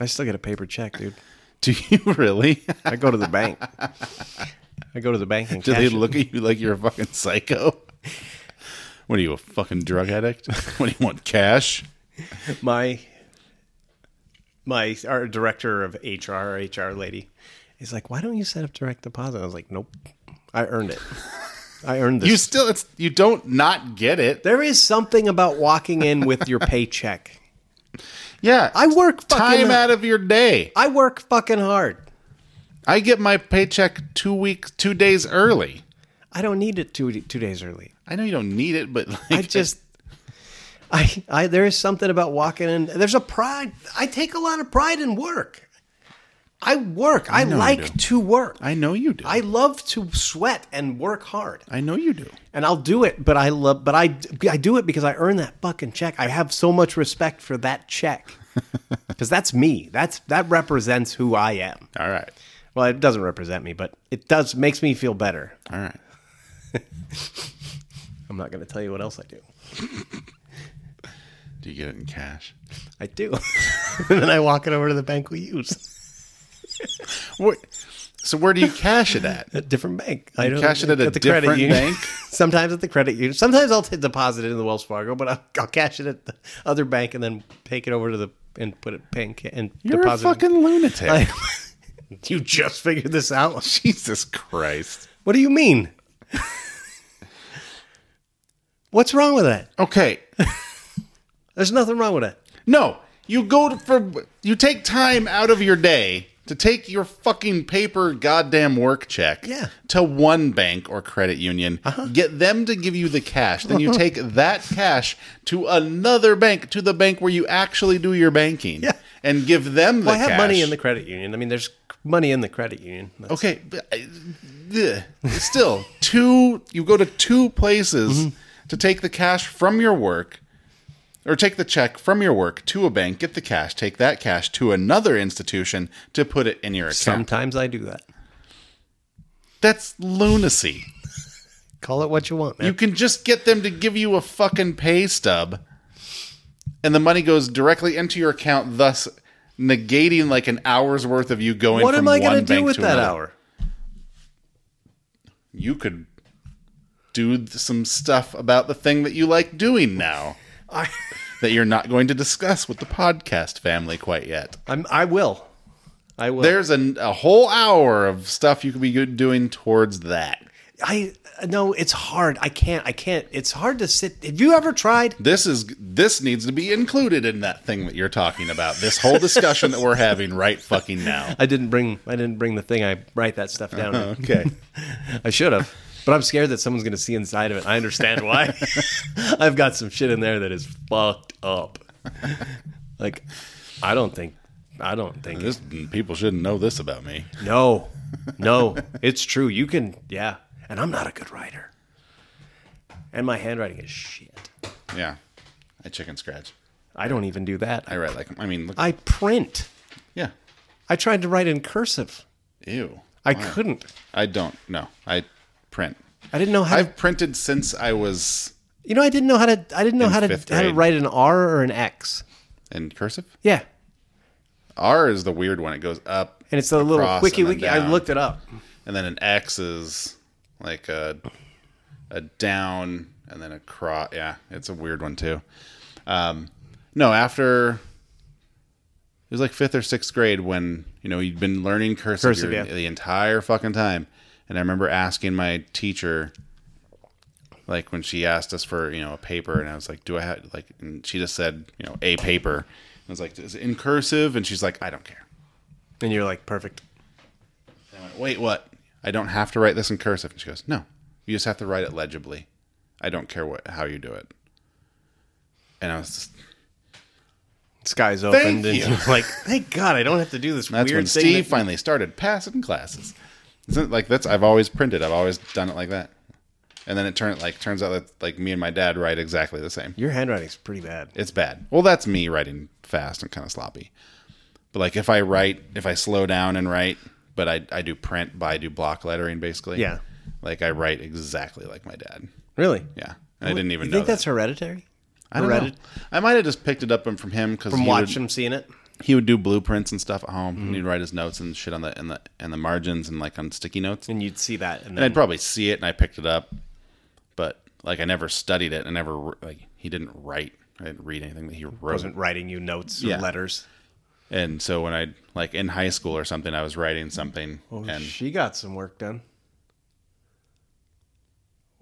Speaker 2: I still get a paper check, dude.
Speaker 1: Do you (laughs) really?
Speaker 2: I go to the bank. I go to the bank and
Speaker 1: Do
Speaker 2: cash
Speaker 1: they
Speaker 2: it.
Speaker 1: look at you like you're a fucking psycho? What are you, a fucking drug addict? (laughs) What do you want, cash?
Speaker 2: my my our director of HR, our HR lady, is like, "Why don't you set up direct deposit?" I was like, "Nope, I earned it. I earned this."
Speaker 1: You still, it's you don't not get it.
Speaker 2: there is something about walking in with your paycheck.
Speaker 1: Yeah,
Speaker 2: I work fucking
Speaker 1: time out of your day.
Speaker 2: I work fucking hard.
Speaker 1: I get my paycheck two weeks, two days early.
Speaker 2: I don't need it two two days early.
Speaker 1: (laughs) I know you don't need it, but like,
Speaker 2: I just I, I there is something about walking in. There's a pride. I take a lot of pride in work. I work. I,
Speaker 1: know you
Speaker 2: like
Speaker 1: do.
Speaker 2: to work.
Speaker 1: I know you do.
Speaker 2: I love to sweat and work hard,
Speaker 1: I know you do.
Speaker 2: and I'll do it. But I love. But I I do it because I earn that fucking check. I have so much respect for that
Speaker 1: (laughs)
Speaker 2: check because that's me. That's that represents who I am.
Speaker 1: All right.
Speaker 2: Well, it doesn't represent me, but it does makes me feel better.
Speaker 1: All right.
Speaker 2: I'm not going to tell you what else I do.
Speaker 1: Do you get it in cash?
Speaker 2: I do. (laughs) and then I walk it over to the bank we use.
Speaker 1: What? So where do you cash it at?
Speaker 2: A different bank. I don't
Speaker 1: cash it at a
Speaker 2: the credit
Speaker 1: different
Speaker 2: union.
Speaker 1: bank?
Speaker 2: (laughs) Sometimes at the credit union. Sometimes I'll t- deposit it in the Wells Fargo, but I'll, I'll cash it at the other bank and then take it over to the and put it bank and
Speaker 1: (laughs) You're
Speaker 2: deposit.
Speaker 1: a fucking lunatic. (laughs)
Speaker 2: (laughs) you just figured this out.
Speaker 1: Jesus Christ.
Speaker 2: What do you (laughs) mean? What's wrong with that?
Speaker 1: Okay.
Speaker 2: There's nothing wrong with it.
Speaker 1: No, you go to, for you take time out of your day to take your fucking paper goddamn work check
Speaker 2: Yeah. Uh-huh.
Speaker 1: to one bank or credit union, get them to give you the cash. Then
Speaker 2: (laughs)
Speaker 1: you take that cash to another bank, to the bank where you actually do your banking,
Speaker 2: Yeah.
Speaker 1: and give them the
Speaker 2: Well, I have
Speaker 1: cash.
Speaker 2: money in the credit union. I mean, there's money in the credit union. That's-
Speaker 1: Okay, but I- ugh. still two. You go to two places
Speaker 2: Mm-hmm.
Speaker 1: to take the cash from your work, or take the check from your work to a bank, get the cash, take that cash to another institution to put it in your account.
Speaker 2: Sometimes I do that.
Speaker 1: That's lunacy.
Speaker 2: Call it what you want, man.
Speaker 1: You can just get them to give you a fucking pay stub, and the money goes directly into your account, thus negating like an hour's worth of you going.
Speaker 2: what
Speaker 1: from
Speaker 2: am I
Speaker 1: going to
Speaker 2: do with that
Speaker 1: another.
Speaker 2: hour?
Speaker 1: you could do th- some stuff about the thing that you like doing now
Speaker 2: I,
Speaker 1: that you're not going to discuss with the podcast family quite yet.
Speaker 2: I'm, I will. I will.
Speaker 1: There's an, a whole hour of stuff you could be doing towards that.
Speaker 2: I no, it's hard. I can't. I can't. It's hard to sit. Have you ever tried?
Speaker 1: This is this needs to be included in that thing that you're talking about. This whole discussion that we're having right fucking now.
Speaker 2: I didn't bring. I didn't bring the thing. I write that stuff down.
Speaker 1: Uh-huh, Okay.
Speaker 2: (laughs) I should have, but I'm scared that someone's going to see inside of it. I understand why. (laughs) I've got some shit in there that is fucked up. Like, I don't think. I don't think.
Speaker 1: This people shouldn't know this about me.
Speaker 2: No, no, it's true. You can, yeah. And I'm not a good writer. And my handwriting is shit.
Speaker 1: Yeah. I chicken scratch.
Speaker 2: I don't even do that.
Speaker 1: I
Speaker 2: I,
Speaker 1: write like I mean look
Speaker 2: I print.
Speaker 1: yeah.
Speaker 2: I tried to write in cursive.
Speaker 1: Ew.
Speaker 2: I couldn't.
Speaker 1: I don't no. I print.
Speaker 2: I didn't know how. to,
Speaker 1: I've printed since I was
Speaker 2: you know, I didn't know how to. I didn't know
Speaker 1: In
Speaker 2: how to
Speaker 1: fifth
Speaker 2: how to
Speaker 1: grade.
Speaker 2: write an R or an X.
Speaker 1: in cursive.
Speaker 2: Yeah,
Speaker 1: R is the weird one; it goes up,
Speaker 2: and it's the little
Speaker 1: Across
Speaker 2: wiki
Speaker 1: and then
Speaker 2: wiki. I
Speaker 1: down.
Speaker 2: looked it up.
Speaker 1: and then an X is like a a down, and then a cross. Yeah, it's a weird one too. Um, no, after it was like fifth or sixth grade when you know you'd been learning cursive,
Speaker 2: Cursive,
Speaker 1: your-
Speaker 2: yeah.
Speaker 1: the entire fucking time, and I remember asking my teacher. Like when she asked us for you know a paper, and I was like, "Do I have like?" And she just said, "You know, a paper." And I was like, "Is it in cursive?" And she's like, "I don't care."
Speaker 2: And you're like, perfect.
Speaker 1: I went, wait, what? I don't have to write this in cursive. And she goes, no, you just have to write it legibly. I don't care what how you do it. And I was just,
Speaker 2: Sky's opened,
Speaker 1: Thank
Speaker 2: and
Speaker 1: you.
Speaker 2: you're like, thank God, I don't have to do this
Speaker 1: that's
Speaker 2: weird
Speaker 1: when
Speaker 2: thing.
Speaker 1: Steve
Speaker 2: that-
Speaker 1: finally started passing classes. Isn't it like that's I've always printed. I've always done it like that. And then it turned like turns out that like me and my dad write exactly the same.
Speaker 2: Your handwriting's pretty bad.
Speaker 1: It's bad. Well, that's me writing fast and kind of sloppy. But like if I write, if I slow down and write, but I I do print, but I do block lettering basically.
Speaker 2: Yeah.
Speaker 1: Like I write exactly like my dad.
Speaker 2: Really?
Speaker 1: Yeah, and I didn't even
Speaker 2: you
Speaker 1: know
Speaker 2: think
Speaker 1: that.
Speaker 2: that's hereditary?
Speaker 1: I don't know.
Speaker 2: heredit-
Speaker 1: I might have just picked it up from him because
Speaker 2: From
Speaker 1: he,
Speaker 2: watching, Mm-hmm.
Speaker 1: would-
Speaker 2: seeing it.
Speaker 1: he would do blueprints and stuff at home, and he'd write his notes and shit on the in the in the margins and like on sticky notes. And
Speaker 2: and you'd see that, and then
Speaker 1: I'd probably see it, and I picked it up, but like I never studied it. I never like he didn't write. I didn't read anything that he wrote.
Speaker 2: wasn't writing you notes or
Speaker 1: Yeah.
Speaker 2: letters.
Speaker 1: And so when I like in high school or something, I was writing something, and
Speaker 2: Oh, she got some work done.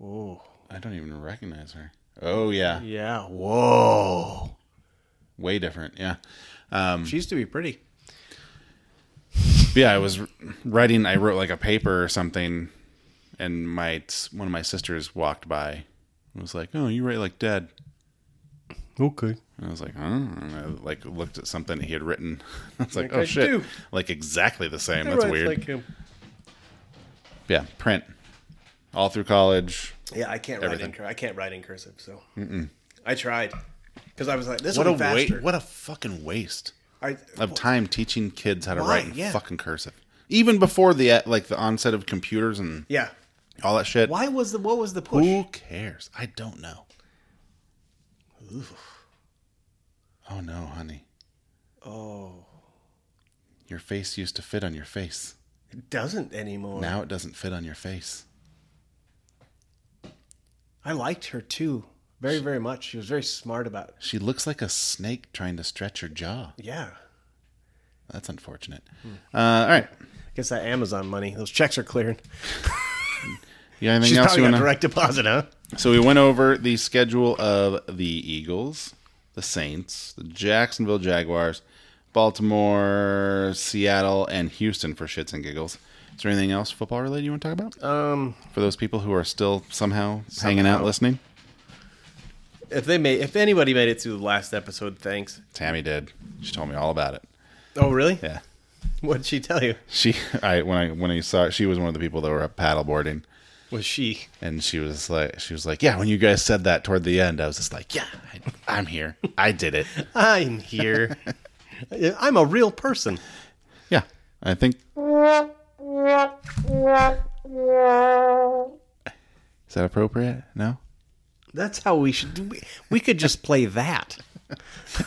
Speaker 2: Oh
Speaker 1: I don't even recognize her. Oh yeah,
Speaker 2: yeah! Whoa! Mm-hmm.
Speaker 1: way different. Yeah.
Speaker 2: She used to be pretty.
Speaker 1: yeah, I was writing. I wrote like a paper or something, and my one of my sisters walked by and was like, "Oh, you write like Dad."
Speaker 2: Okay.
Speaker 1: And I was like, huh? And I like looked at something that he had written. (laughs) I was like,
Speaker 2: Like
Speaker 1: oh
Speaker 2: I
Speaker 1: shit,
Speaker 2: do.
Speaker 1: like exactly the same. That's weird.
Speaker 2: him.
Speaker 1: yeah, print all through college.
Speaker 2: Yeah, I can't
Speaker 1: Everything.
Speaker 2: write in cursive. I can't write in cursive, so I tried because I was like, this
Speaker 1: What a
Speaker 2: would be
Speaker 1: wa-
Speaker 2: faster.
Speaker 1: What a fucking waste
Speaker 2: I,
Speaker 1: of time teaching kids how to
Speaker 2: Why?
Speaker 1: write in
Speaker 2: Yeah.
Speaker 1: fucking cursive. Even before the uh, like the onset of computers and
Speaker 2: yeah.
Speaker 1: all that shit.
Speaker 2: Why was the what was the push?
Speaker 1: Who cares? I don't know. Oh no, honey.
Speaker 2: Oh,
Speaker 1: Your face used to fit on your face.
Speaker 2: it doesn't anymore.
Speaker 1: Now it doesn't fit on your face.
Speaker 2: I liked her too, very very much. She was very smart about.
Speaker 1: She looks like a snake trying to stretch her jaw.
Speaker 2: Yeah,
Speaker 1: That's unfortunate.
Speaker 2: Hmm.
Speaker 1: Uh, all right.
Speaker 2: I guess that Amazon money. Those checks are clearing.
Speaker 1: You got anything
Speaker 2: She's
Speaker 1: else
Speaker 2: probably
Speaker 1: you
Speaker 2: got
Speaker 1: want to?
Speaker 2: direct deposit, huh?
Speaker 1: So we went over the schedule of the Eagles, the Saints, the Jacksonville Jaguars, Baltimore, Seattle, and Houston for shits and giggles. Is there anything else football related you want to talk about?
Speaker 2: Um,
Speaker 1: for those people who are still somehow, hanging out listening.
Speaker 2: if they made, if anybody made it through the last episode, thanks.
Speaker 1: Tammy did. She told me all about it.
Speaker 2: Oh, really?
Speaker 1: Yeah.
Speaker 2: What did she tell you?
Speaker 1: She (laughs) I when I when I saw it, she was one of the people that were up paddleboarding
Speaker 2: Was she?
Speaker 1: and she was like she was like, "Yeah, when you guys said that toward the end, I was just like, yeah, I, I'm here. I did it."
Speaker 2: I'm here. (laughs) I'm a real person.
Speaker 1: Yeah. I think Is that appropriate? No? (laughs)
Speaker 2: That's how we should do. We, we could just play that (laughs)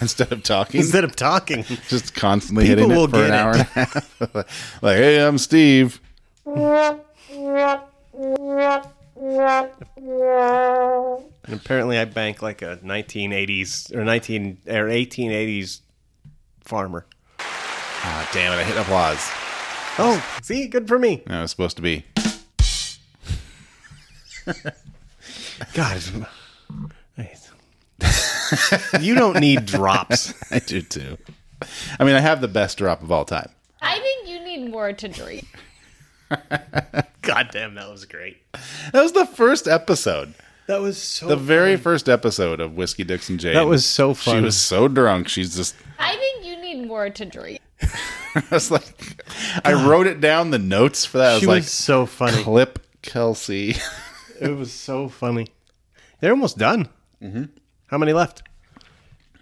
Speaker 1: Instead of talking,
Speaker 2: instead of talking.
Speaker 1: just constantly
Speaker 2: People
Speaker 1: hitting
Speaker 2: will
Speaker 1: it for an
Speaker 2: get
Speaker 1: hour
Speaker 2: it.
Speaker 1: and a half. (laughs) like, "Hey, I'm Steve."
Speaker 2: And apparently, I bank like a 1980s or 19 or 1880s farmer.
Speaker 1: Ah, damn it. I hit applause.
Speaker 2: Oh, see, good for me.
Speaker 1: That was supposed to be.
Speaker 2: God, it's- (laughs) you don't need drops.
Speaker 1: (laughs) I do too. I mean, I have the best drop of all time.
Speaker 3: I think you need more to drink.
Speaker 2: (laughs) God damn, that was great.
Speaker 1: That was the first episode,
Speaker 2: That was so.
Speaker 1: the very first episode of Whiskey Dixon Jane.
Speaker 2: that was so fun.
Speaker 1: She was so drunk. She's just. (laughs)
Speaker 3: I think you need more to drink.
Speaker 1: I was like, I wrote it down the notes for that. I was
Speaker 2: She
Speaker 1: like,
Speaker 2: was so funny.
Speaker 1: clip Kelsey. (laughs)
Speaker 2: It was so funny. They're almost done.
Speaker 1: Mm-hmm.
Speaker 2: How many left?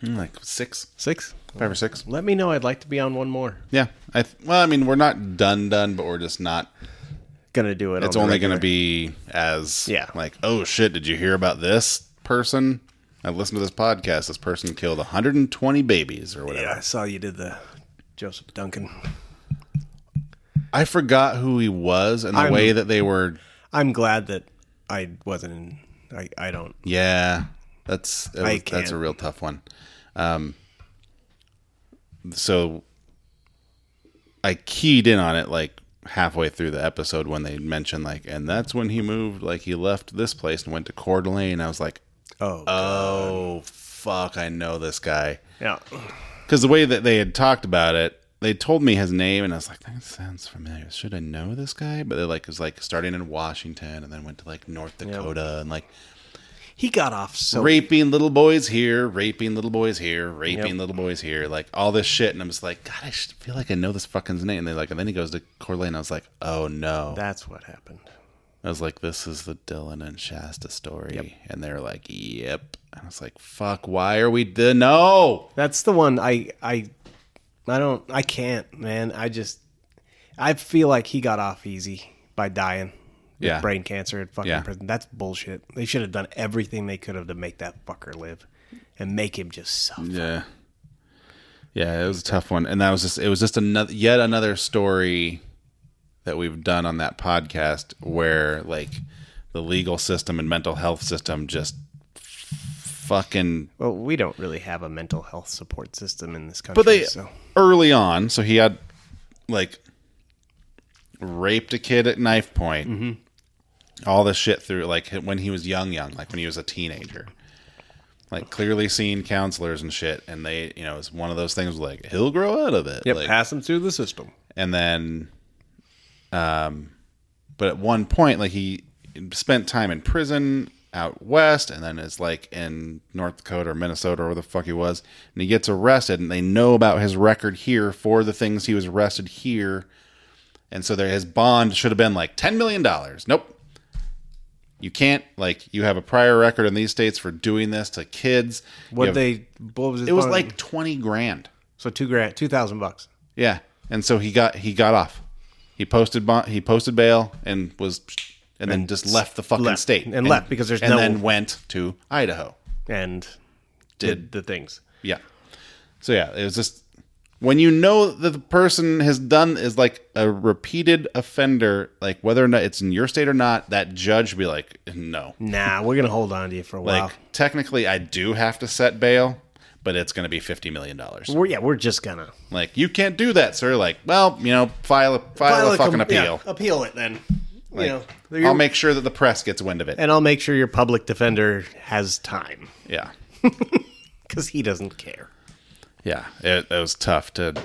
Speaker 1: Hmm, like six,
Speaker 2: Six.
Speaker 1: five or six.
Speaker 2: Let me know. I'd like to be on one more.
Speaker 1: Yeah. I th- well, I mean, we're not done, done, but we're just not.
Speaker 2: Gonna do it.
Speaker 1: It's only going to be as
Speaker 2: Yeah.
Speaker 1: like, oh shit, did you hear about this person? I listened to this podcast. This person killed 120 babies or whatever.
Speaker 2: Yeah, I saw you did the Joseph Duncan.
Speaker 1: I forgot who he was and the
Speaker 2: I'm-
Speaker 1: way that they were.
Speaker 2: I'm glad that I wasn't in. I, I don't.
Speaker 1: Yeah, that's that
Speaker 2: I
Speaker 1: was- that's a
Speaker 2: can't.
Speaker 1: real tough one. Um, so I keyed in on it like halfway through the episode when they mentioned like, and that's when he moved. Like he left this place and went to Coeur d'Alene. I was like,
Speaker 2: Oh.
Speaker 1: oh fuck, I know this guy
Speaker 2: yeah.
Speaker 1: because the way that they had talked about it. They told me his name, and I was like, "That sounds familiar. Should I know this guy?" But they like it was like starting in Washington, and then went to like North Dakota, and like
Speaker 2: He got off so.
Speaker 1: raping little boys here, raping little boys here, raping little boys here, like all this shit. And I'm just like, God, I should feel like I know this fucking name. And they like, and then he goes to Corley, and I was like, Oh no.
Speaker 2: That's what happened.
Speaker 1: I was like, This is the Dylan and Shasta story. And they're like, Yep. And I was like, Fuck, why are we the no?
Speaker 2: That's the one I I I don't I can't man. I just I feel like he got off easy by dying. with
Speaker 1: Yeah.
Speaker 2: Brain cancer at fucking
Speaker 1: Yeah.
Speaker 2: prison. That's bullshit. They should have done everything they could have to make that fucker live and make him just suffer.
Speaker 1: Yeah. Yeah, it was a tough one. And that was just it was just another yet another story that we've done on that podcast where like the legal system and mental health system just fucking
Speaker 2: Well, we don't really have a mental health support system in this country.
Speaker 1: but they
Speaker 2: so.
Speaker 1: early on, so he had like raped a kid at knife point. All this shit through like when he was young, young, like when he was a teenager. Like clearly seeing counselors and shit, and they, you know, it's one of those things like he'll grow out of it.
Speaker 2: Yep,
Speaker 1: like,
Speaker 2: pass him through the system.
Speaker 1: and then, um, but at one point, like he spent time in prison out west, and then is like in North Dakota or Minnesota or where the fuck he was, and he gets arrested, and they know about his record here for the things he was arrested here, and so there his bond should have been like ten million dollars. Nope, you can't. Like you have a prior record in these states for doing this to kids. You
Speaker 2: What
Speaker 1: have-
Speaker 2: they what was it?
Speaker 1: It was like twenty grand.
Speaker 2: so two grand, two thousand bucks.
Speaker 1: Yeah, and so he got he got off. He posted bon- he posted bail and was and, then just left the fucking
Speaker 2: left.
Speaker 1: state
Speaker 2: And left because there's
Speaker 1: and
Speaker 2: no-
Speaker 1: then went to Idaho.
Speaker 2: and did, the things.
Speaker 1: Yeah. So yeah, it was just when you know that the person has done is like a repeated offender, like whether or not it's in your state or not, that judge be like, no.
Speaker 2: Nah, we're gonna hold on to you for a
Speaker 1: Like
Speaker 2: while.
Speaker 1: technically, I do have to set bail, but it's going to be fifty million dollars.
Speaker 2: we're, yeah, we're just gonna
Speaker 1: Like you can't do that, sir. Like, well, you know, file a file, a fucking
Speaker 2: com- yeah,
Speaker 1: appeal.
Speaker 2: appeal it then. you know,
Speaker 1: I'll make sure that the press gets wind of it.
Speaker 2: and I'll make sure your public defender has time
Speaker 1: yeah,
Speaker 2: because he doesn't care.
Speaker 1: yeah. It, it was tough to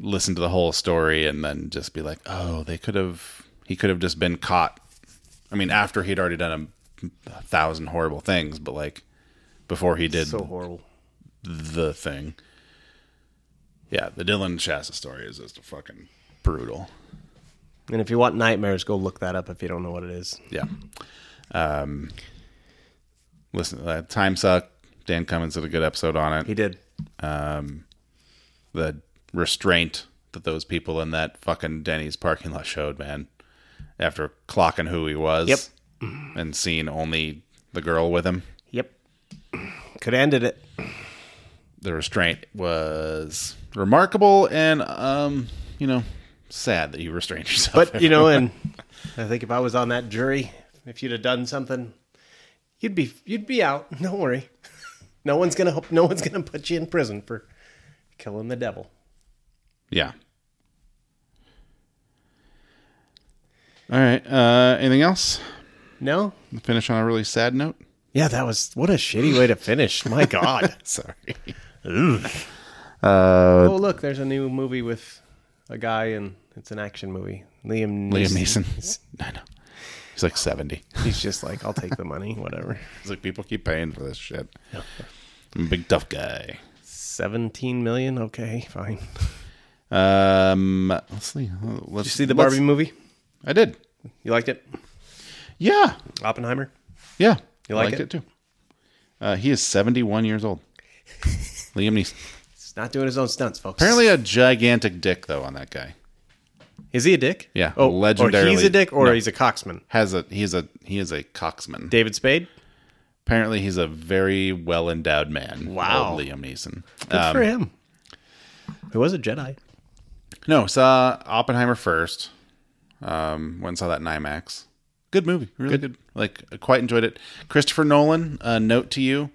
Speaker 1: listen to the whole story and then just be like, oh, they could have. He could have just been caught. I mean, after he'd already done a, a thousand horrible things, but like before he did
Speaker 2: So horrible.
Speaker 1: the thing. Yeah, the Dylan Shasta story is just fucking brutal.
Speaker 2: And if you want nightmares, go look that up if you don't know what it is.
Speaker 1: Yeah. Um, listen, uh, time suck. Dan Cummins did a good episode on it.
Speaker 2: He did.
Speaker 1: the restraint that those people in that fucking Denny's parking lot showed, man. After clocking who he was,
Speaker 2: Yep.
Speaker 1: and seeing only the girl with him,
Speaker 2: Yep. Could have ended it.
Speaker 1: the restraint was remarkable and, um, you know, sad that you restrained yourself.
Speaker 2: But you know, and (laughs) I think if I was on that jury, if you'd have done something, you'd be you'd be out. (laughs) Don't worry. No one's gonna hope. No one's gonna put you in prison for killing the devil.
Speaker 1: (laughs) yeah. All right. Uh, anything else?
Speaker 2: No.
Speaker 1: Finish on a really sad note.
Speaker 2: Yeah, that was what a shitty way to finish. (laughs) My God.
Speaker 1: Sorry.
Speaker 2: oh look, there's a new movie with a guy, and it's an action movie. Liam.
Speaker 1: Liam
Speaker 2: Neeson.
Speaker 1: Mason. (laughs) I know. He's like seventy.
Speaker 2: He's just like, I'll take the money, (laughs) whatever.
Speaker 1: It's like people keep paying for this shit. I'm a big tough guy.
Speaker 2: Seventeen million. Okay, (laughs) fine.
Speaker 1: Um, let's see. Let's,
Speaker 2: Did you see the Barbie movie?
Speaker 1: I did.
Speaker 2: You liked it?
Speaker 1: Yeah,
Speaker 2: Oppenheimer.
Speaker 1: yeah.
Speaker 2: You
Speaker 1: I
Speaker 2: like
Speaker 1: liked
Speaker 2: it?
Speaker 1: too? Uh, he is 71 years
Speaker 2: (laughs)
Speaker 1: old. Liam Neeson.
Speaker 2: He's not doing his own stunts, folks.
Speaker 1: Apparently, a gigantic dick though on that guy.
Speaker 2: Is he a dick?
Speaker 1: Yeah,
Speaker 2: Oh, Or
Speaker 1: legendarily-
Speaker 2: he's a dick, or
Speaker 1: No.
Speaker 2: he's a coxman.
Speaker 1: Has a he's a he is a coxman.
Speaker 2: David Spade.
Speaker 1: Apparently, he's a very well endowed man.
Speaker 2: Wow.
Speaker 1: old Liam Neeson.
Speaker 2: Good
Speaker 1: Um,
Speaker 2: for him. Who was a Jedi?
Speaker 1: No, saw Oppenheimer first. Um, went and saw that in IMAX. Good movie, really good. Like, I quite enjoyed it. Christopher Nolan, a note to you: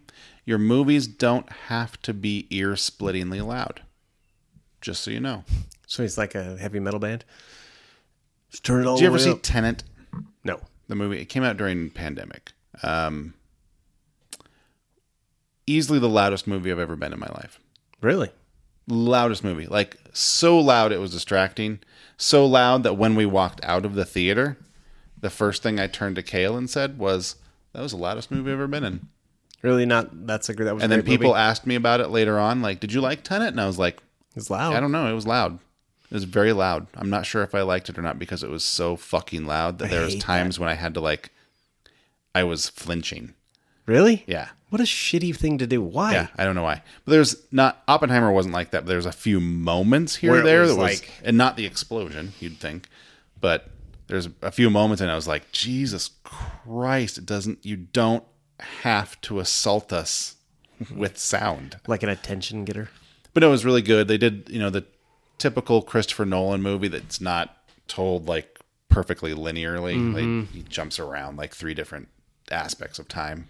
Speaker 1: your movies don't have to be ear-splittingly loud. Just so you know.
Speaker 2: So he's like a heavy metal band. Just turn it all.
Speaker 1: Did you ever
Speaker 2: the way
Speaker 1: see
Speaker 2: up.
Speaker 1: Tenant?
Speaker 2: No.
Speaker 1: The movie it came out during pandemic. Um, easily the loudest movie I've ever been in my life.
Speaker 2: Really?
Speaker 1: Loudest movie, like so loud it was distracting. So loud that when we walked out of the theater, the first thing I turned to Kale and said was, "That was the loudest movie I've ever been in."
Speaker 2: Really not? That's a gr- that was. a
Speaker 1: And then
Speaker 2: great
Speaker 1: people
Speaker 2: movie.
Speaker 1: asked me about it later on, like, "Did you like Tenet?" And I was like,
Speaker 2: It's loud.
Speaker 1: "I don't know. It was loud. It was very loud. I'm not sure if I liked it or not because it was so fucking loud that there was
Speaker 2: hate that.
Speaker 1: times when I had to like, I was flinching.
Speaker 2: Really?
Speaker 1: Yeah."
Speaker 2: What a shitty thing to do. Why?
Speaker 1: Yeah, I don't know why. But there's not Oppenheimer wasn't like that. But there's a few moments here
Speaker 2: Where
Speaker 1: or
Speaker 2: it
Speaker 1: there
Speaker 2: was
Speaker 1: that was,
Speaker 2: like-
Speaker 1: and not the explosion you'd think, but there's a few moments and I was like, Jesus Christ! It doesn't. You don't have to assault us (laughs) with sound.
Speaker 2: Like an attention getter.
Speaker 1: But no, it was really good. They did, you know, the typical Christopher Nolan movie that's not told like perfectly linearly. Like he jumps around like three different aspects of time.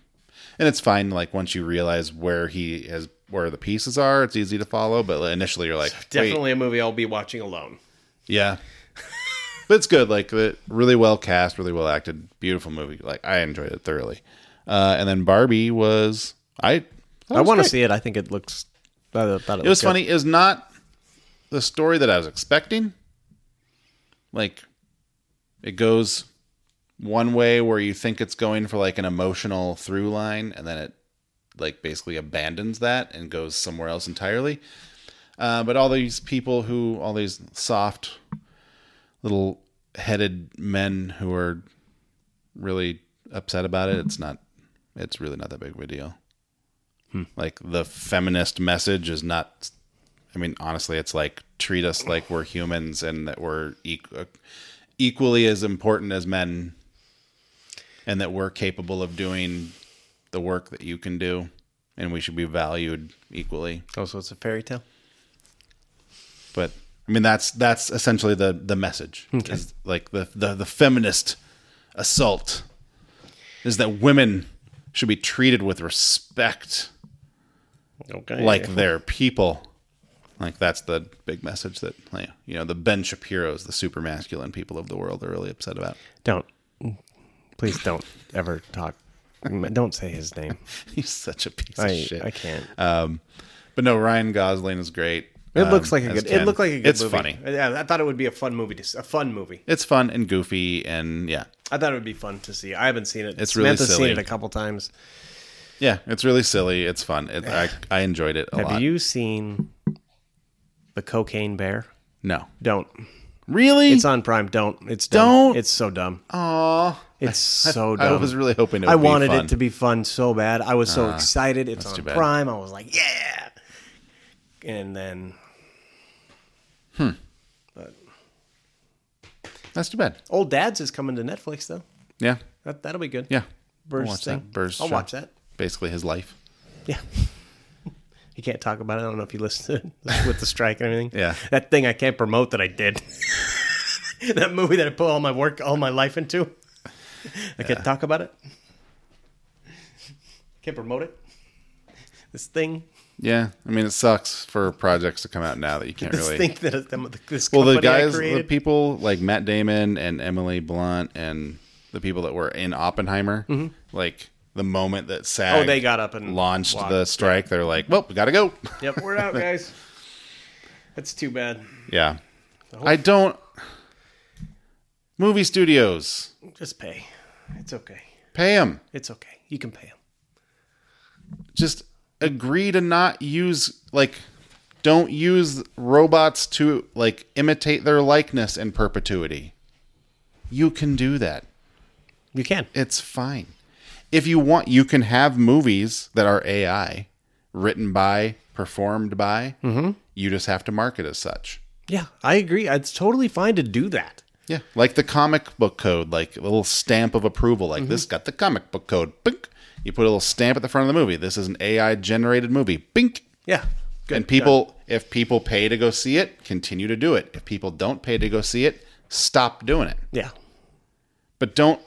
Speaker 1: And it's fine, like once you realize where he has where the pieces are, it's easy to follow. But initially you're like, wait,
Speaker 2: a movie I'll be watching alone.
Speaker 1: yeah. (laughs) but it's good. Like the really well cast, really well acted, beautiful movie. Like I enjoyed it thoroughly. Uh, and then Barbie was I
Speaker 2: I want to see it. I think it looks. I thought it,
Speaker 1: It was funny. Is not the story that I was expecting. Like, it goes one way where you think it's going for like an emotional through line and then it like basically abandons that and goes somewhere else entirely. Uh, but all these people who, all these soft little headed men who are really upset about it, it's not, it's really not that big of a deal. Like the feminist message is not, I mean, honestly, it's like treat us like we're humans and that we're equ- equally as important as men and that we're capable of doing the work that you can do and we should be valued equally
Speaker 2: Oh, so it's a fairy tale.
Speaker 1: but i mean that's that's essentially the the message is like the, the the feminist assault is that women should be treated with respect
Speaker 2: Okay.
Speaker 1: like their people like that's the big message that like, you know the ben shapiro's the super masculine people of the world are really upset about (laughs)
Speaker 2: don't. Please don't ever (laughs) talk. Don't say his name.
Speaker 1: he's such a piece of
Speaker 2: I,
Speaker 1: shit
Speaker 2: I can't.
Speaker 1: but no ryan gosling is great
Speaker 2: It looks
Speaker 1: um,
Speaker 2: like a
Speaker 1: as
Speaker 2: good. It
Speaker 1: Ken.
Speaker 2: looked like a good.
Speaker 1: it's
Speaker 2: movie.
Speaker 1: funny
Speaker 2: Yeah, I thought it would be a fun movie. To, s- a fun movie.
Speaker 1: it's fun and goofy and yeah
Speaker 2: I thought it would be fun to see. I haven't seen it.
Speaker 1: It's really silly.
Speaker 2: seen it a couple times.
Speaker 1: yeah it's really silly it's fun it, I,
Speaker 2: (sighs)
Speaker 1: I enjoyed it a
Speaker 2: Have
Speaker 1: lot
Speaker 2: you seen the Cocaine Bear?
Speaker 1: no
Speaker 2: Don't.
Speaker 1: really
Speaker 2: It's on Prime. Don't. It's dumb.
Speaker 1: Don't?
Speaker 2: It's so dumb.
Speaker 1: Aw.
Speaker 2: It's so dumb.
Speaker 1: I was really hoping it would
Speaker 2: I
Speaker 1: be
Speaker 2: wanted
Speaker 1: fun. Ah,
Speaker 2: it to be fun so bad. I was so excited. It's on
Speaker 1: too bad.
Speaker 2: Prime. I was like, yeah. And then,
Speaker 1: That's too bad.
Speaker 2: Old Dads is coming to Netflix though.
Speaker 1: Yeah.
Speaker 2: That that'll be good.
Speaker 1: Yeah.
Speaker 2: Burr's
Speaker 1: I'll watch
Speaker 2: thing.
Speaker 1: that. Burr's
Speaker 2: I'll
Speaker 1: show.
Speaker 2: watch that.
Speaker 1: Basically his life.
Speaker 2: Yeah. (laughs) You can't talk about it. I don't know if you listened to it (laughs) with the strike and everything.
Speaker 1: Yeah.
Speaker 2: That thing I can't promote that I did. (laughs) that movie that I put all my work, all my life into. I can't talk about it. Can't promote it. This thing.
Speaker 1: Yeah. I mean, it sucks for projects to come out now that you
Speaker 2: (laughs)
Speaker 1: can't
Speaker 2: This
Speaker 1: really.
Speaker 2: thing that I'm- this
Speaker 1: well,
Speaker 2: company
Speaker 1: the guys,
Speaker 2: I
Speaker 1: the
Speaker 2: created.
Speaker 1: people like Matt Damon and Emily Blunt and the people that were in Oppenheimer, like the moment that SAG
Speaker 2: Mm-hmm. Oh, they got up and
Speaker 1: launched
Speaker 2: walked.
Speaker 1: the strike, they're like, well, we got to go. (laughs)
Speaker 2: Yep, we're out, guys. (laughs) That's too bad.
Speaker 1: yeah. I don't. Movie studios,
Speaker 2: Just pay. It's okay.
Speaker 1: pay them.
Speaker 2: It's okay. You can pay them.
Speaker 1: just agree to not use like don't use robots to like imitate their likeness in perpetuity. You can do that.
Speaker 2: You can.
Speaker 1: It's fine. If you want, you can have movies that are AI, written by, performed by. Mm-hmm. You just have to market as such.
Speaker 2: Yeah, I agree. It's totally fine to do that.
Speaker 1: Yeah, like the comic book code, like a little stamp of approval. Like this got the comic book code. Bink. You put a little stamp at the front of the movie. This is an AI generated movie. Bink.
Speaker 2: Yeah. Good.
Speaker 1: and people, if people pay to go see it, continue to do it. If people don't pay to go see it, stop doing it.
Speaker 2: Yeah.
Speaker 1: But don't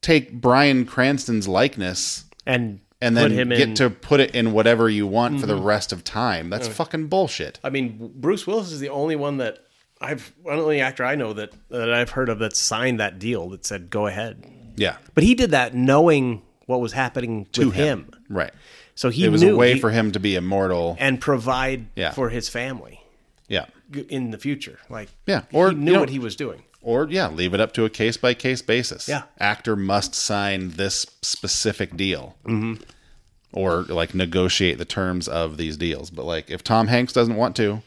Speaker 1: take Brian Cranston's likeness
Speaker 2: And
Speaker 1: and then
Speaker 2: put him
Speaker 1: get
Speaker 2: in. Mm-hmm.
Speaker 1: to put it in whatever you want for the rest of time. That's fucking bullshit.
Speaker 2: I mean, Bruce Willis is the only one that I've the only actor I know that that I've heard of that signed that deal that said go ahead.
Speaker 1: Yeah,
Speaker 2: But he did that knowing what was happening to with him.
Speaker 1: right.
Speaker 2: So he
Speaker 1: it was
Speaker 2: knew
Speaker 1: a way
Speaker 2: he-
Speaker 1: for him to be immortal.
Speaker 2: e and provide
Speaker 1: Yeah.
Speaker 2: for his family
Speaker 1: yeah,
Speaker 2: g- in the future. Like
Speaker 1: Yeah, or,
Speaker 2: he knew
Speaker 1: you know-
Speaker 2: what he was doing.
Speaker 1: or yeah, leave it up to a case by case basis.
Speaker 2: Yeah.
Speaker 1: actor must sign this specific deal, mm-hmm. or like negotiate the terms of these deals. But like, if Tom Hanks doesn't want to,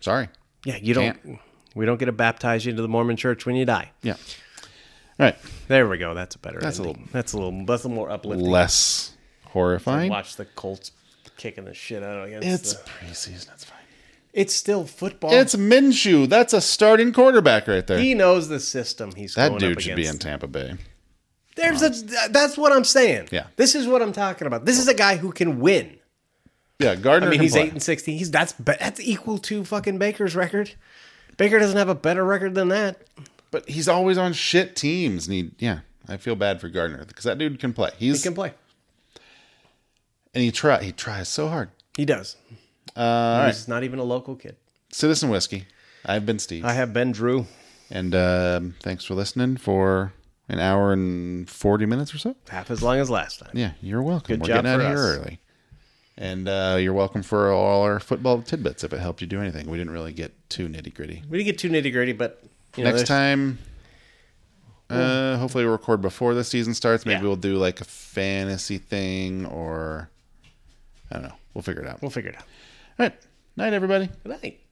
Speaker 1: sorry,
Speaker 2: Yeah, you don't. We don't get to baptize you into the Mormon Church when you die.
Speaker 1: yeah. All right,
Speaker 2: There we go. That's a better.
Speaker 1: That's a
Speaker 2: ending.
Speaker 1: little-
Speaker 2: That's a little. That's a little more uplifting.
Speaker 1: less horrifying.
Speaker 2: Watch uh, the Colts kicking the shit out of against.
Speaker 1: It's
Speaker 2: the-
Speaker 1: preseason. It's fine.
Speaker 2: it's still football.
Speaker 1: It's Minshew. That's a starting quarterback right there.
Speaker 2: Oh. he knows the system. He's
Speaker 1: that
Speaker 2: going up
Speaker 1: dude should be in
Speaker 2: against.
Speaker 1: Tampa Bay.
Speaker 2: There's a. th- That's what I'm saying.
Speaker 1: Yeah.
Speaker 2: This is what I'm talking about. This is a guy who can win.
Speaker 1: Yeah, Gardner.
Speaker 2: I mean,
Speaker 1: can
Speaker 2: he's
Speaker 1: play.
Speaker 2: eight and sixteen. He's that's be- that's equal to fucking Baker's record. Baker doesn't have a better record than that.
Speaker 1: but he's always on shit teams. And he, yeah, I feel bad for Gardner because that dude can play. He's
Speaker 2: He can play.
Speaker 1: and he try he tries so hard.
Speaker 2: He does.
Speaker 1: Uh,
Speaker 2: he's not even a local kid.
Speaker 1: Citizen Whiskey. I've been Steve.
Speaker 2: I have Ben Drew.
Speaker 1: And um, thanks for listening for an hour and 40 minutes or so.
Speaker 2: half as long as last time.
Speaker 1: Yeah, you're welcome.
Speaker 2: Good
Speaker 1: We're
Speaker 2: job
Speaker 1: getting out of
Speaker 2: for
Speaker 1: here
Speaker 2: us.
Speaker 1: early. And uh, you're welcome for all our football tidbits if it helped you do anything. We didn't really get too nitty gritty.
Speaker 2: We didn't get too nitty gritty, but you know,
Speaker 1: Next
Speaker 2: there's-
Speaker 1: time, Uh, hopefully, we'll record before the season starts. Maybe
Speaker 2: Yeah.
Speaker 1: we'll do like a fantasy thing, or I don't know. We'll figure it out. All
Speaker 2: We'll figure it out.
Speaker 1: right, night, everybody.
Speaker 2: Good night.